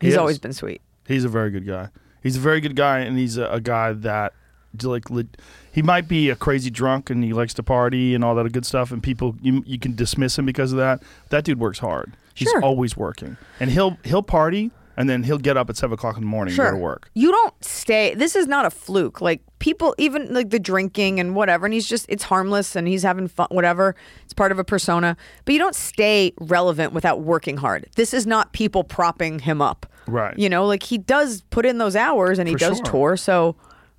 He
He's
is.
always been sweet.
He's a very good guy. He's a very good guy, and he's a, a guy that like le- he might be a crazy drunk and he likes to party and all that good stuff. And people you you can dismiss him because of that. That dude works hard. He's
Sure.
always working, and he'll he'll party and then he'll get up at seven o'clock in the morning and go to work.
You don't stay. This is not a fluke. Like people, even like the drinking and whatever, and he's just it's harmless and he's having fun. Whatever, it's part of a persona. But you don't stay relevant without working hard. This is not people propping him up.
Right.
You know, like he does put in those hours and he
For
does
sure.
tour. So,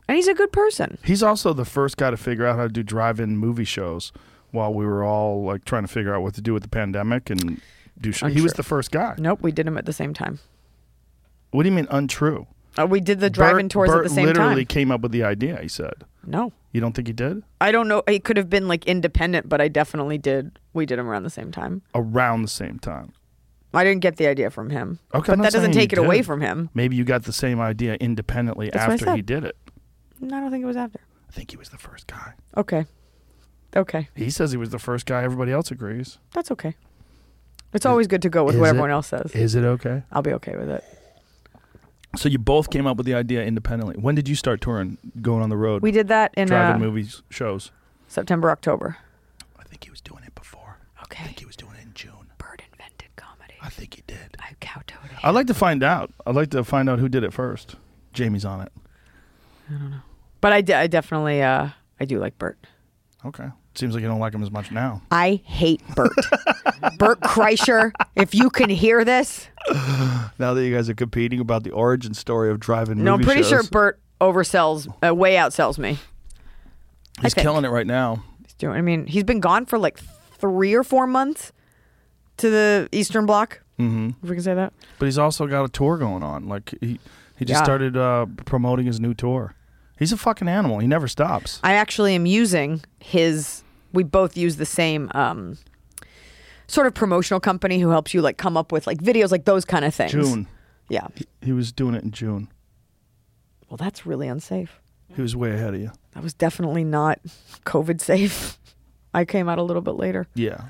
and he's a good person.
He's also the first guy to figure out how to do drive-in movie shows while we were all like trying to figure out what to do with the pandemic and do. Sh- he was
Untrue.
the first guy.
Nope, we did him at the same time.
What do you mean untrue?
Uh, we did the driving
Bert-
tours
Bert
at the same
literally
time.
came up with the idea. He said,
No,
"You don't think he did?"
I don't know. It could have been like independent, but I definitely did. We did him around the same time.
around the same time.
I didn't get the idea from him.
Okay, I'm not
but that doesn't
saying he
take it away
did.
from him.
Maybe you got the same idea independently
That's what I
after he
said.
did it.
No, I don't think it was after.
I think he was the first guy.
Okay. Okay.
He says he was the first guy. Everybody else agrees.
That's okay. It's always good to go with what
Is it-
everyone else says.
Is it okay?
I'll be okay with it.
So you both came up with the idea independently. When did you start touring, going on the road,
We did that in
driving
uh,
movies, shows?
September, October.
I think he was doing it before. I
Okay.
think he was doing it in June.
Bird invented comedy.
I think he did.
I kowtowed it.
I'd like to find out. I'd like to find out who did it first. Jamie's on it.
But I, de- I definitely, uh, I do like Bert.
Okay. Seems like you don't like him as much now.
I hate Bert. Bert Kreischer, if you can hear this.
Now that you guys are competing about the origin story of driving
No, I'm
movie
pretty sure
shows.
Bert oversells, uh, way outsells me.
he's
think.
killing it right now.
doing. I mean, he's been gone for like three or four months to the Eastern Bloc. Mm-hmm. If we can say that.
But he's also got a tour going on. Like he he just
Yeah.
started uh, promoting his new tour. He's a fucking animal. He never stops.
I actually am using his. We both use the same um, sort of promotional company who helps you like come up with like videos, like those kind of things.
June.
Yeah.
He was doing it in June.
Well, that's really unsafe.
He was way ahead of you.
That was definitely not COVID safe. I came out a little bit later.
Yeah.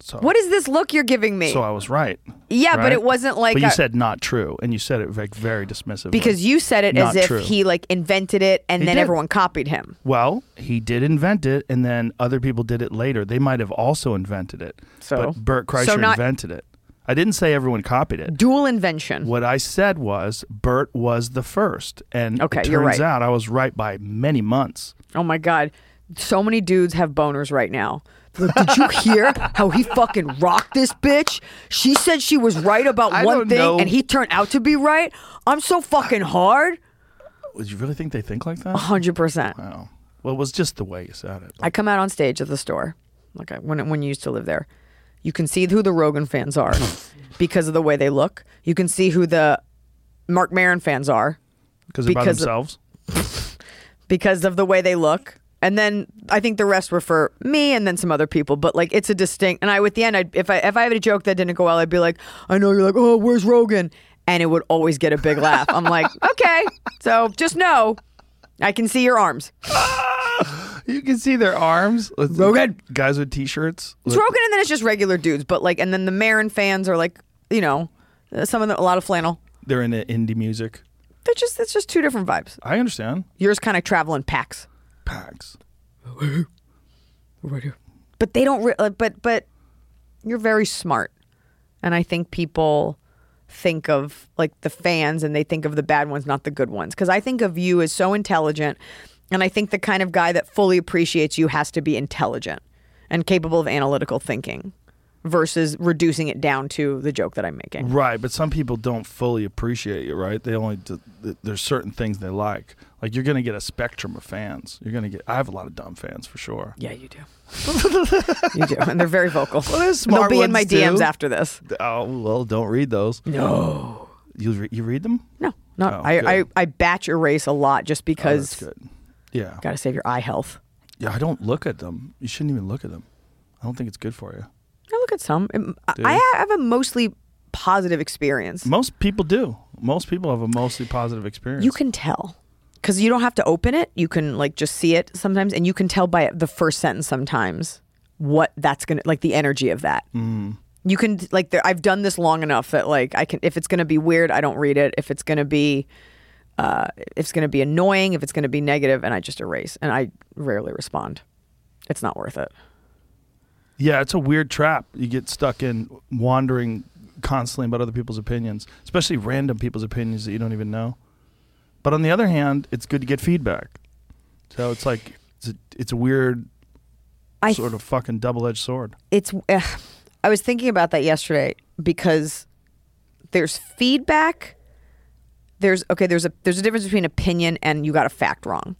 So
What is this look you're giving me?
So I was right.
yeah, but
right?
it wasn't like
But you
a-
said not true, and you said it like very dismissively.
because you said it
Not
as if
true.
he like invented it and
He
then
did.
everyone copied him.
well, he did invent it, and then other people did it later. They might have also invented it.
So-
but Bert Kreischer
So not-
invented it. I didn't say everyone copied it.
Dual invention.
What I said was Bert was the first, and
Okay,
it turns
you're right.
out I was right by many months.
Oh my god, so many dudes have boners right now. Like, Did you hear how he fucking rocked this bitch? She said she was right about
I
one
don't
thing,
know.
and he turned out to be right. I'm so fucking hard.
Did you really think they think like that?
Hundred percent.
No. Well, it was just the way you said it.
Uh-huh. I come out on stage at the store, like I, when when you used to live there. You can see who the Rogan fans are because of the way they look. You can see who the Mark Maron fans are
Because they're by
because of-
themselves.
because of the way they look. And then I think the rest were for me and then some other people. But like it's a distinct and I at the end I'd, if I if I had a joke that didn't go well, I'd be like, I know you're like, oh, where's Rogan? And it would always get a big laugh. I'm like, okay, so just know I can see your arms.
You can see their arms.
Rogan.
Guys with t-shirts.
It's Rogan and then it's just regular dudes. But like and then the Marin fans are like, you know, uh, some of the, a lot of flannel.
They're into indie music.
They're just it's just two different vibes.
I understand.
Yours kind of travel in packs.
Packs.
but they don't re- like, but but you're very smart and i think people think of like the fans and they think of the bad ones not the good ones because i think of you as so intelligent and i think the kind of guy that fully appreciates you has to be intelligent and capable of analytical thinking versus reducing it down to the joke that i'm making
Right, but some people don't fully appreciate you, right? They only d- th- there's certain things they like. Like you're gonna get a spectrum of fans. You're gonna get. I have a lot of dumb fans for sure.
yeah you do you do and they're very vocal
there's
And they'll
smart
be in my
ones, too.
dms after this
Oh well, don't read those. No. You re- you read them?
no no
Oh,
I, I
good.
i batch erase a lot just
Oh,
because
that's good. Yeah.
gotta save your eye health
Yeah. I don't look at them. You shouldn't even look at them. I don't think it's good for you.
I look at some. Um, I- I have a mostly positive experience.
Most people do. Most people have a mostly positive experience.
You can tell because you don't have to open it. You can like just see it sometimes, and you can tell by the first sentence sometimes what that's gonna like the energy of that. You can like there, I've done this long enough that like I can if it's gonna be weird, I don't read it. If it's gonna be uh, if it's gonna be annoying, if it's gonna be negative, and I just erase and I rarely respond. It's not worth it.
Yeah, it's a weird trap. You get stuck in wandering constantly about other people's opinions, especially random people's opinions that you don't even know. But on the other hand, it's good to get feedback. So it's like it's a, it's a weird
I
sort of fucking double-edged sword.
it's uh, i was thinking about that yesterday because there's feedback there's okay there's a there's a difference between opinion and you got a fact wrong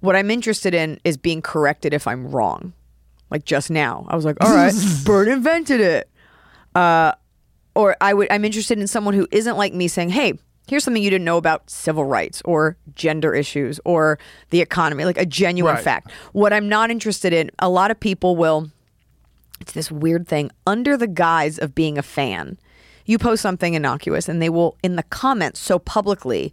what i'm interested in is being corrected if i'm wrong like just now i was like all right bird invented it uh or i would i'm interested in someone who isn't like me saying hey here's something you didn't know about civil rights or gender issues or the economy like a genuine
Right.
fact what i'm not interested in a lot of people will it's this weird thing under the guise of being a fan you post something innocuous and they will in the comments so publicly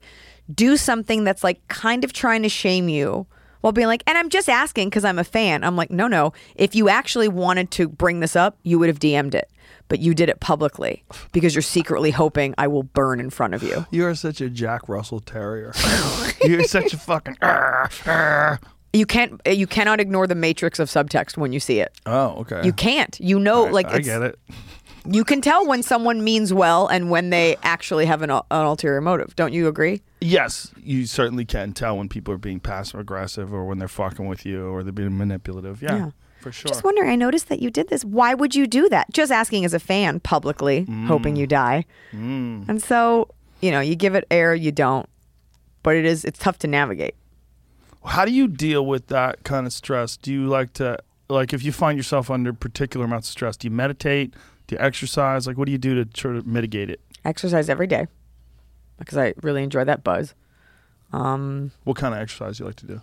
do something that's like kind of trying to shame you while being like and i'm just asking because i'm a fan i'm like no no if you actually wanted to bring this up you would have dm'd it but you did it publicly because you're secretly hoping i will burn in front of you
You are such a Jack Russell Terrier. You're such a fucking. oh, "Arr, arr."
you can't you cannot ignore the matrix of subtext when you see it
Oh, okay.
you can't you know like
I
it's,
get it.
you can tell when someone means well and when they actually have an, an ulterior motive. Don't you agree?
Yes, you certainly can tell when people are being passive aggressive, or when they're fucking with you, or they're being manipulative. Yeah,
Yeah.
for sure.
Just wondering, I noticed that you did this. Why would you do that?
Just asking as a fan publicly, hoping you die. And so, you know, you give it air, you don't. But it is it's tough to navigate.
How do you deal with that kind of stress? Do you like to like if you find yourself under particular amounts of stress? Do you meditate? Do you exercise? Like, what do you do to sort of mitigate it?
Exercise every day because I really enjoy that buzz. Um,
What kind of exercise do you like to do?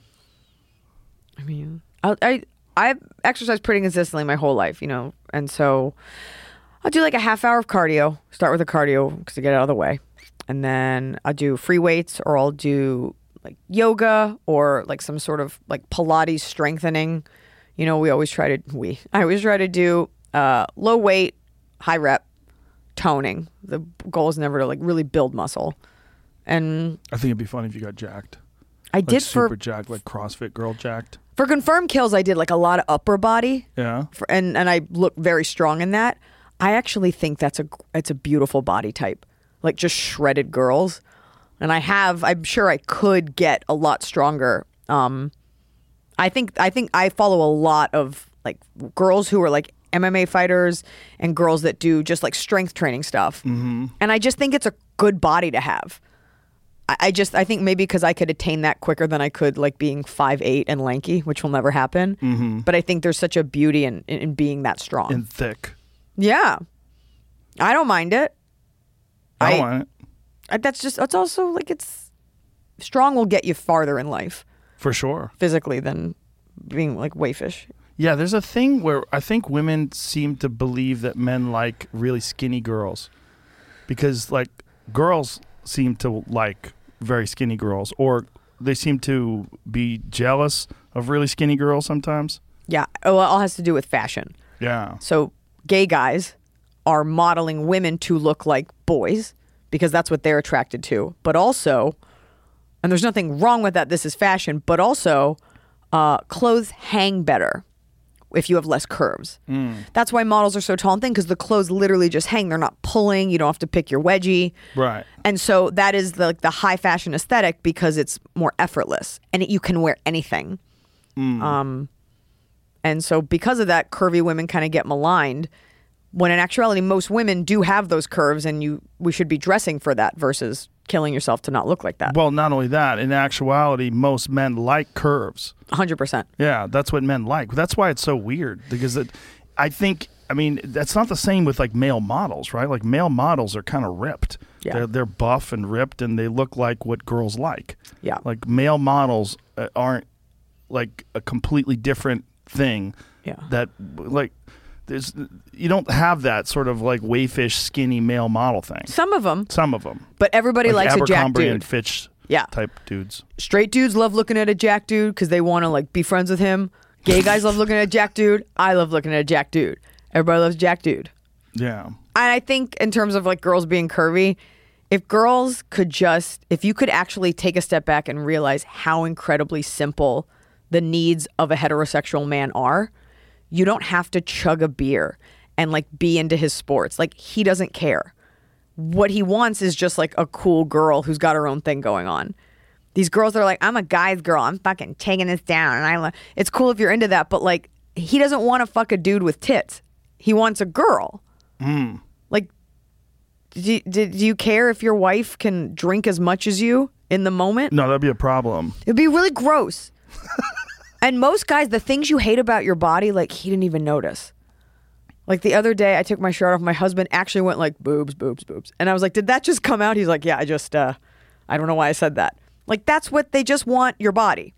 I mean, I, I I've exercised pretty consistently my whole life, you know, and so I'll do like a half hour of cardio. Start with a cardio because I get it out of the way, and then I'll do free weights or I'll do like yoga or like some sort of like Pilates strengthening. You know, we always try to we I always try to do uh, low weight, high rep toning. The goal is never to like really build muscle, and
I think it'd be fun if you got jacked.
I
Like
did
super
for
jacked, like CrossFit girl jacked.
for confirmed kills. I did like a lot of upper body.
Yeah.
for, and and I look very strong in that. I actually think that's a it's a beautiful body type, like just shredded girls. And I have, I'm sure I could get a lot stronger. Um, I think I think I follow a lot of like girls who are like MMA fighters and girls that do just like strength training stuff. Mm-hmm. And I just think it's a good body to have. I, I just I think maybe because I could attain that quicker than I could like being five eight and lanky, which will never happen. But I think there's such a beauty in in, in being that strong.
and thick.
yeah, I don't mind it.
I don't
I-
want it
I- That's just that's also like it's strong will get you farther in life
for sure.
physically than being like wayfish.
Yeah, there's a thing where I think women seem to believe that men like really skinny girls because like girls seem to like very skinny girls or they seem to be jealous of really skinny girls sometimes.
Yeah, oh, well, it all has to do with fashion.
Yeah.
So gay guys are modeling women to look like boys because that's what they're attracted to. But also, and there's nothing wrong with that. This is fashion, but also, uh, clothes hang better if you have less curves. That's why models are so tall and thin because the clothes literally just hang. They're not pulling. You don't have to pick your wedgie.
Right.
And so that is the, like the high fashion aesthetic because it's more effortless and it, you can wear anything.
Mm.
Um, and so because of that, curvy women kind of get maligned. When in actuality, most women do have those curves, and you we should be dressing for that versus killing yourself to not look like that.
Well, not only that, in actuality, most men like curves.
Hundred percent.
Yeah, that's what men like. That's why it's so weird because it, I think I mean that's not the same with like male models, right? Like male models are kind of ripped.
Yeah.
They're, they're buff and ripped, and they look like what girls like.
Yeah.
Like male models uh, aren't like a completely different thing.
Yeah.
That like there's you don't have that sort of like wayfish skinny male model thing.
Some of them,
Some of them.
but everybody
like
likes a jack
Abercrombie
dude.
and Fitch.
Yeah.
Type dudes.
Straight dudes love looking at a jack dude because they want to like be friends with him. Gay guys love looking at a jack dude. I love looking at a jack dude. Everybody loves jack dude.
Yeah.
and I think in terms of like girls being curvy, if girls could just if you could actually take a step back and realize how incredibly simple the needs of a heterosexual man are, you don't have to chug a beer and like be into his sports. Like he doesn't care. What he wants is just like a cool girl who's got her own thing going on. These girls that are like, I'm a guy's girl. I'm fucking taking this down. And I, lo-. it's cool if you're into that, but like, he doesn't want to fuck a dude with tits. He wants a girl. Like, do, do, do you care if your wife can drink as much as you in the moment?
No, that'd be a problem.
It'd be really gross. and most guys, the things you hate about your body, like, he didn't even notice. Like the other day, I took my shirt off. My husband actually went like boobs, boobs, boobs, and I was like, "Did that just come out?" He's like, "Yeah, I just, uh, I don't know why I said that." Like that's what they just want your body,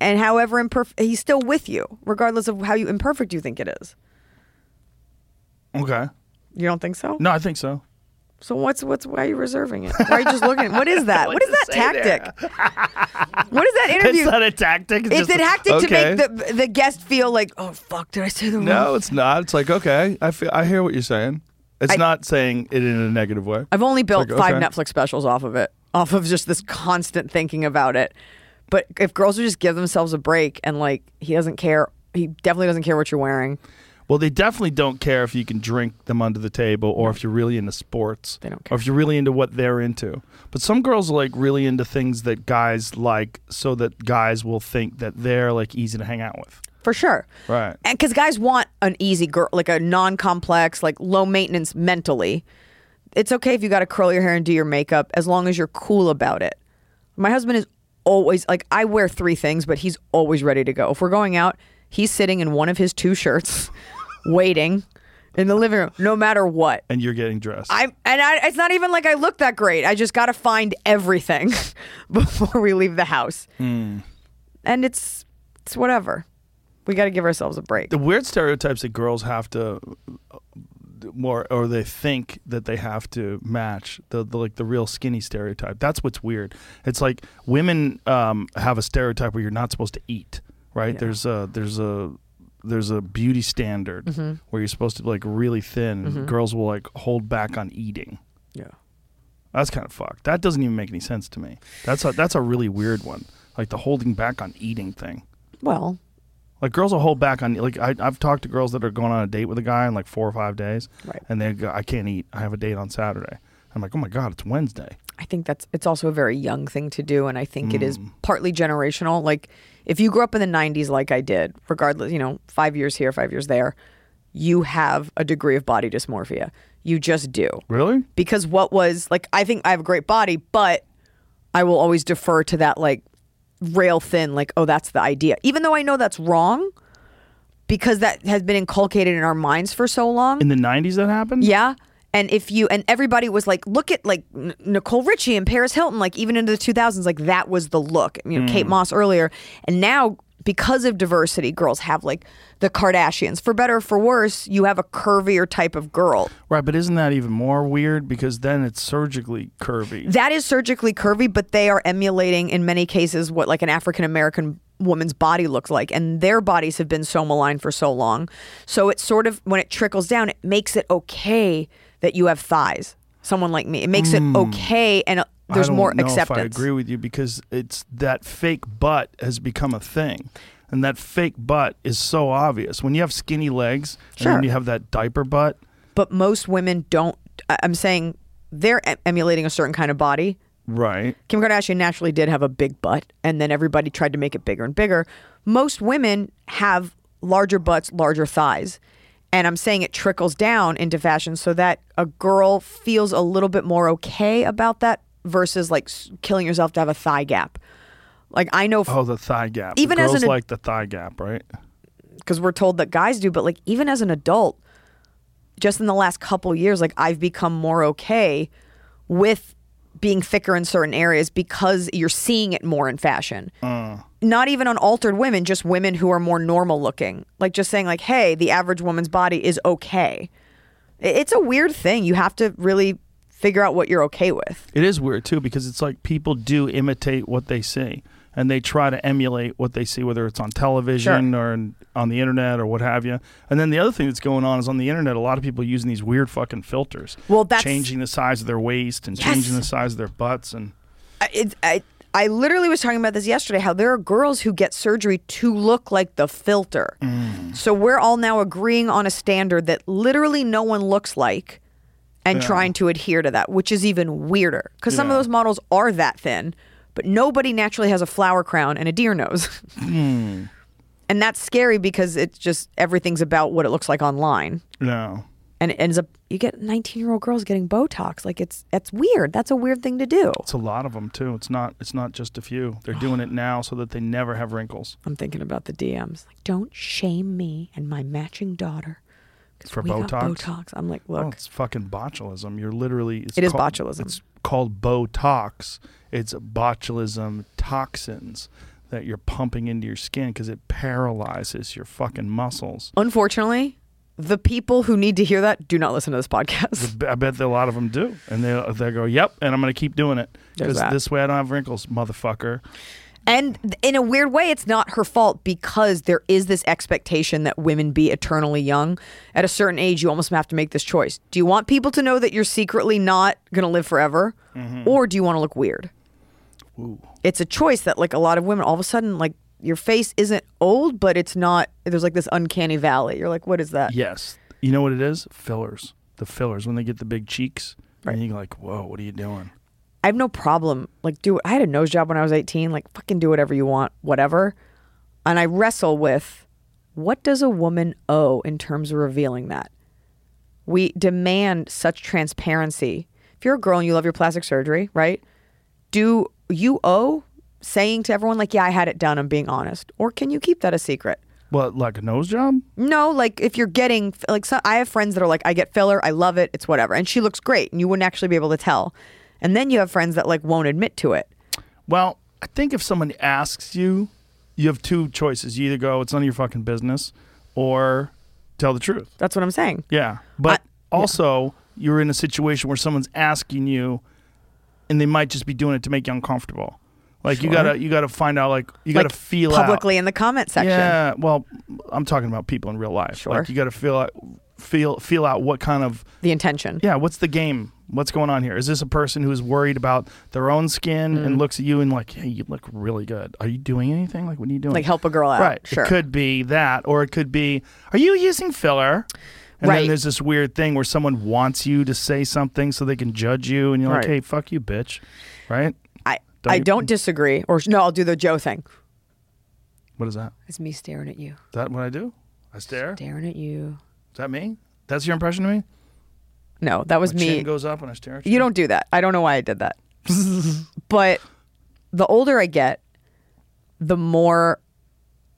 and however imperfect, he's still with you, regardless of how you imperfect you think it is.
Okay.
You don't think so?
No, I think so.
So what's what's why are you reserving it? Why are you just looking? What is that? what is that tactic? what is that interview?
It's not a tactic. It's,
It's
just
a tactic
Okay.
to make the the guest feel like, oh fuck, did I say the wrong?
No, it's not. It's like okay, I feel, I hear what you're saying. It's
I-
not saying it in a negative way.
I've only built
Like,
five
okay.
Netflix specials off of it, off of just this constant thinking about it. But if girls would just give themselves a break and like, he doesn't care. He definitely doesn't care what you're wearing.
Well, they definitely don't care if you can drink them under the table or if you're really into sports.
They don't
Or if you're really into what they're into. But some girls are like really into things that guys like so that guys will think that they're like easy to hang out with.
For sure.
Right.
And because guys want an easy girl, like a non complex, like low maintenance mentally. It's okay if you got to curl your hair and do your makeup as long as you're cool about it. My husband is always like, I wear three things, but he's always ready to go. If we're going out, he's sitting in one of his two shirts, waiting in the living room, no matter what.
And you're getting dressed.
I and I, it's not even like I look that great. I just got to find everything before we leave the house. And it's it's whatever. We got to give ourselves a break.
the weird stereotypes that girls have to uh, more or they think that they have to match the, the like the real skinny stereotype that's what's weird it's like women um, have a stereotype where you're not supposed to eat right there's a there's a there's a beauty standard where you're supposed to be like really thin girls will like hold back on eating
Yeah.
that's kind of fucked that doesn't even make any sense to me that's a that's a really weird one like the holding back on eating thing
Well,
Like girls will hold back on like I, I've talked to girls that are going on a date with a guy in like four or five days,
Right.
and they go, I can't eat. I have a date on Saturday. I'm like, oh my god, it's Wednesday.
I think that's it's also a very young thing to do, and I think it is partly generational. Like if you grew up in the '90s, like I did, regardless, you know, five years here, five years there, you have a degree of body dysmorphia. You just do
Really?
because what was like I think I have a great body, but I will always defer to that like rail thin like oh that's the idea. Even though I know that's wrong because that has been inculcated in our minds for so long.
In the '90s, that happened.
Yeah. And if you and everybody was like, look at like N- Nicole Richie and Paris Hilton, like even into the 2000s, like that was the look. You know, Kate Moss earlier, and now because of diversity, girls have like the Kardashians. For better or for worse, you have a curvier type of girl
Right, but isn't that even more weird? Because then it's surgically curvy.
that is surgically curvy, but they are emulating in many cases what like an African American woman's body looks like and their bodies have been so maligned for so long so it sort of when it trickles down it makes it okay that you have thighs someone like me it makes it okay and uh,
Hmm. I
there's
don't
more
know
acceptance
If I agree with you because it's that fake butt has become a thing, and that fake butt is so obvious. When you have skinny legs, and
Sure.
then you have that diaper butt.
but most women don't I- i'm saying they're em- emulating a certain kind of body
Right.
Kim Kardashian naturally did have a big butt, and then everybody tried to make it bigger and bigger. Most women have larger butts, larger thighs. And I'm saying it trickles down into fashion so that a girl feels a little bit more okay about that versus like s- killing yourself to have a thigh gap. Like I know
Oh, the thigh gap.
Even as
girls
an ad-
like the thigh gap, right?
because we're told that guys do, but like even as an adult, just in the last couple years, like I've become more okay with being thicker in certain areas because you're seeing it more in fashion. Not even on altered women, just women who are more normal looking. Like just saying, like, hey, the average woman's body is okay. I- It's a weird thing. You have to really figure out what you're okay with.
It is weird too because it's like people do imitate what they see and they try to emulate what they see, whether it's on television or in, on the internet or what have you. And then the other thing that's going on is on the internet, a lot of people using these weird fucking filters.
Well, that's-
changing the size of their waist and
Yes.
changing the size of their butts and
I, it, I, I literally was talking about this yesterday how there are girls who get surgery to look like the filter. So we're all now agreeing on a standard that literally no one looks like and trying to adhere to that, which is even weirder because some of
Yeah.
those models are that thin, but nobody naturally has a flower crown and a deer nose. And that's scary because it's just everything's about what it looks like online.
no.
And it ends up, you get 19 year old girls getting Botox. Like, it's, that's weird. That's a weird thing to do.
It's a lot of them too. It's not. It's not just a few. They're doing it now so that they never have wrinkles
I'm thinking about the DMs. Like, don't shame me and my matching daughter 'cause
for
we
Botox.
Got Botox. I'm like,
Oh,
look,
it's fucking botulism. You're literally. It's
It is
called-
botulism.
It's called Botox. It's botulism toxins that you're pumping into your skin because it paralyzes your fucking muscles.
unfortunately, the people who need to hear that do not listen to this podcast.
B- I bet that a lot of them do, and they they go, "Yep," and I'm gonna keep doing it
There's
because
that.
this way I don't have wrinkles, motherfucker.
and th- in a weird way, it's not her fault because there is this expectation that women be eternally young. At a certain age, you almost have to make this choice. Do you want people to know that you're secretly not going to live forever, or do you want to look weird? it's a choice that like a lot of women all of a sudden like your face isn't old but it's not there's like this uncanny valley you're like what is that
Yes, you know what it is? Fillers. The fillers when they get the big cheeks, and you're like, "Whoa, what are you doing?"
i have no problem like do it i had a nose job when i was 18 like fucking do whatever you want whatever and i wrestle with what does a woman owe in terms of revealing that we demand such transparency if you're a girl and you love your plastic surgery right do you owe saying to everyone like yeah i had it done i'm being honest or can you keep that a secret
What, like a nose job?
No, like if you're getting like so, I have friends that are like I get filler, I love it, it's whatever, and she looks great, and you wouldn't actually be able to tell. And then you have friends that like won't admit to it.
Well, I think if someone asks you, you have two choices. You either go, it's none of your fucking business, or tell the truth.
That's what I'm saying.
Yeah. But
I-
also, you're in a situation where someone's asking you, and they might just be doing it to make you uncomfortable. Like you gotta, you gotta find out. Like you gotta
like
feel out.
publicly in the comment section.
Yeah, well, I'm talking about people in real life.
Sure.
Like you got to feel out, feel feel out what kind of
The intention.
yeah, what's the game What's going on here? Is this a person who's worried about their own skin and
Mm.
looks at you and like, hey, you look really good. Are you doing anything? Like, what are you doing?
Like, help a girl out.
Right.
Sure.
It could be that, or it could be, are you using filler? And
Right.
then there's this weird thing where someone wants you to say something so they can judge you, and you're like,
Right.
hey, fuck you, bitch. Right?
I
Don't
I
you-
don't disagree. Or no, I'll do the Joe thing.
What is that?
It's me staring at you,
Is that what I do? I stare? Is
staring at you.
that me? That's your impression of me?
No, that was
My
me.
chin goes up and I stare at you.
you don't do that. I don't know why I did that. but the older I get, the more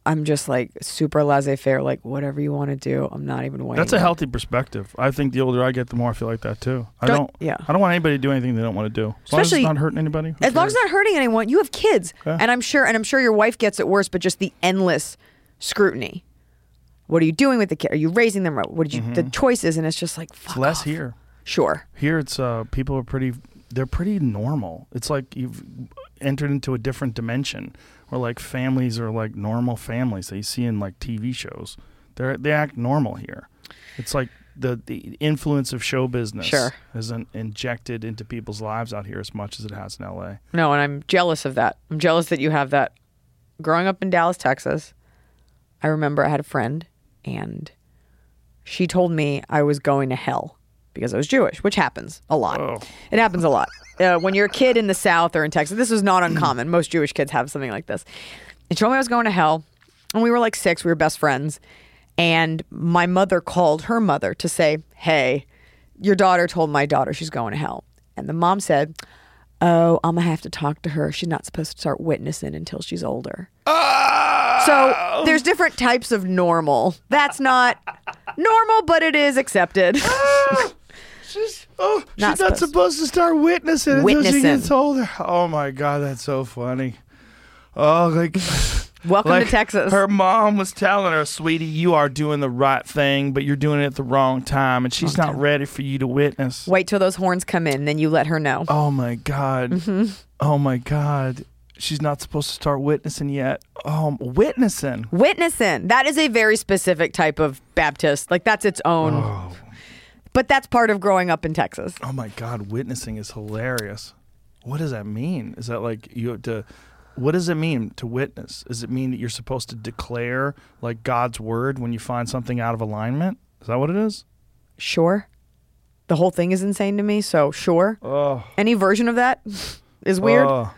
I'm just like super laissez faire, like whatever you want to do, I'm not even waiting.
That's a healthy perspective. I think the older I get, the more I feel like that too. I
Don't-
don't.
yeah.
I don't want anybody to do anything they don't want to do. As long as
Especially-
it's not hurting anybody. who
As long as it's
cares?
not hurting anyone, you have kids,
Yeah.
and I'm sure, and I'm sure your wife gets it worse. But just the endless scrutiny. What are you doing with the kid? Are you raising them? right? What did you? The choices, and it's just like fuck
Mm-hmm. It's less
off.
here.
Sure,
Here, it's uh, people are pretty. They're pretty normal. It's like you've entered into a different dimension, where like families are like normal families that you see in like TV shows. They they act normal here. It's like the the influence of show business
Sure.
isn't injected into people's lives out here as much as it has in L.A.
no, and I'm jealous of that. I'm jealous that you have that. Growing up in Dallas, Texas, I remember I had a friend, and she told me I was going to hell because I was Jewish, which happens a lot.
Whoa.
It happens a lot. Uh, when you're a kid in the South or in Texas, this is not uncommon. Most Jewish kids have something like this. And she told me I was going to hell. And we were like six, we were best friends. And my mother called her mother to say, Hey, your daughter told my daughter she's going to hell. And the mom said, Oh, I'm going to have to talk to her. She's not supposed to start witnessing until she's older.
Oh.
So there's different types of normal. That's not normal, but it is accepted.
Oh,
Not
she's not
supposed-
supposed to start witnessing until she
Witnessing.
gets older. Oh my god, that's so funny. Oh, like
Welcome
like
to Texas.
Her mom was telling her, "Sweetie, you are doing the right thing, but you're doing it at the wrong time, and she's not ready for you to witness."
Wait till those horns come in, then you let her know.
Oh my god.
Mm-hmm.
Oh my god. She's not supposed to start witnessing yet. Um, witnessing.
Witnessing. That is a very specific type of Baptist. Like that's its own. But that's part of growing up in Texas.
Oh my god, witnessing is hilarious. What does that mean? Is that like you have to what does it mean to witness? Does it mean that you're supposed to declare like God's word when you find something out of alignment? Is that what it is?
Sure. The whole thing is insane to me, so sure. Any version of that is weird.
Oh.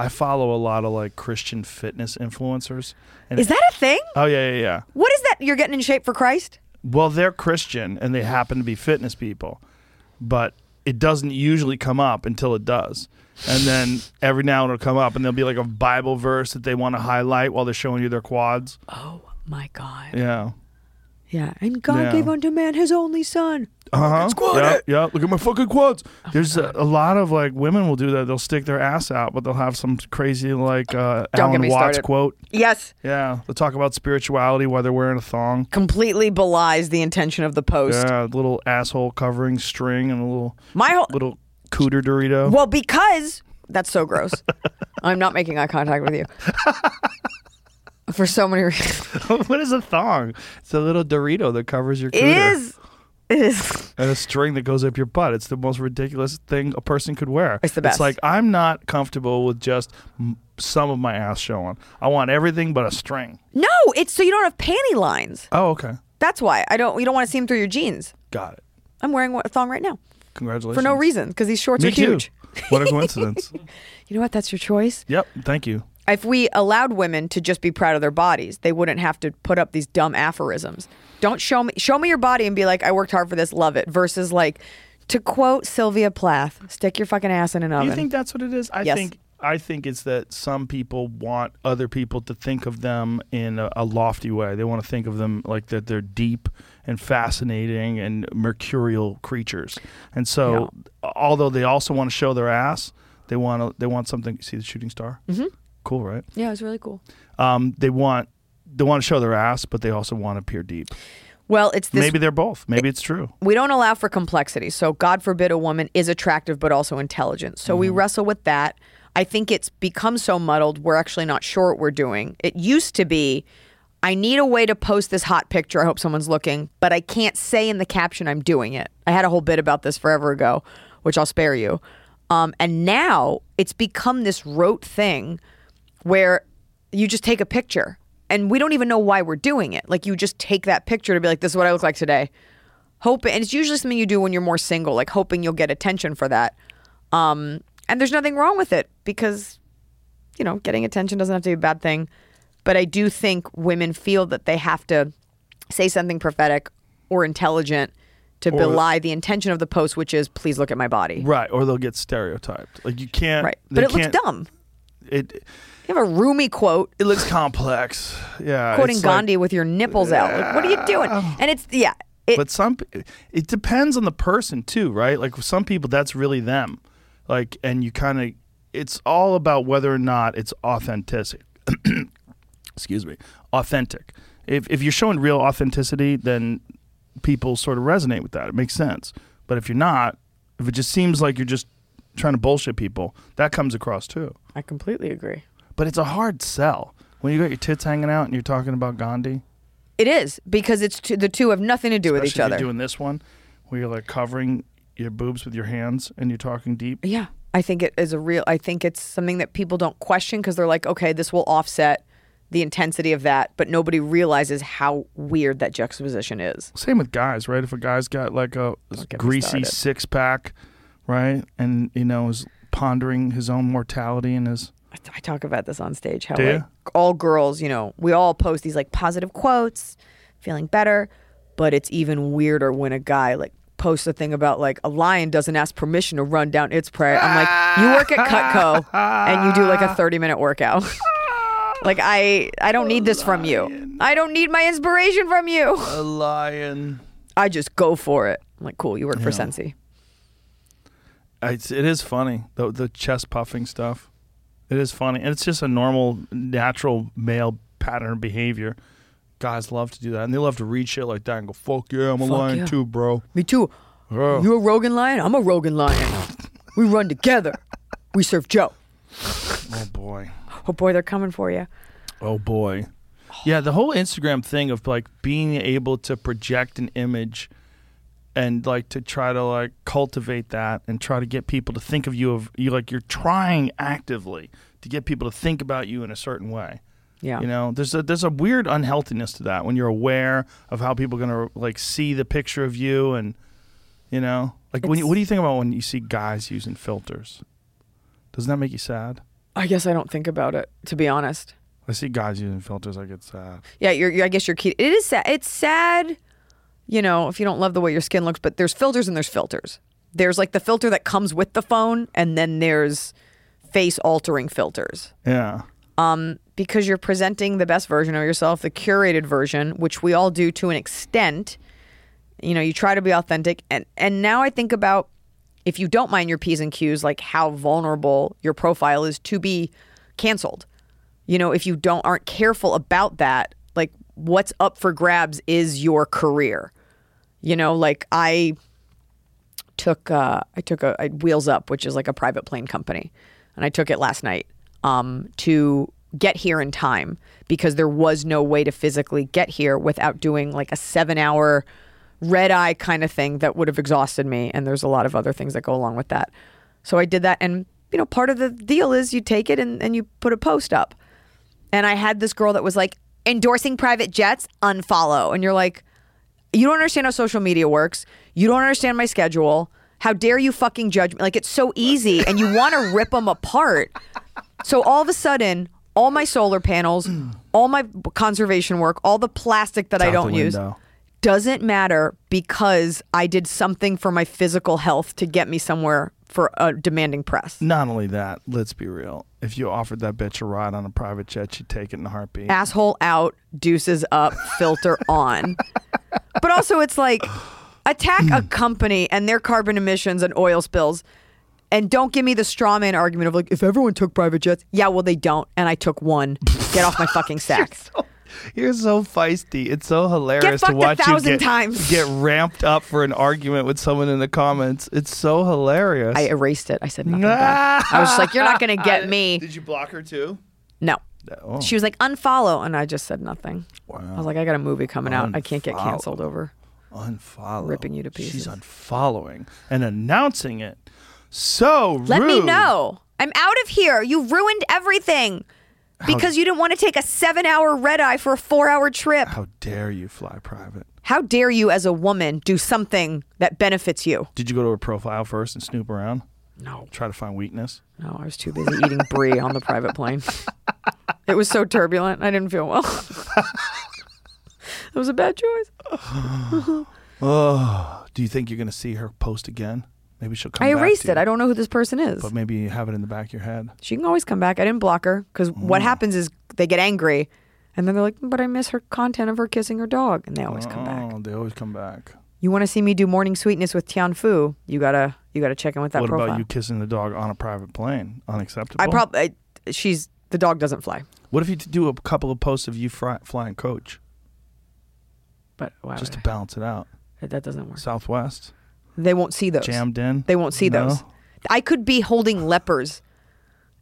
I follow a lot of like Christian fitness influencers. And
is that a thing?
Oh yeah, yeah, yeah.
What is that? You're getting in shape for Christ?
Well, they're Christian and they happen to be fitness people, but it doesn't usually come up until it does. And then every now and it'll come up, and there'll be like a Bible verse that they want to highlight while they're showing you their quads.
Oh my God.
Yeah.
Yeah. And God
Yeah.
gave unto man his only son.
Uh huh. Yeah. Yeah. Look at my fucking quads.
Oh
There's a, a lot of like women will do that. They'll stick their ass out, but they'll have some crazy like uh,
Don't get
Alan
me
Watts
started.
quote.
Yes.
Yeah. They'll talk about spirituality while they're wearing a thong.
Completely belies the intention of the post.
Yeah. Little asshole covering string and a little
My whole
little cooter Dorito.
Well, because that's so gross. I'm not making eye contact with you. For so many reasons.
what is a thong? It's a little Dorito that covers your
It
cooter.
is. It is.
And a string that goes up your butt. It's the most ridiculous thing a person could wear.
It's the best.
It's like, I'm not comfortable with just m- some of my ass showing. I want everything but a string.
No, it's so you don't have panty lines.
Oh, okay.
That's why I don't. You don't want to see them through your jeans.
Got it.
I'm wearing a thong right now
Congratulations.
for no reason because these shorts
Me
are
too.
huge.
What a coincidence.
You know what? That's your choice.
yep. Thank you.
If we allowed women to just be proud of their bodies, they wouldn't have to put up these dumb aphorisms. Don't show me show me your body and be like, I worked hard for this, love it. Versus like, to quote Sylvia Plath, stick your fucking ass in an
Do
oven.
you think that's what it is? I
Yes.
think I think it's that some people want other people to think of them in a, a lofty way. They want to think of them like that they're deep and fascinating and mercurial creatures. And so, although they also want to show their ass, they want to they want something. See the shooting star? Mm-hmm. Cool, right?
yeah, it's really cool.
Um, they want they want to show their ass, but they also want to peer deep.
Well, it's this.
Maybe they're both. Maybe it's true.
we don't allow for complexity. So, God forbid a woman is attractive but also intelligent. So, we wrestle with that. I think it's become so muddled, we're actually not sure what we're doing. It used to be, I need a way to post this hot picture. I hope someone's looking, but I can't say in the caption I'm doing it. I had a whole bit about this forever ago which I'll spare you. Um, and now it's become this rote thing where you just take a picture and we don't even know why we're doing it. Like you just take that picture to be like, this is what I look like today. Hope and it's usually something you do when you're more single, like hoping you'll get attention for that. Um, and there's nothing wrong with it because you know, getting attention doesn't have to be a bad thing. But I do think women feel that they have to say something prophetic or intelligent to belie the intention of the post, which is please look at my body.
Right, or they'll get stereotyped. Like you can't.
Right.
they
But it looks
can't-
dumb.
It
You have a roomy quote
it looks complex. Yeah,
quoting
it's like-
Gandhi with your nipples out. Like, what are you doing? And it's yeah. It,
but some it depends on the person too, right? Like with some people, that's really them. Like, and you kind of, it's all about whether or not it's authentic. Excuse me, authentic. If if you're showing real authenticity, then people sort of resonate with that. It makes sense. But if you're not, if it just seems like you're just trying to bullshit people, that comes across too.
I completely agree.
But it's a hard sell when you got your tits hanging out and you're talking about Gandhi.
It is because it's two, the two have nothing to do with each
Especially if
other.
You're doing this one where you're like covering your boobs with your hands and you're talking deep.
Yeah, I think it is a real. I think it's something that people don't question because they're like, okay, this will offset the intensity of that, but nobody realizes how weird that juxtaposition is.
Same with guys, right? If a guy's got like a
get me
greasy
started.
six pack, right, and you know is pondering his own mortality and his
I, I talk about this on stage how
Do you?
like all girls, you know, we all post these like positive quotes, feeling better, but it's even weirder when a guy like posts a thing about like a lion doesn't ask permission to run down its prey. I'm like, you work at Cutco and you do like a 30 minute workout. like I I don't need this from you. I don't need my inspiration from you.
a lion.
I just go for it. I'm like, cool, you work for Sensi.
It's, it is funny the the chest puffing stuff. It is funny, and it's just a normal, natural male pattern of behavior. Guys love to do that, and they love to read shit like that and go, "Fuck yeah, I'm a lion
yeah."
too, bro."
Me too.
Yeah.
You a Rogan lion? I'm a Rogan lion. we run together. We serve Joe.
Oh boy.
Oh boy, they're coming for you.
Oh boy. Yeah, the whole Instagram thing of like being able to project an image and like to try to like cultivate that and try to get people to think of you of you like you're trying actively to get people to think about you in a certain way.
Yeah.
You know, there's a there's a weird unhealthiness to that when you're aware of how people are going to like see the picture of you and you know, like when you,
It's-
what do you think about when you see guys using filters? Doesn't that make you sad?
I guess I don't think about it to be honest.
I see guys using filters, I get sad.
Yeah, you're, you're I guess you're key. It is sad. It's sad, you know, if you don't love the way your skin looks. But there's filters and there's filters. There's like the filter that comes with the phone, and then there's face altering filters.
Yeah.
Um, because you're presenting the best version of yourself, the curated version, which we all do to an extent. You know, you try to be authentic and and now I think about if you don't mind your P's and Q's, like how vulnerable your profile is to be canceled. You know, if you don't aren't careful about that, like what's up for grabs is your career. You know, like I took uh, I took a I, Wheels Up, which is like a private plane company, and I took it last night um, to get here in time because there was no way to physically get here without doing like a seven hour red eye kind of thing that would have exhausted me. And there's a lot of other things that go along with that. So I did that, and you know, part of the deal is you take it and, and you put a post up. And I had this girl that was like endorsing private jets, unfollow, and you're like you don't understand how social media works. You don't understand my schedule. How dare you fucking judge me? Like it's so easy and you want to rip them apart. So all of a sudden, all my solar panels, all my conservation work, all the plastic that I
out the
don't use
window.
doesn't matter because I did something for my physical health to get me somewhere for a demanding press.
Not only that, let's be real. If you offered that bitch a ride on a private jet, she'd take it in a heartbeat.
asshole out, deuces up, filter on. but also, it's like attack a company and their carbon emissions and oil spills, and don't give me the straw man argument of like, if everyone took private jets, yeah, well, they don't, and I took one. Get off my fucking sack.
You're so feisty. It's so hilarious to
fucked a
watch you
thousand
get,
times.
get ramped up for an argument with someone in the comments. It's so hilarious.
I erased it. I said nothing. back. I was just like, you're not gonna get me.
you block her too?
No.
Oh.
She was like, unfollow, and I just said nothing. I was like, I got a movie coming out. I can't get
Unfollow.
canceled over.
unfollow.
Ripping you to
She's
pieces.
unfollowing and announcing it. So
Let me
rude.
know. I'm out of here. You ruined everything because you didn't want to take a seven hour red eye for a four hour trip.
How dare you fly private?
How dare you, as a woman, do something that benefits you?
Did you go to her profile first and snoop around?
No.
Try to find weakness?
No, I was too busy eating brie on the private plane. It was so turbulent. I didn't feel well. it was a bad choice.
Do you think you're going to see her post again? Maybe she'll come
I
back
erased
to
it.
you,
I don't know who this person is.
But maybe you have it in the back of your head.
She can always come back. I didn't block her because
Mm.
what happens is they get angry and then they're like, but I miss her content of her kissing her dog. And they always come back.
Oh, they always come back.
You want to see me do morning sweetness with Tian Fu? You gotta, you gotta check in with that
what
profile.
about you kissing the dog on a private plane? Unacceptable.
I probably, she's the dog doesn't fly.
What if you do a couple of posts of you fry, flying coach
But why
just to
would
balance it out?
I? that doesn't work.
Southwest
They won't see those.
jammed in.
They won't see
No?
those. I could be holding lepers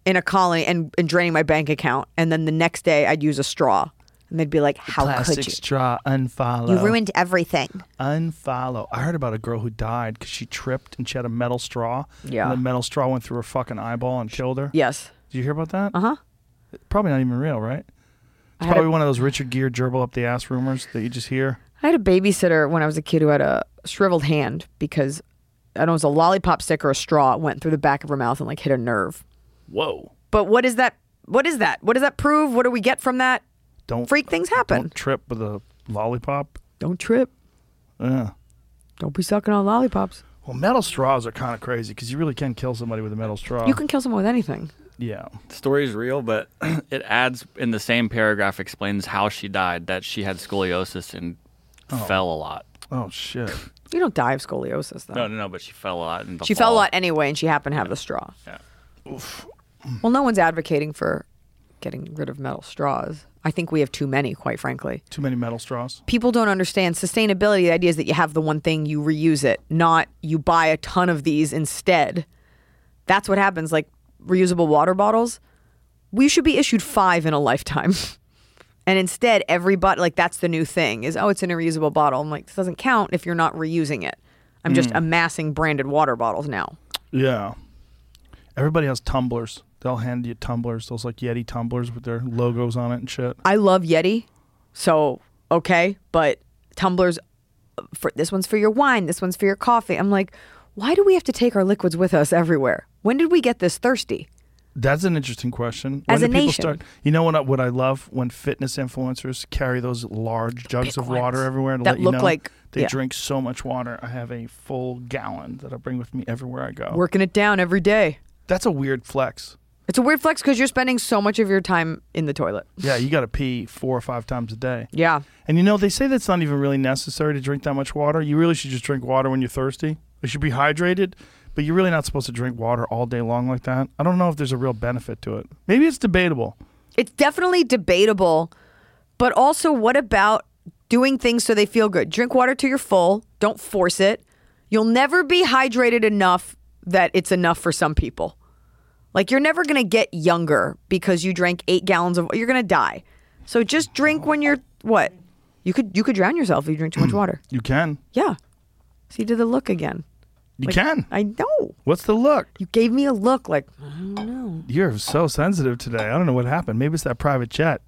in a colony and, and draining my bank account, and then the next day I'd use a straw, and they'd be like, "How
Plastic
could you?
straw unfollow.
You ruined everything.
unfollow. I heard about a girl who died because she tripped and she had a metal straw.
Yeah.
And the metal straw went through her fucking eyeball and killed her.
Yes.
Did you hear about that?
Uh huh.
Probably not even real, right? It's
had
probably
a-
one of those Richard Gere gerbil up the ass rumors that you just hear.
I had a babysitter when I was a kid who had a shriveled hand because I don't know, it was a lollipop stick or a straw it went through the back of her mouth and like hit a nerve.
Whoa.
But what is that? What is that? What does that prove? What do we get from that?
Don't
Freak things happen.
Don't trip with a lollipop.
Don't trip.
Yeah.
Don't be sucking on lollipops.
Well, metal straws are kind of crazy because you really can kill somebody with a metal straw.
You can kill someone with anything.
Yeah.
story's real, but it adds in the same paragraph explains how she died, that she had scoliosis and fell a lot.
Oh shit.
You don't die of scoliosis though.
No, no, no, but she fell a lot. In the
She fell a
fall.
lot anyway, and she happened to have the straw.
Yeah.
Well, no one's advocating for getting rid of metal straws. I think we have too many, quite frankly.
Too many metal straws.
People don't understand sustainability. The idea is that you have the one thing, you reuse it, not you buy a ton of these instead. That's what happens. Like reusable water bottles, we should be issued five in a lifetime. And instead, every bot like that's the new thing is oh, it's in a reusable bottle. I'm like, this doesn't count if you're not reusing it. I'm just amassing branded water bottles now.
Yeah. Everybody has tumblers. They'll hand you tumblers, those like Yeti tumblers with their logos on it and shit.
I love Yeti, so okay, but tumblers for this one's for your wine, this one's for your coffee. I'm like, why do we have to take our liquids with us everywhere? When did we get this thirsty?
That's an interesting question.
As
when do
a
people
nation.
start? You know what? I, what I love when fitness influencers carry those large jugs
big
of water
ones
everywhere and
that
let you
look
know
like-
they
yeah.
drink so much water. I have a full gallon that I bring with me everywhere I go.
Working it down every day.
That's a weird flex.
It's a weird flex because you're spending so much of your time in the toilet.
Yeah, you got to pee four or five times a day.
Yeah.
And you know, they say that's not even really necessary to drink that much water. You really should just drink water when you're thirsty. You should be hydrated, but you're really not supposed to drink water all day long like that. I don't know if there's a real benefit to it. Maybe it's debatable.
It's definitely debatable, but also what about doing things so they feel good? Drink water till you're full, don't force it. You'll never be hydrated enough that it's enough for some people. Like you're never going to get younger because you drank 8 gallons of you're going to die. So just drink when you're what? You could you could drown yourself if you drink too much water.
You can.
Yeah. So you did the look again.
You can.
I know.
What's the look?
You gave me a look like
You're so sensitive today. I don't know what happened. Maybe it's that private jet.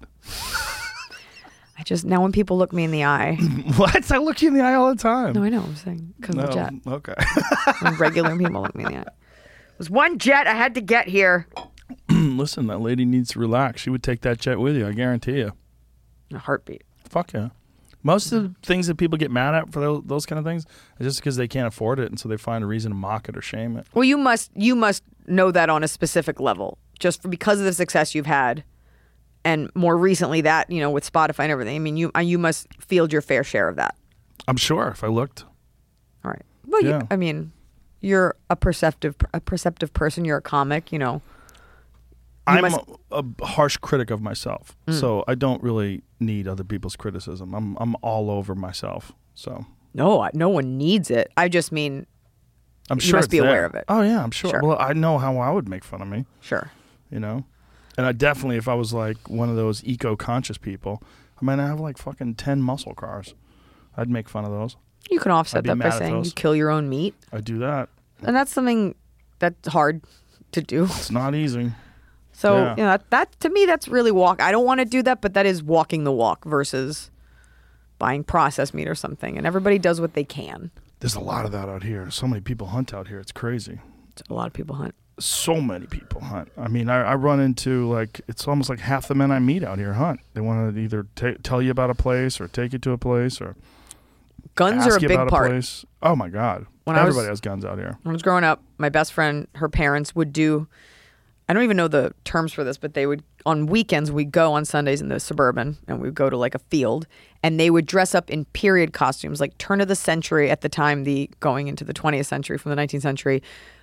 I just now when people look me in the eye.
What? I look you in the eye all the time.
no, I know. I'm saying cuz of the jet.
Oh, okay.
when regular people look me in the eye. It was one jet I had to get here.
Listen, that lady needs to relax. She would take that jet with you. I guarantee you.
A heartbeat.
Fuck yeah. Most of the things that people get mad at for tho- those kind of things is just because they can't afford it, and so they find a reason to mock it or shame it.
Well, you must you must know that on a specific level, just for, because of the success you've had, and more recently that you know with Spotify and everything. I mean, you uh, you must field your fair share of that.
I'm sure if I looked.
All right. Well,
Yeah.
you, I mean, you're a perceptive a perceptive person. You're a comic. You know.
I'm
must- Mm.
a, a harsh critic of myself, so I don't really need other people's criticism. I'm I'm all over myself, so
No, I- no one needs it. I just mean,
I'm
You
sure
must
it's
be
there.
aware of it.
Oh yeah, I'm sure.
Sure.
Well, I know how I would make fun of me,
sure.
you know, and I definitely if I was like one of those eco-conscious people, I mean, I have like fucking ten muscle cars. I'd make fun of those.
You can offset
I'd be
that by
mad at
saying
those.
you kill your own meat,
I do that.
and that's something that's hard to do.
It's not easy.
So
Yeah.
you know that, that to me that's really walk. I don't want to do that, but that is walking the walk versus buying processed meat or something. And everybody does what they can.
There's a lot of that out here. So many people hunt out here. It's crazy.
A lot of people hunt.
So many people hunt. I mean, I, I run into like it's almost like half the men I meet out here hunt. They want to either ta tell you about a place or take you to a place or
Guns
ask
are a
you
big
about
part.
a place. Oh my god!
When I was-
Everybody has guns out here.
when I was growing up, my best friend, her parents would do I don't even know the terms for this, but they would on weekends we'd go on Sundays in the suburban and we'd go to like a field and they would dress up in period costumes, like turn of the century at the time the going into the twentieth century from the nineteenth century,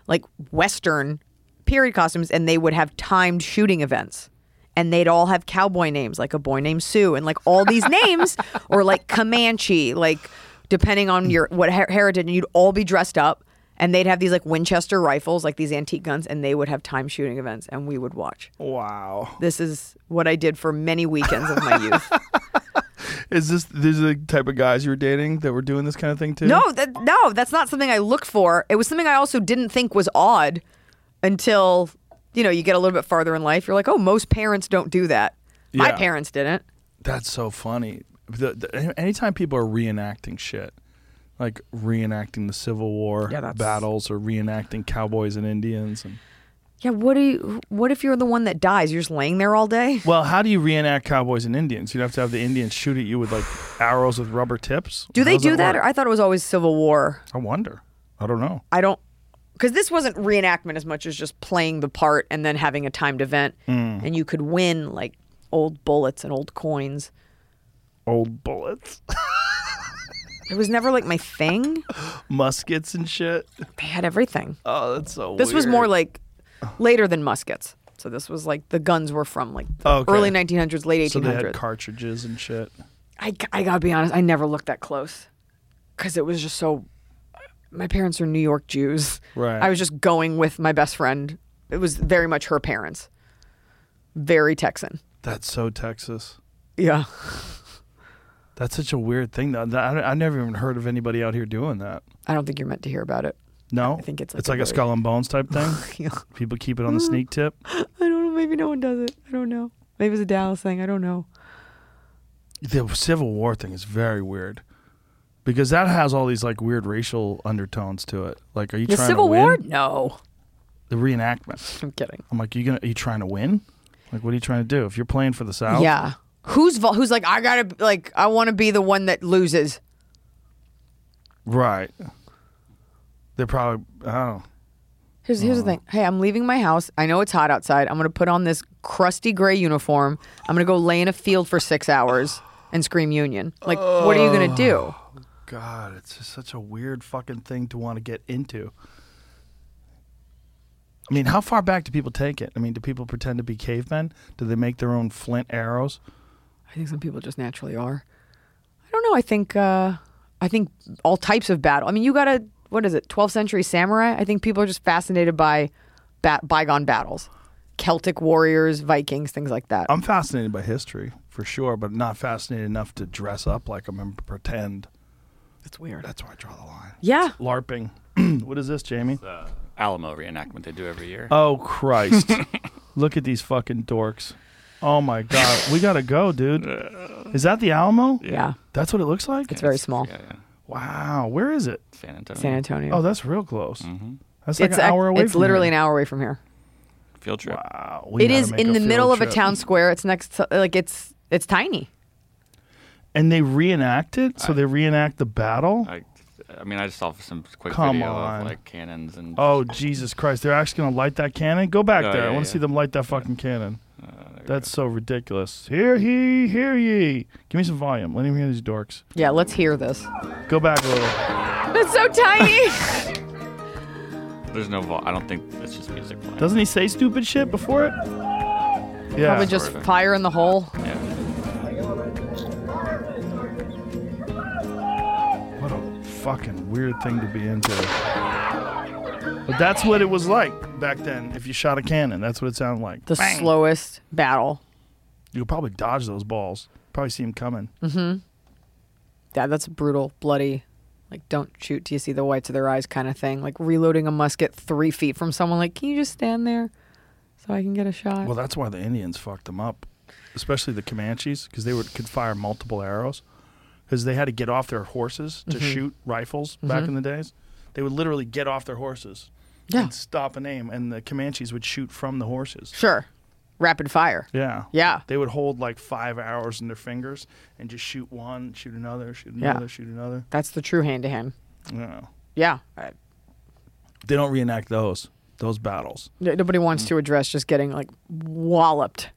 like Western period costumes, and they would have timed shooting events. And they'd all have cowboy names, like a boy named Sue, and like all these names, or like Comanche, like depending on your what her- heritage, and you'd all be dressed up, and they'd have these like Winchester rifles, like these antique guns, and they would have time shooting events, and we would watch.
Wow!
This is what I did for many weekends of my youth.
Is this these are the type of guys you were dating that were doing this kind of thing too?
No, that, no, that's not something I looked for. It was something I also didn't think was odd until you know you get a little bit farther in life. You're like, oh, most parents don't do that. My
Yeah.
parents didn't.
That's so funny. The, the, anytime people are reenacting shit, like reenacting the Civil War
Yeah, that's-
battles or reenacting cowboys and Indians, and
Yeah, what do you? What if you're the one that dies? You're just laying there all day.
well, how do you reenact cowboys and Indians? You'd have to have the Indians shoot at you with like arrows with rubber tips.
Do
How
they
does
do that? Or
work?
I thought it was always Civil War.
I wonder. I don't know.
I don't because this wasn't reenactment as much as just playing the part and then having a timed event,
Hmm.
and you could win like old bullets and old coins.
Old bullets,
It was never like my thing.
muskets, and shit.
They had everything.
Oh, that's so.
This was
weird.
more like later than muskets. So this was like the guns were from like the
Okay.
early 1900s, late 1800s.
So they had cartridges and shit.
I, I gotta be honest, I never looked that close because it was just so. My parents are New York Jews.
Right.
I was just going with my best friend. It was very much her parents. Very Texan.
That's so Texas.
Yeah.
That's such a weird thing. though. That- I, I never even heard of anybody out here doing that.
I don't think you're meant to hear about it.
No,
I think it's like
it's
a
like a
very- Oh,
skull and bones type thing.
Yeah.
People keep it on the sneak tip.
I don't know. Maybe no one does it. I don't know. Maybe it's a Dallas thing. I don't know.
The Civil War thing is very weird because that has all these like weird racial undertones to it. Like, are you
The
trying
Civil
to win?
War? No.
The reenactment.
I'm kidding.
I'm like, you gonna? Are you trying to win? Like, what are you trying to do? If you're playing for the South,
Yeah. Who's vol- who's like I gotta like I want to be the one that loses.
right? They're probably. I don't know.
Here's here's the thing.
Oh.
Hey, I'm leaving my house. I know it's hot outside. I'm gonna put on this crusty gray uniform. I'm gonna go lay in a field for six hours and scream union. Like, what are you gonna do?
God, it's just such a weird fucking thing to want to get into. I mean, how far back do people take it? I mean, do people pretend to be cavemen? Do they make their own flint arrows?
I think some people just naturally are. I don't know. I think uh, I think all types of battle. I mean, you got to what is it? 12th century samurai. I think people are just fascinated by bat- bygone battles, Celtic warriors, Vikings, things like that.
I'm fascinated by history for sure, but not fascinated enough to dress up like I'm and pretend.
That's weird.
That's where I draw the line.
Yeah.
LARPing. what is this, Jamie?
Alamo reenactment they do every year.
Oh Christ! Look at these fucking dorks. Oh my God, we gotta go, dude. Is that the Alamo?
Yeah.
That's what it looks like.
It's very small.
yeah, yeah.
wow. Where is it?
San Antonio.
San Antonio.
Oh, that's real close. That's like
it's
an
ac-
hour away.
It's
from
literally
here.
an hour away from here.
Field trip.
Wow, we
it
gotta
is
make
in
a
the
field
middle of a
trip.
town square. It's next to like it's it's tiny.
and they reenact it. So they reenact the battle.
I, I mean, I just saw some quick
Come
video
on.
of like cannons and
oh Jesus Christ! They're actually gonna light that cannon. Go back
Oh,
there. I
yeah,
want to
yeah.
see them light that fucking cannon.
Uh,
That's so ridiculous. Hear ye, hear ye. Give me some volume. Let me hear these dorks.
Yeah, let's hear this.
Go back a little.
It's so tiny.
there's no. Vol- I don't think it's just music playing.
Doesn't he say stupid shit before it? Yeah.
Probably just fire in the hole.
What a fucking weird thing to be into. But that's what it was like back then. If you shot a cannon, that's what it sounded like.
The slowest battle.
You'll probably Mm. dodge those balls. Probably see them coming.
Yeah, that's a brutal, bloody like don't shoot till you see the whites of their eyes kind of thing. Like reloading a musket three feet from someone. Like, can you just stand there so I can get a shot?
Well, that's why the Indians fucked them up, especially the Comanches, because they would, could fire multiple arrows, because they had to get off their horses to shoot rifles back in the days. They would literally get off their horses
Yeah.
and stop and aim, and the Comanches would shoot from the horses.
sure, rapid fire.
Yeah.
Yeah.
They would hold like five arrows in their fingers and just shoot one, shoot another, shoot
Yeah.
another, shoot another.
That's the true hand to hand.
No.
Yeah. Uh, I-
They don't reenact those those battles.
no- Nobody wants to address just getting like walloped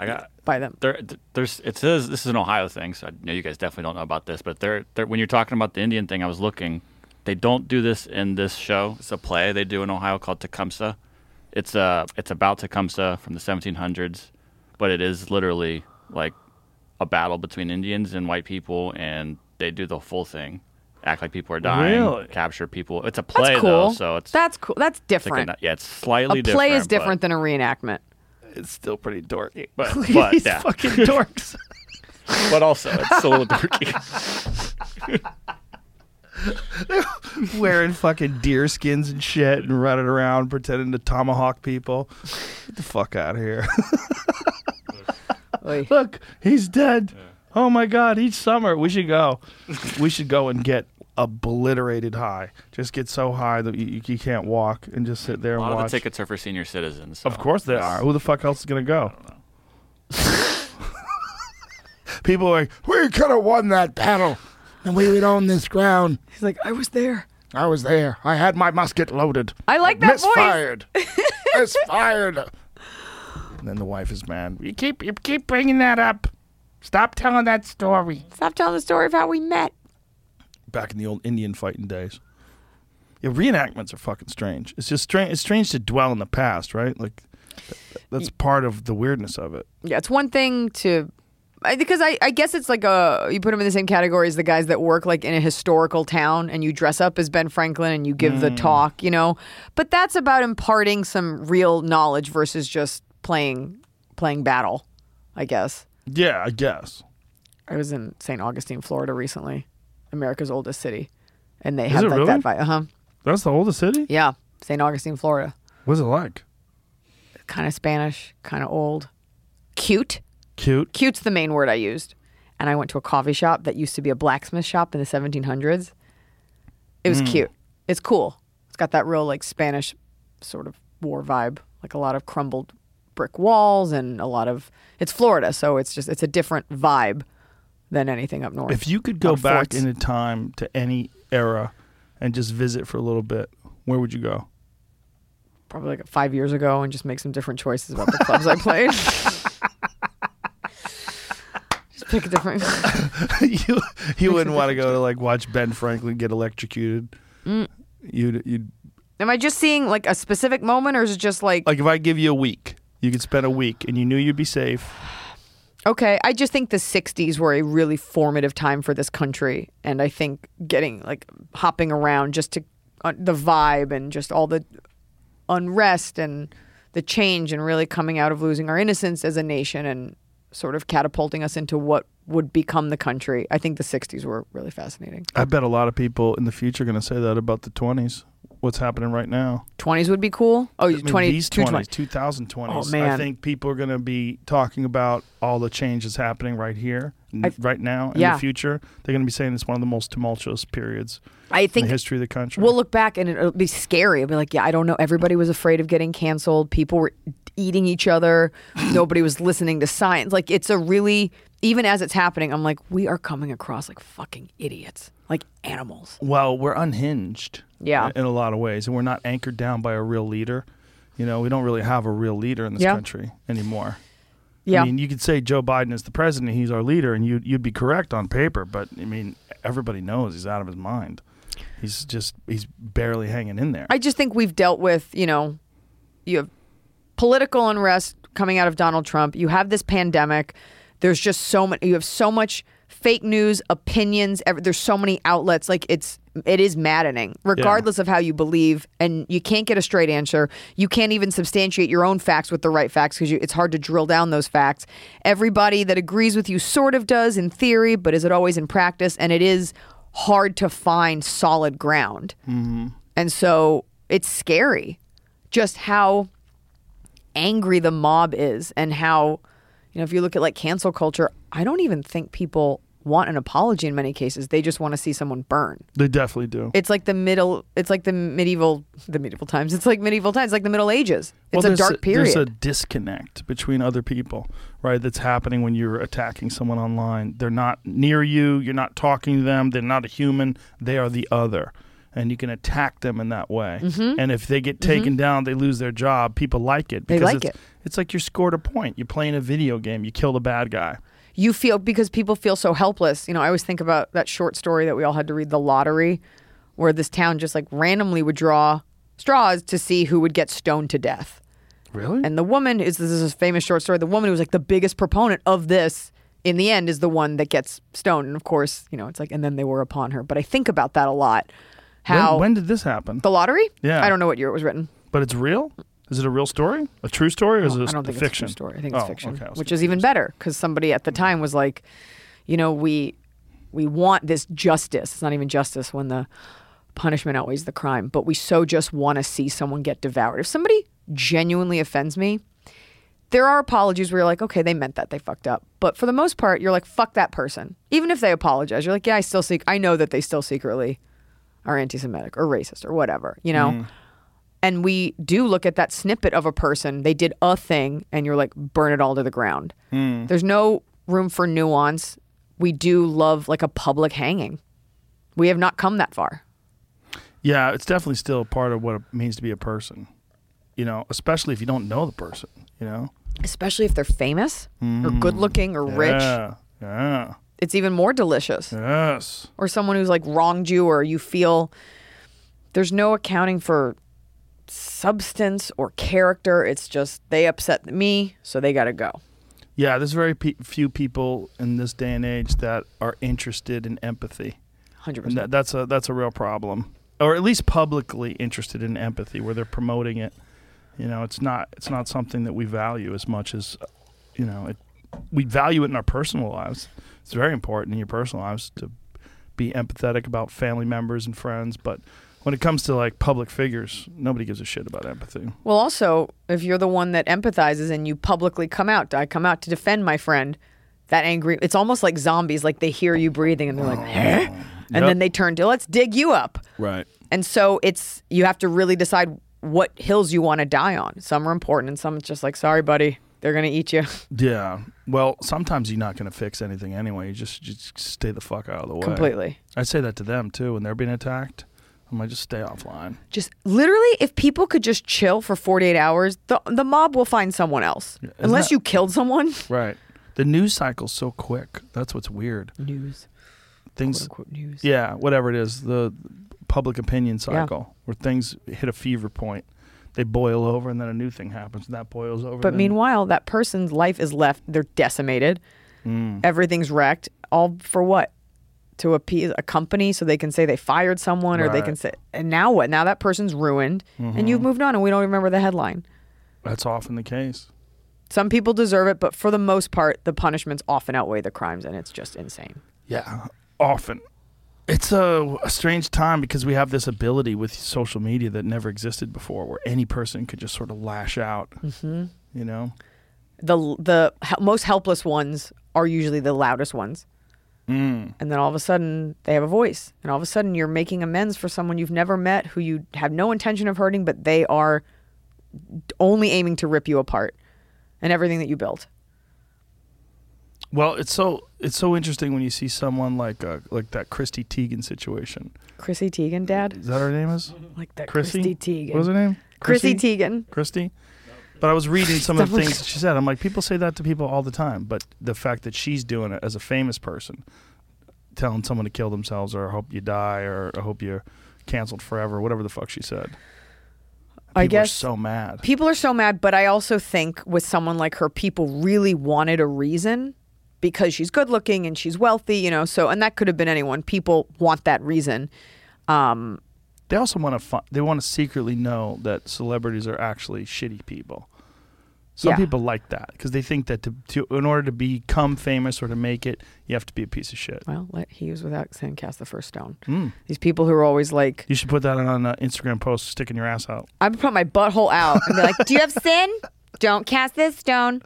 I got
by them.
there. th- There's it says this is an Ohio thing, so I know you guys definitely don't know about this, but there, there when you're talking about the Indian thing, I was looking. They don't do this in this show. It's a play they do in Ohio called Tecumseh. It's uh, it's about Tecumseh from the 1700s, but it is literally like a battle between Indians and white people, and they do the full thing, act like people are dying,
Really?
capture people. It's a
That's
play
cool.
though, so it's
that's cool. That's
like a
different.
n- yeah, it's slightly
a play is different
different, but-
than a reenactment.
It's still pretty dorky.
but, but
These
yeah,
fucking dorks.
but also it's a little dorky.
Wearing fucking deer skins and shit and running around pretending to tomahawk people. Get the fuck out of here.
Oy.
Look, he's dead. Oh my god, each summer we should go. we should go and get obliterated high. Just get so high that you, you can't walk and just sit there
A
and
lot of the
watch.
tickets are for senior citizens.
Of course they are. Who the fuck else is gonna go? People are like,
We could have won that battle, and we would own this ground.
He's like, I was there.
I was there. I had my musket loaded.
I like that
Misfired. Misfired.
and then the wife is mad. You keep you keep bringing that up. Stop telling that story.
voice. Stop telling the story of how we met.
Back in the old Indian fighting days. Yeah, reenactments are fucking strange. It's just strange. It's strange to dwell in the past, right? Like, th- that's part of the weirdness of it.
Yeah, it's one thing to. I, because I, I guess it's like a you put them in the same category as the guys that work like in a historical town and you dress up as Ben Franklin and you give the talk, you know. But that's about imparting some real knowledge versus just playing playing battle, I guess.
Yeah, I guess.
I was in St. Augustine, Florida recently, America's oldest city, and they
it
had like
really?
that vibe. Uh huh.
That's the oldest city.
Yeah, St. Augustine, Florida.
What's it like?
Kind of Spanish, kind of old, cute.
Cute.
cute's the main word I used. And I went to a coffee shop that used to be a blacksmith shop in the 1700s. It
Hmm.
was cute. It's cool. It's got that real like Spanish sort of war vibe, like a lot of crumbled brick walls and a lot of it's Florida, so it's just it's a different vibe than anything up north.
If you could go
Not
back
forts.
in time to any era and just visit for a little bit, where would you go?
probably like 5 years ago and just make some different choices about the clubs I played. just pick a different
you you wouldn't want to go to like watch Ben Franklin get electrocuted.
Mm.
You'd you'd
Am I just seeing like a specific moment or is it just like
like if I give you a week, you could spend a week and you knew you'd be safe.
Okay, I just think the 60s were a really formative time for this country and I think getting like hopping around just to uh, the vibe and just all the unrest and the change and really coming out of losing our innocence as a nation and sort of catapulting us into what would become the country. I think the 60s were really fascinating.
I bet a lot of people in the future are going to say that about the 20s. What's happening right now?
20s would be cool. Oh,
I mean,
20
these
220.
20s, 2020s.
Oh, man.
I think people are going to be talking about all the changes happening right here, n-
I-
right now, in
Yeah.
the future. They're going to be saying it's one of the most tumultuous periods
I
in
think
the history of the country.
We'll look back and it'll be scary. It'll be like, yeah, I don't know. Everybody was afraid of getting canceled. People were eating each other. Nobody was listening to science. Like, it's a really, even as it's happening, I'm like, we are coming across like fucking idiots, like animals.
well, we're unhinged.
Yeah.
In a lot of ways, and we're not anchored down by a real leader. You know, we don't really have a real leader in this
Yeah.
country anymore.
Yeah.
I mean, you could say Joe Biden is the president, he's our leader, and you'd, you'd be correct on paper, but I mean, everybody knows he's out of his mind. He's just, he's barely hanging in there.
I just think we've dealt with, you know, you have political unrest coming out of Donald Trump. You have this pandemic. There's just so much. You have so much fake news, opinions. Every, there's so many outlets. Like it's it is maddening, regardless of how you believe, and you can't get a straight answer. You can't even substantiate your own facts with the right facts because it's hard to drill down those facts. Everybody that agrees with you sort of does in theory, but is it always in practice? And it is hard to find solid ground. And so it's scary just how angry the mob is and how you know if you look at like cancel culture, I don't even think people want an apology in many cases. They just want to see someone burn.
They definitely do.
It's like the middle it's like the medieval the medieval times. It's like medieval times, like the middle ages. It's a
there's
dark period.
There's a disconnect between other people, right? That's happening when you're attacking someone online. They're not near you. You're not talking to them. They're not a human. They are the other, and you can attack them in that way. And if they get taken down, they lose their job. People like it
Mm-hmm. They
because
like
it's,
it.
It's like you scored a point. You're playing a video game. You killed a bad guy.
you feel because people feel so helpless. You know, I always think about that short story that we all had to read, The Lottery, where this town just like randomly would draw straws to see who would get stoned to death.
Really?
And the woman is this is a famous short story. The woman who was like the biggest proponent of this in the end is the one that gets stoned. And of course, you know, it's like and then they were upon her. But I think about that a lot. How
When, when did this happen?
the lottery?
Yeah.
I don't know what year it was written.
but it's real. Is it a real story? A true story, or is
No,
it
I don't think
fiction?
it's a true story. I think it's
Oh,
fiction,
okay, I was
which is even better because somebody at the
Mm-hmm.
time was like, you know, we we want this justice. It's not even justice when the punishment outweighs the crime, but we so just want to see someone get devoured. If somebody genuinely offends me, there are apologies where you're like, okay, they meant that, they fucked up. But for the most part, you're like, fuck that person. Even if they apologize, you're like, yeah, I still seek. I know that they still secretly are anti-Semitic or racist or whatever, you
Mm.
know. And we do look at that snippet of a person. They did a thing, and you're like, burn it all to the ground. There's no room for nuance. We do love like a public hanging. We have not come that far.
Yeah, it's definitely still part of what it means to be a person. You know, especially if you don't know the person. You know,
especially if they're famous or good looking or rich.
Yeah, yeah,
It's even more delicious.
yes.
Or someone who's like wronged you or you feel there's no accounting for substance or character. It's just they upset me, so they got to go.
Yeah, there's very pe- few people in this day and age that are interested in empathy,
100%.
and that, that's a that's a real problem, or at least publicly interested in empathy, where they're promoting it. You know, it's not it's not something that we value as much as, you know, it, we value it in our personal lives. It's very important in your personal lives to be empathetic about family members and friends, but when it comes to like public figures, nobody gives a shit about empathy.
Well, also, if you're the one that empathizes and you publicly come out, I come out to defend my friend, that angry, it's almost like zombies, like they hear you breathing and they're
Oh.
like, huh? And
Yep.
then they turn to, let's dig you up.
Right.
And so it's, you have to really decide what hills you want to die on. Some are important and some it's just like, sorry, buddy, they're going to eat you.
Yeah. Well, sometimes you're not going to fix anything anyway. You just just stay the fuck out of the way.
Completely.
I say that to them too when they're being attacked. I'm like, just stay offline.
Just literally, if people could just chill for 48 hours, the, the mob will find someone else.
isn't
Unless
that-
you killed someone.
Right. The news cycle's so quick. That's what's weird.
News, quote
Things.
unquote news.
Yeah. Whatever it is, the public opinion cycle where things hit a fever point. They boil over, and then a new thing happens, and that boils over.
But
and then-
meanwhile, that person's life is left. They're decimated.
Mm.
Everything's wrecked. All for what? To appease a company so they can say they fired someone or they
Right. Mm-hmm.
can say, and now what? Now that person's ruined and you've moved on and we don't remember the headline.
that's often the case.
Some people deserve it, but for the most part, the punishments often outweigh the crimes and it's just insane.
Yeah, often. It's a, a strange time because we have this ability with social media that never existed before, where any person could just sort of lash out. Mm-hmm. You know,
The, the hel- most helpless ones are usually the loudest ones. And then all of a sudden, they have a voice. And all of a sudden, you're making amends for someone you've never met who you have no intention of hurting, but they are only aiming to rip you apart and everything that you built.
well, it's so it's so interesting when you see someone like uh, like that Christy Teigen situation.
Chrissy Teigen, Dad?
Is that her name is
Like that
Chrissy
Chrissy Teigen.
What was her name?
Chrissy Teigen.
Christy. But I was reading some of the
Someone-
things that she said. I'm like, people say that to people all the time, but the fact that she's doing it as a famous person, telling someone to kill themselves or I hope you die or I hope you're canceled forever, whatever the fuck she said.
I
People
guess-
are so mad.
People are so mad, but I also think with someone like her, people really wanted a reason because she's good looking and she's wealthy, you know, so, and that could have been anyone. People want that reason. Um,
They also want to. Fu- they want to secretly know that celebrities are actually shitty people. Some
Yeah.
people like that because they think that to, to in order to become famous or to make it, you have to be a piece of shit.
Well, let, he was without saying cast the first stone. These people who are always like,
You should put that on an Instagram post, sticking your ass out.
I'm gonna put my butthole out and be like,
Do you have sin? Don't cast this stone.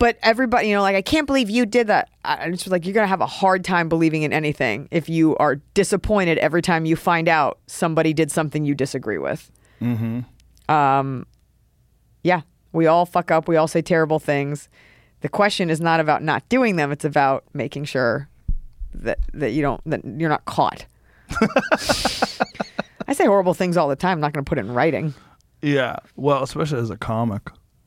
but everybody, you know, like I can't believe you did that. I- I'm just like, you're gonna have a hard time believing in anything if you are disappointed every time you find out somebody did something you disagree with. Mm-hmm. Um, yeah, we all fuck up. We all say terrible things. The question is not about not doing them. It's about making sure that that you don't that you're not caught. I say horrible things all the time. I'm not going to put it in writing.
Yeah. Well, especially as a comic.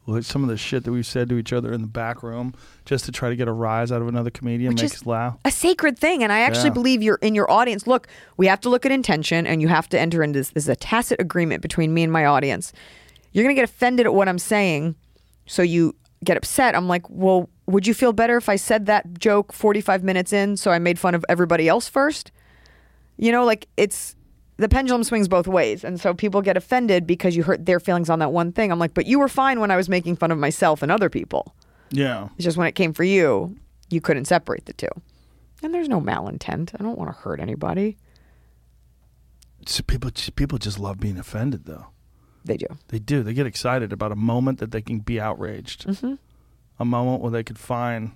Like some of the shit that we've said to each other in the back room just to try to get a rise out of another comedian
Which
makes
is
us laugh.
a sacred thing. And I actually
Yeah.
believe you're in your audience. Look, we have to look at intention and you have to enter into this. This is a tacit agreement between me and my audience. You're going to get offended at what I'm saying. So you get upset. I'm like, well, would you feel better if I said that joke 45 minutes in so I made fun of everybody else first? You know, like it's the pendulum swings both ways. And so people get offended because you hurt their feelings on that one thing. I'm like, but you were fine when I was making fun of myself and other people.
Yeah.
It's just when it came for you, you couldn't separate the two. And there's no malintent. I don't want to hurt anybody.
So people people just love being offended though.
They do.
They do. They get excited about a moment that they can be outraged.
Mm-hmm.
A moment where they could find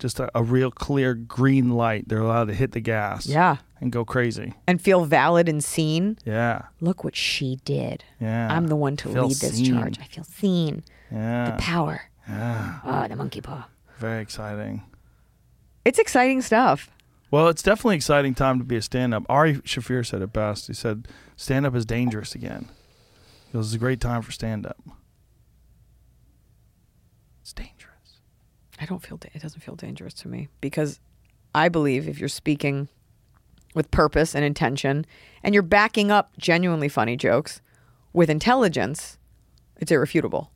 just a, a real clear green light. They're allowed to hit the gas.
Yeah.
And go crazy.
And feel valid and seen.
Yeah.
Look what she did.
Yeah.
I'm the one to
Feel
lead this
seen. Uh,
charge. I feel seen.
Yeah.
The power.
Ah,
Oh, the monkey paw.
Very exciting.
It's exciting stuff.
Well, it's definitely an exciting time to be a stand up. Ari Shafir said it best. He said, Stand up is dangerous again. He goes, It's a great time for stand up. It's dangerous.
I don't feel da- it doesn't feel dangerous to me because I believe if you're speaking with purpose and intention and you're backing up genuinely funny jokes with intelligence, it's irrefutable.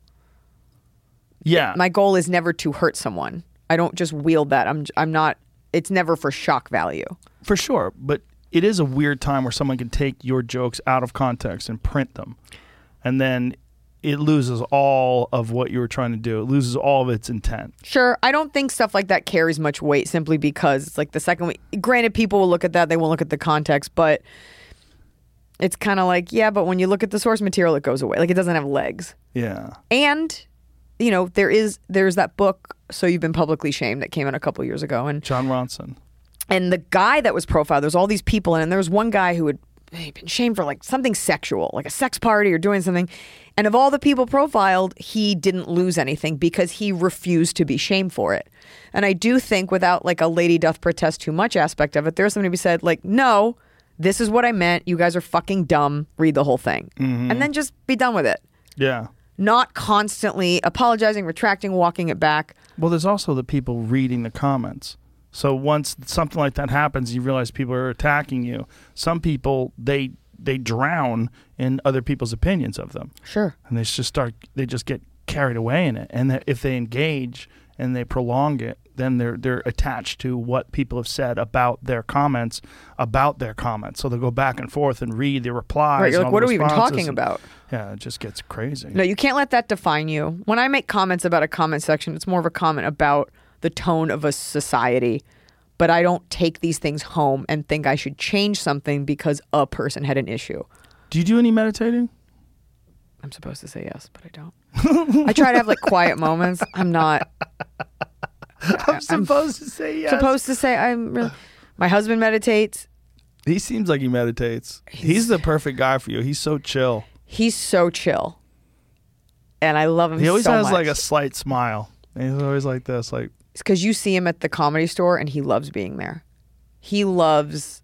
Yeah.
My goal is never to hurt someone. I don't just wield that. I'm j- I'm not it's never for shock value.
for sure. But it is a weird time where someone can take your jokes out of context and print them. And then it loses all of what you were trying to do, it loses all of its intent.
Sure, I don't think stuff like that carries much weight simply because it's like the second week. Granted, people will look at that; they won't look at the context, but it's kind of like, yeah, but when you look at the source material, it goes away. Like it doesn't have legs.
Yeah.
And you know, there is there's that book, so you've been publicly shamed that came out a couple years ago, and
John Ronson.
and the guy that was profiled, there's all these people, in it, and there was one guy who had he'd been shamed for like something sexual, like a sex party or doing something. And of all the people profiled, he didn't lose anything because he refused to be shamed for it. And I do think, without like a lady doth protest too much aspect of it, there's something to be said like, no, this is what I meant. You guys are fucking dumb. Read the whole thing and then just be done with it.
Yeah.
Not constantly apologizing, retracting, walking it back.
Well, there's also the people reading the comments. So once something like that happens, you realize people are attacking you. Some people they they drown in other people's opinions of them,
Sure.
and they just start they just get carried away in it. And that if they engage and they prolong it, then they're they're attached to what people have said about their comments about their comments. So they'll go back and forth and read the replies.
Right, you're
and
like,
all the
what are we even
responses.
talking about?
Yeah, it just gets crazy.
No, you can't let that define you. When I make comments about a comment section, it's more of a comment about the tone of a society. But I don't take these things home and think I should change something because a person had an issue.
Do you do any meditating?
I'm supposed to say yes, but I don't. I try to have like quiet moments. I'm not
I'm supposed to say yes.
supposed to say I'm really. My husband meditates.
He seems like he meditates. He's, the perfect guy for you. He's so chill.
He's so chill, and I love him.
He always
so
has
much.
like a slight smile. And he's always like this, like
because you see him at the comedy store and he loves being there. He loves,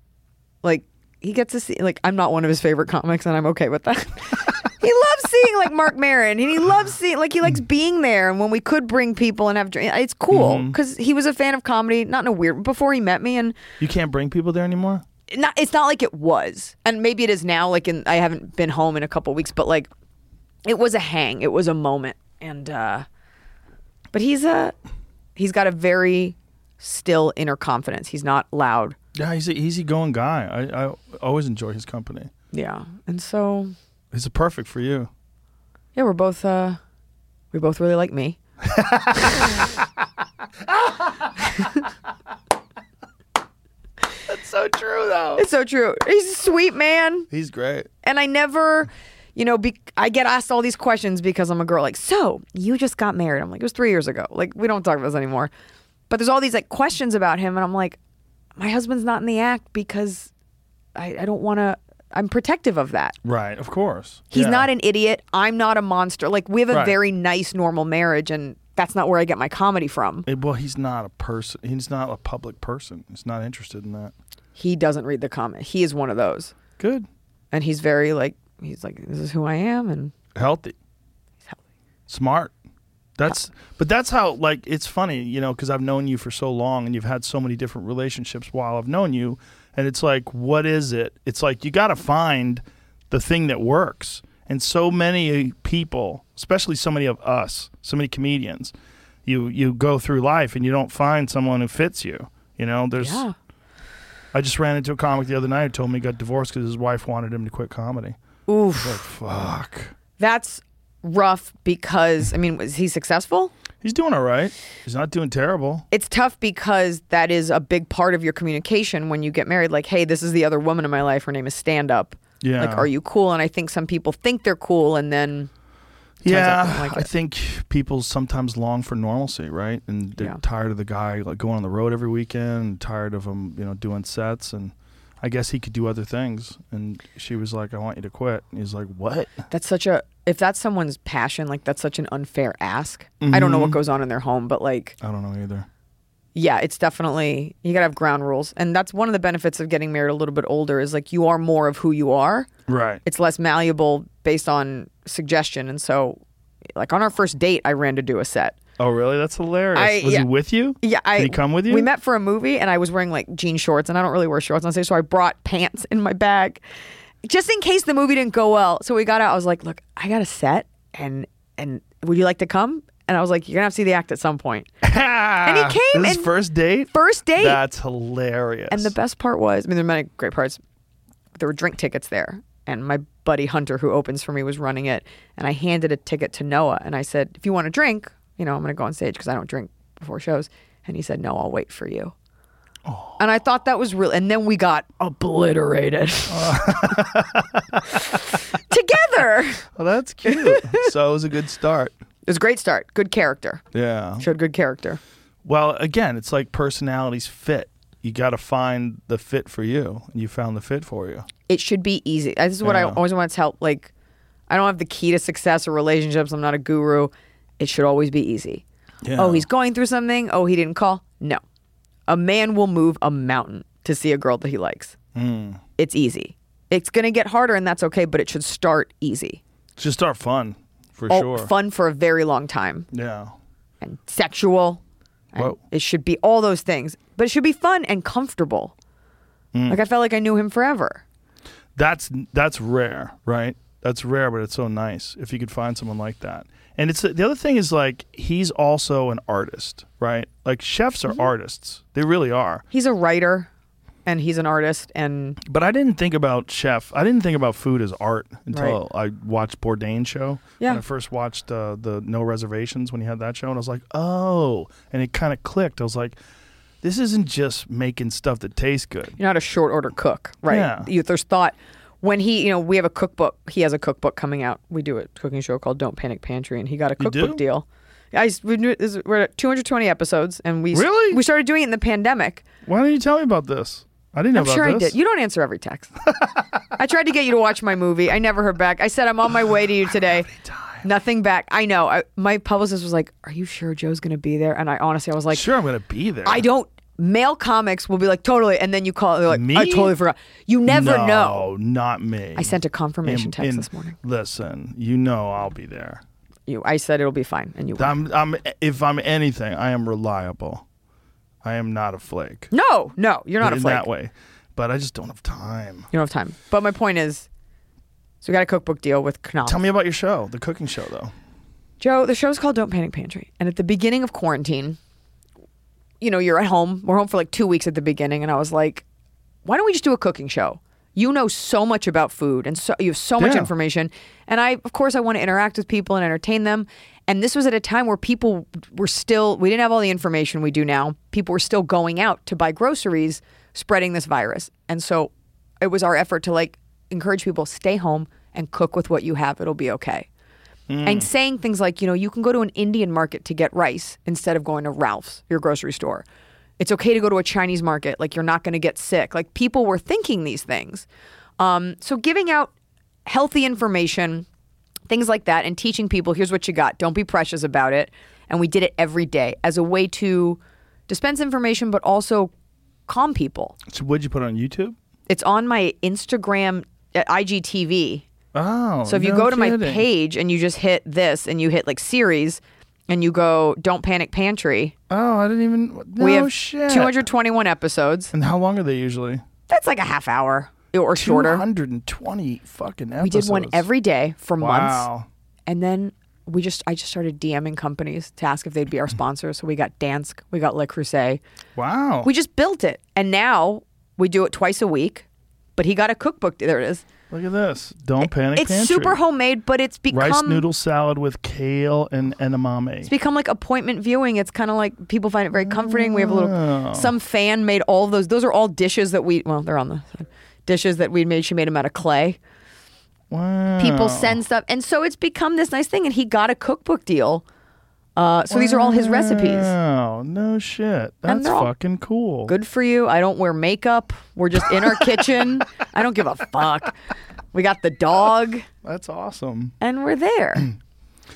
like, he gets to see, like, I'm not one of his favorite comics and I'm okay with that. he loves seeing, like, Mark Marin and he loves seeing, like, he likes being there. And when we could bring people and have drinks, it's cool because he was a fan of comedy, not in a weird, before he met me. And
you can't bring people there anymore.
not, it's not like it was. And maybe it is now, like, in, I haven't been home in a couple weeks, but, like, it was a hang, it was a moment. And, uh, but he's a he's got a very still inner confidence. He's not loud.
Yeah, he's an easygoing guy. I, I always enjoy his company.
Yeah. And so
He's perfect for you.
yeah, we're both uh We both really like me.
So true though.
It's so true. He's a sweet man.
He's great.
and I never, you know, be, I get asked all these questions because I'm a girl. Like, so you just got married? I'm like, it was three years ago. Like, we don't talk about this anymore. But there's all these like questions about him, and I'm like, my husband's not in the act because I, I don't want to. I'm protective of that.
Right, of course.
He's
Yeah.
not an idiot. I'm not a monster. Like we have a
Right.
very nice, normal marriage, and that's not where I get my comedy from.
Eh, Well, he's not a person. He's not a public person. He's not interested in that.
He doesn't read the comment. He is one of those,
Good,
and he's very like, he's like, this is who I am, and
healthy, smart. That's but that's how like it's funny, you know, because I've known you for so long and you've had so many different relationships while I've known you, and it's like, what is it? It's like you got to find the thing that works. And so many people, especially so many of us, so many comedians, you you go through life and you don't find someone who fits you. You know, there's
yeah.
I just ran into a comic the other night who told me he got divorced because his wife wanted him to quit comedy.
Oof.
Like, fuck.
That's rough because I mean, was he successful?
He's doing all right. He's not doing terrible.
It's tough because that is a big part of your communication when you get married. Like, hey, this is the other woman in my life. Her name is Stand Up.
Yeah.
Like, are you cool? And I think some people think they're cool, and then out they
yeah,
don't like
I
it.
think people sometimes long for normalcy, right? And they're
Yeah.
tired of the guy like going on the road every weekend, tired of him, you know, doing sets. And I guess he could do other things. And she was like, "I want you to quit." And he's like, "What?"
that's such a if that's someone's passion, like that's such an unfair ask. I don't know what goes on in their home, but like,
I don't know either.
yeah, it's definitely you gotta have ground rules, and that's one of the benefits of getting married a little bit older is like you are more of who you are.
Right.
it's less malleable based on suggestion. And so, like on our first date, I ran to do a set.
oh, really? That's hilarious.
I-
was
yeah.
he with you?
Yeah, I
Did he come with you?
We met for a movie, and I was wearing like jean shorts, and I don't really wear shorts on stage, so I brought pants in my bag, just in case the movie didn't go well. So we got out. I was like, "Look, I got a set, and and would you like to come?" And I was like, "You're gonna have to see the act at some point."
and
he came
This
and-
first date.
First date.
That's hilarious.
And the best part was, I mean, there were many great parts. There were drink tickets there, and my buddy Hunter, who opens for me, was running it. And I handed a ticket to Noah, and I said, "If you want a drink, you know, I'm going to go on stage because I don't drink before shows." And he said, "No, I'll wait for you." And I thought that was real. And then we got obliterated together. It
Well, that's cute. so it was a good start.
was a great start. Good character.
Yeah.
Showed good character.
Well, again, it's like personalities fit. You got to find the fit for you, and you found the fit for you.
it should be easy. This is what I
Yeah.
always want to tell. Like, I don't have the key to success or relationships. I'm not a guru. It should always be easy.
Yeah.
Oh, he's going through something. Oh, he didn't call. No, a man will move a mountain to see a girl that he likes.
Hmm.
It's easy. It's gonna get harder, and that's okay. But it should start easy.
Just start fun, for
All
sure.
Oh, fun for a very long time,
Yeah.
and sexual. and
Whoa.
It should be all those things, but it should be fun and comfortable.
Hmm.
Like I felt like I knew him forever.
That's that's rare, right? That's rare, but it's so nice if you could find someone like that. And it's the other thing is like he's also an artist, right? Like chefs are artists. They really are.
He's a writer, and he's an artist, and
But I didn't think about chef. I didn't think about food as art until I watched Bourdain show.
Yeah.
When I first watched uh, the No Reservations when he had that show, and I was like, oh, and it kind of clicked. I was like, this isn't just making stuff that tastes good.
you're not a short order cook, right?
Yeah.
You, there's thought when he, you know, we have a cookbook. He has a cookbook coming out. We do a cooking show called Don't Panic Pantry, and he got a
You do?
cookbook deal. I s- we knew- is- we're at 220 episodes, and we s-
Really?
we started doing it in the pandemic.
Why didn't you tell me about this? I didn't know
I'm
about
sure I
this.
did. You don't answer every text. I tried to get you to watch my movie. I never heard back. I said I'm on my way to you today. Nothing back. I know. I, my publicist was like, "Are you sure Joe's going to be there?" And I honestly, I was like,
sure, I'm gonna be there.
I don't. Male comics will be like, totally. And then you call, they're like,
Me?
I totally forgot. You never
no,
know.
not me.
I sent a confirmation
In-
text
in-
this morning.
Listen, you know I'll be there.
You, I said it'll be fine. And you went,
I'm, I'm. If I'm anything, I am reliable. I am not a flake.
no, no, you're not a
in
flake.
that way. But I just don't have time.
You don't have time. But my point is, so we got a cookbook deal with Knopf.
Tell me about your show, the cooking show, though.
Joe, the show's called Don't Panic Pantry. And at the beginning of quarantine, you know, you're at home. We're home for like two weeks at the beginning. And I was like, why don't we just do a cooking show? You know so much about food and so you have so much
Yeah.
information. And I of course I want to interact with people and entertain them. And this was at a time where people were still we didn't have all the information we do now. People were still going out to buy groceries, spreading this virus. And so it was our effort to like encourage people stay home and cook with what you have. It'll be okay and saying things like, you know, you can go to an Indian market to get rice instead of going to Ralph's, your grocery store. It's okay to go to a Chinese market, like you're not going to get sick. Like people were thinking these things. Um, so giving out healthy information, things like that, and teaching people, here's what you got. Don't be precious about it. And we did it every day as a way to dispense information, but also calm people.
So what'd you put on YouTube?
It's on my Instagram uh, at IGTV.
Oh,
So if you
no
go to my
kidding.
page and you just hit this and you hit like series and you go Don't Panic Pantry,
oh, I didn't even. No
we have
Oh, shit.
221 episodes.
And how long are they usually?
That's like a half hour or shorter.
220 fucking episodes.
We did one every day for
Wow.
months. And then we just I just started DMing companies to ask if they'd be our sponsors. So we got Dansk, we got Le Creuset.
Wow.
We just built it. And now we do it twice a week. But he got a cookbook. There it is.
Look at this. Don't panic.
it's
Pantry.
super homemade, but it's become
Rice noodle salad with kale and edamame.
It's become like appointment viewing. It's kind of like people find it very comforting. We have a little. Some fan made all those. Those are all dishes that we. Well, they're on the side. dishes that we made. She made them out of clay.
wow.
People send stuff, and so it's become this nice thing. And he got a cookbook deal. Uh, so these are all his recipes.
Wow. No shit. That's
they're all
fucking cool.
Good for you. I don't wear makeup. We're just in our kitchen. I don't give a fuck. We got the dog,
That's awesome.
and we're there.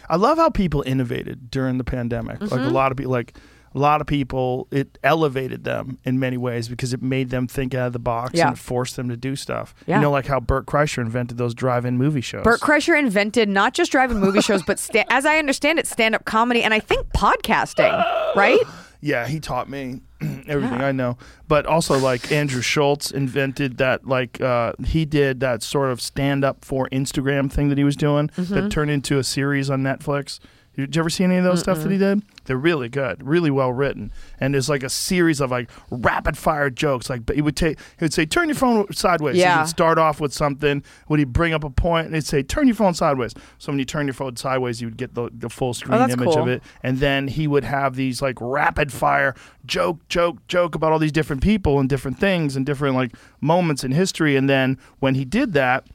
I love how people innovated during the pandemic. Like a
Mm-hmm.
lot of people, like a lot of people, it elevated them in many ways because it made them think out of the box
Yeah.
and it forced them to do stuff.
Yeah.
You know, like how Burt Kreischer invented those drive-in movie shows.
Bert Kreischer invented not just driving movie shows, but sta- as I understand it, stand up comedy and I think podcasting, right?
yeah, he taught me everything I know. But also, like Andrew Schultz invented that. Like uh, he did that sort of stand-up for Instagram thing that he was doing that turned into a series on Netflix. Did you ever see any of those stuff that he did? They're really good, really well written, and it's like a series of like rapid fire jokes. Like but he would take, he would say, "Turn your phone sideways."
Yeah.
He would start off with something. Would he bring up a point and he'd say, "Turn your phone sideways." So when you turn your phone sideways, you would get the, the full screen
that's
image
cool.
of it and then he would have these like rapid fire joke joke joke about all these different people and different things and different like moments in history and then when he did that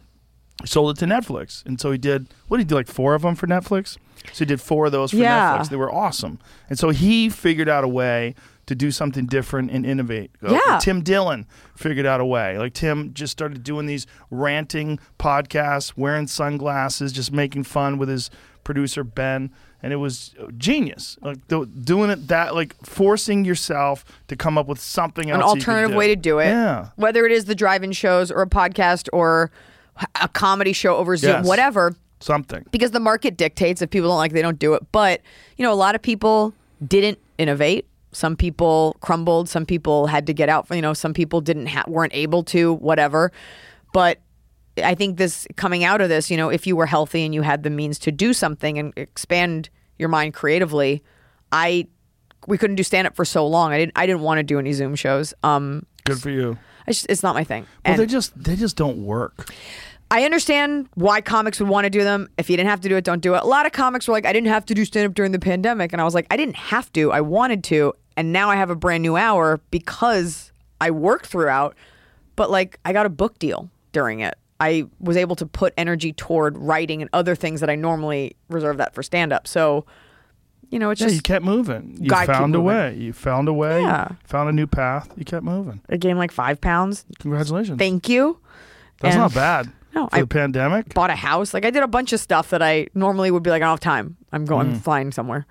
he sold it to netflix and so he did what did he do like four of them for netflix so he did four of those for
Yeah.
netflix they were awesome and so he figured out a way to do something different and innovate Uh,
Yeah.
tim dillon figured out a way like tim just started doing these ranting podcasts wearing sunglasses just making fun with his producer ben and it was uh, genius like do, doing it that like forcing yourself to come up with something
An
else that you could
alternative way to do it.
yeah
Whether it is the drive in shows or a podcast or a comedy show over Zoom,
Yes.
whatever,
something
because the market dictates if people don't like, it, they don't do it. But, you know, a lot of people didn't innovate. Some people crumbled. Some people had to get out. You know, some people didn't ha- weren't able to, whatever. But I think this coming out of this, you know, if you were healthy and you had the means to do something and expand your mind creatively, I we couldn't do stand up for so long. I didn't I didn't want to do any Zoom shows. Um
good for you
I just, it's not my thing.
well
And
they just they just don't work
I understand why comics would want to do them. If you didn't have to do it, don't do it. A lot of comics were like, I didn't have to do stand up during the pandemic. And I was like, I didn't have to. I wanted to. And now I have a brand new hour because I work throughout. But like, I got a book deal during it. I was able to put energy toward writing and other things that I normally reserve that for stand up. So, you know, it's
yeah you
just
kept moving you
Gotta keep
found a
moving.
way you found a way
Yeah.
you found a new path you kept moving
I gained like five pounds.
congratulations
Thank you.
that's
and-
not bad
No,
for
I-
the pandemic
Bought a house. Like, I did a bunch of stuff that I normally would be like, I don't have time. I'm going
Mm.
flying somewhere.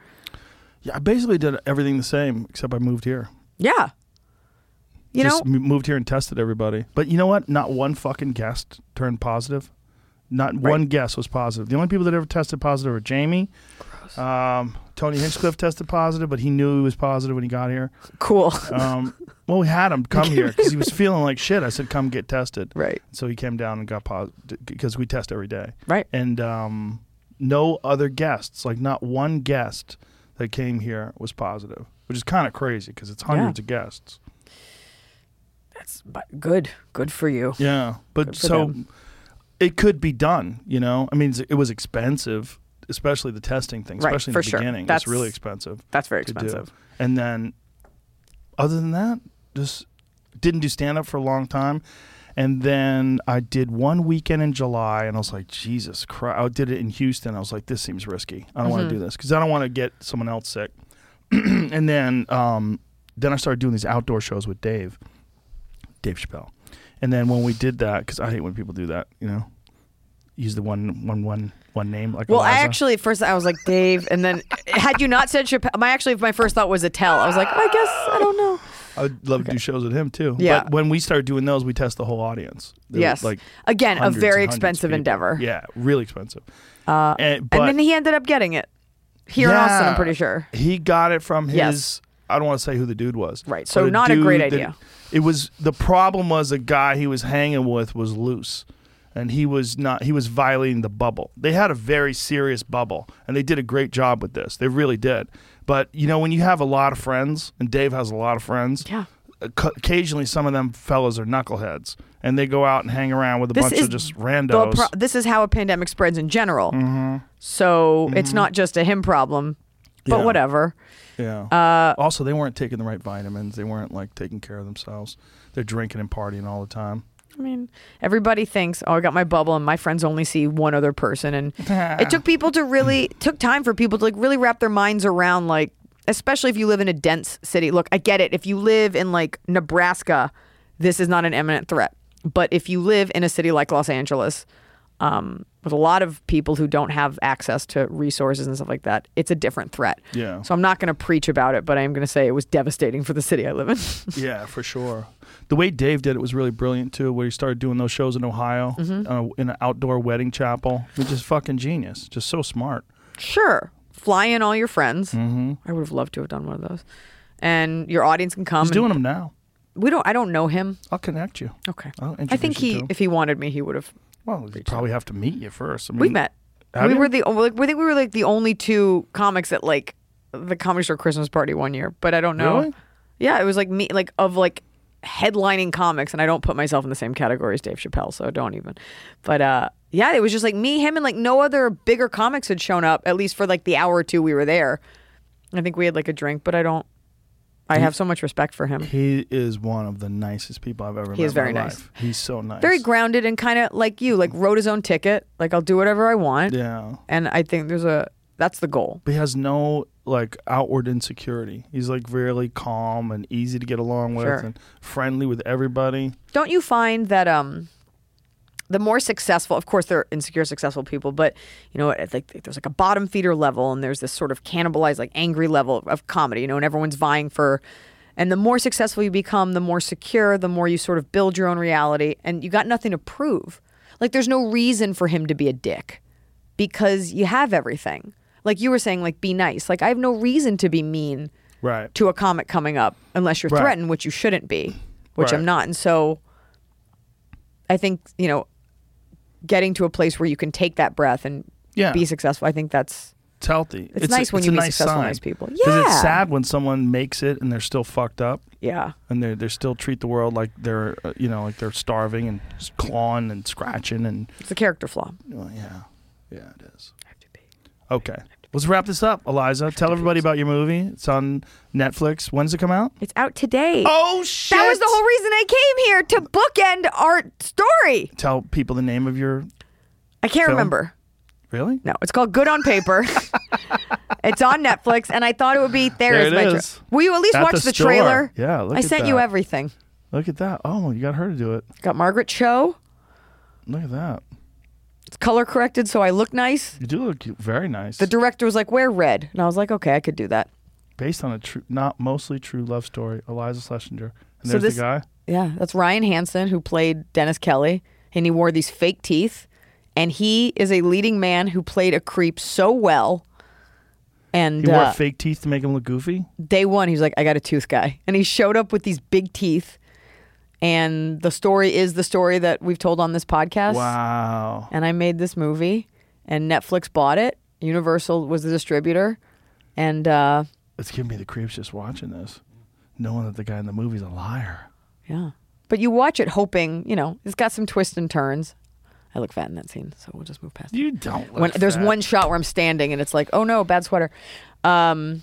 yeah i basically did everything the same except i moved here
Yeah. You
just
know,
m- moved here and tested everybody. But you know what? Not one fucking guest turned positive. Not one guest was positive. The only people that ever tested positive were Jamie. Um, Tony Hinchcliffe tested positive, but he knew he was positive when he got here.
cool.
Um, well, we had him come here because he was feeling like shit. I said, "Come get tested."
Right.
So he came down and got positive because we test every day.
Right.
And um, no other guests, like not one guest that came here was positive, which is kind of crazy because it's hundreds of guests.
That's but good. Good for you.
Yeah, but
for
so
them.
it could be done. You know, I mean, it's- it was expensive, especially the testing thing,
Right,
especially
for
in the
sure.
beginning. That's,
That's-
it's really expensive.
that's very
to do.
expensive.
And then, other than that, just didn't do stand up for a long time. And then I did one weekend in July, and I was like, Jesus Christ! I did it in Houston. I was like, this seems risky. I don't
Mm-hmm.
want to do this because I don't want to get someone else sick. and then, um, then I started doing these outdoor shows with Dave. Dave Chappelle. And then when we did that, because I hate when people do that, you know, use the one one one one name like.
Well, I
Eliza.
actually at first I was like Dave, and then had you not said Chappelle, my actually my first thought was Attell. I was like, I guess I don't know.
I would love to do shows with him too.
Yeah.
But when we started doing those, we test the whole audience. There was,
Yes. Again, a
hundreds
very
and hundreds of
expensive
people.
endeavor.
Yeah, really expensive. Uh, and, but,
and then he ended up getting it here in Austin. I'm
Yeah.
pretty sure.
He got it from his.
Yes.
I don't want to say who the dude was.
Right, so
But
not a
dude
great
that-
idea.
It was the problem was the guy he was hanging with was loose, and he was not. He was violating the bubble. They had a very serious bubble, and they did a great job with this. They really did. But you know, when you have a lot of friends, and Dave has a lot of friends,
Yeah.
occ- Occasionally, some of them fellas are knuckleheads, and they go out and hang around with a bunch of just
the
randos.
pro- this is how a pandemic spreads in general. So it's not just a him problem, but
Mm-hmm. Yeah.
whatever.
Yeah.
Uh,
also, they weren't taking the right vitamins. They weren't like taking care of themselves. They're drinking and partying all the time.
I mean, everybody thinks, oh, I got my bubble, and my friends only see one other person, and it took people to really took time for people to like really wrap their minds around like, especially if you live in a dense city. Look, I get it. If you live in like Nebraska, this is not an imminent threat. But if you live in a city like Los Angeles, um, with a lot of people who don't have access to resources and stuff like that, it's a different threat.
Yeah.
So I'm not going to preach about it, but I am going to say it was devastating for the city I live in.
Yeah, for sure. The way Dave did it was really brilliant too. Where he started doing those shows in Ohio
Mm-hmm.
uh, in an outdoor wedding chapel, which is fucking genius. Just so smart.
Sure. Fly in all your friends. Mm-hmm. I would have loved to have done one of those. And your audience can come.
He's
and-
doing them now.
We don't. I don't know him.
I'll connect you.
Okay.
I'll
I think
introduce you
he,
to him.
if he wanted me, he would have.
Well, you probably have to meet you first. I
We
mean,
met.
have
we
you?
were the. Like, we think we were like the only two comics at like the comedy store Christmas party one year. But I don't know.
Really?
Yeah, it was like me, like of like headlining comics, and I don't put myself in the same category as Dave Chappelle, so don't even. But uh, yeah, it was just like me, him, and like no other bigger comics had shown up at least for like the hour or two we were there. I think we had like a drink, but I don't. I have so much respect for him.
He is one of the nicest people I've ever met.
He
in
is
my
very nice.
life. He's so nice.
Very grounded and kind of like you, like wrote his own ticket. Like I'll do whatever I want,
Yeah.
and I think there's a that's the goal.
But he has no like outward insecurity. He's like really calm and easy to get along with
Sure.
and friendly with everybody.
don't you find that um the more successful of course there are insecure successful people but you know it- like there's like a bottom feeder level and there's this sort of cannibalized like angry level of comedy you know and everyone's vying for and the more successful you become the more secure the more you sort of build your own reality and you got nothing to prove like there's no reason for him to be a dick because you have everything like you were saying like be nice like i have no reason to be mean
Right.
to a comic coming up unless you're
Right.
threatened, which you shouldn't be, which I'm
Right.
not. And so I think, you know, getting to a place where you can take that breath and
Yeah.
be successful, I think that's
It's healthy.
It's nice when you
a
meet successful,
sign.
nice people.
'Cause
Yeah.
it's sad when someone makes it and they're still fucked up
yeah.
and they they still treat the world like they're uh, you know like they're starving and s- clawing and scratching and
It's a character flaw.
well, yeah, yeah it is. Okay, let's wrap this up, Eliza. Tell everybody about your movie. It's on Netflix. When's it come out?
It's out today.
Oh shit!
That was the whole reason I came here to bookend our story.
Tell people the name of your
I can't
Film?
remember.
really.
No, it's called Good on Paper. it's on Netflix, and I thought it would be there,
There
is
it
my tra-
is.
Will you at least
At
watch
the
the,
store.
trailer?
Yeah, look
I
at
sent you
that.
everything.
Look at that. Oh, you got her to do it.
Got Margaret Cho.
Look at that.
It's color corrected, so I look nice.
You do look very nice.
The director was like, "Wear red," and I was like, "Okay, I could do that."
Based on a true, not mostly true love story, Eliza Schlesinger. And
So
there's
this-
the guy.
Yeah, that's Ryan Hansen who played Dennis Kelly, and he wore these fake teeth, and he is a leading man who played a creep so well. And
He
uh,
wore fake teeth to make him look goofy.
day one, he's like, "I got a tooth guy," and he showed up with these big teeth. And the story is the story that we've told on this podcast.
Wow.
And I made this movie, and Netflix bought it. Universal was the distributor, and uh,
It's giving me the creeps just watching this, knowing that the guy in the movie's a liar.
yeah, But you watch it hoping, you know, it's got some twists and turns. I look fat in that scene, so we'll just move past. it.
You don't. Look
when there's
fat.
one shot where I'm standing and it's like, oh no, bad sweater. Um,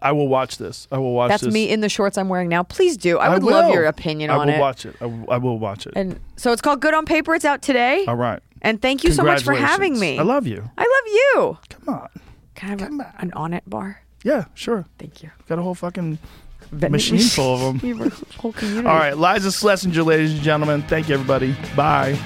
I will watch this. I will watch.
that's
this.
me in the shorts I'm wearing now. Please do. I would love
will.
your opinion
I
on
will
it.
watch it. I, w- I will watch it.
And so it's called Good on Paper. It's out today.
All right.
And thank you so much for having
Congratulations.
me.
I love you.
I love you.
Come on.
Can I have a-
Come on.
an on it bar?
Yeah, sure.
Thank you.
Got a whole fucking
Vending
machine full of them.
We have a whole community.
All right, Liza Schlesinger, ladies and gentlemen. Thank you, everybody. Bye.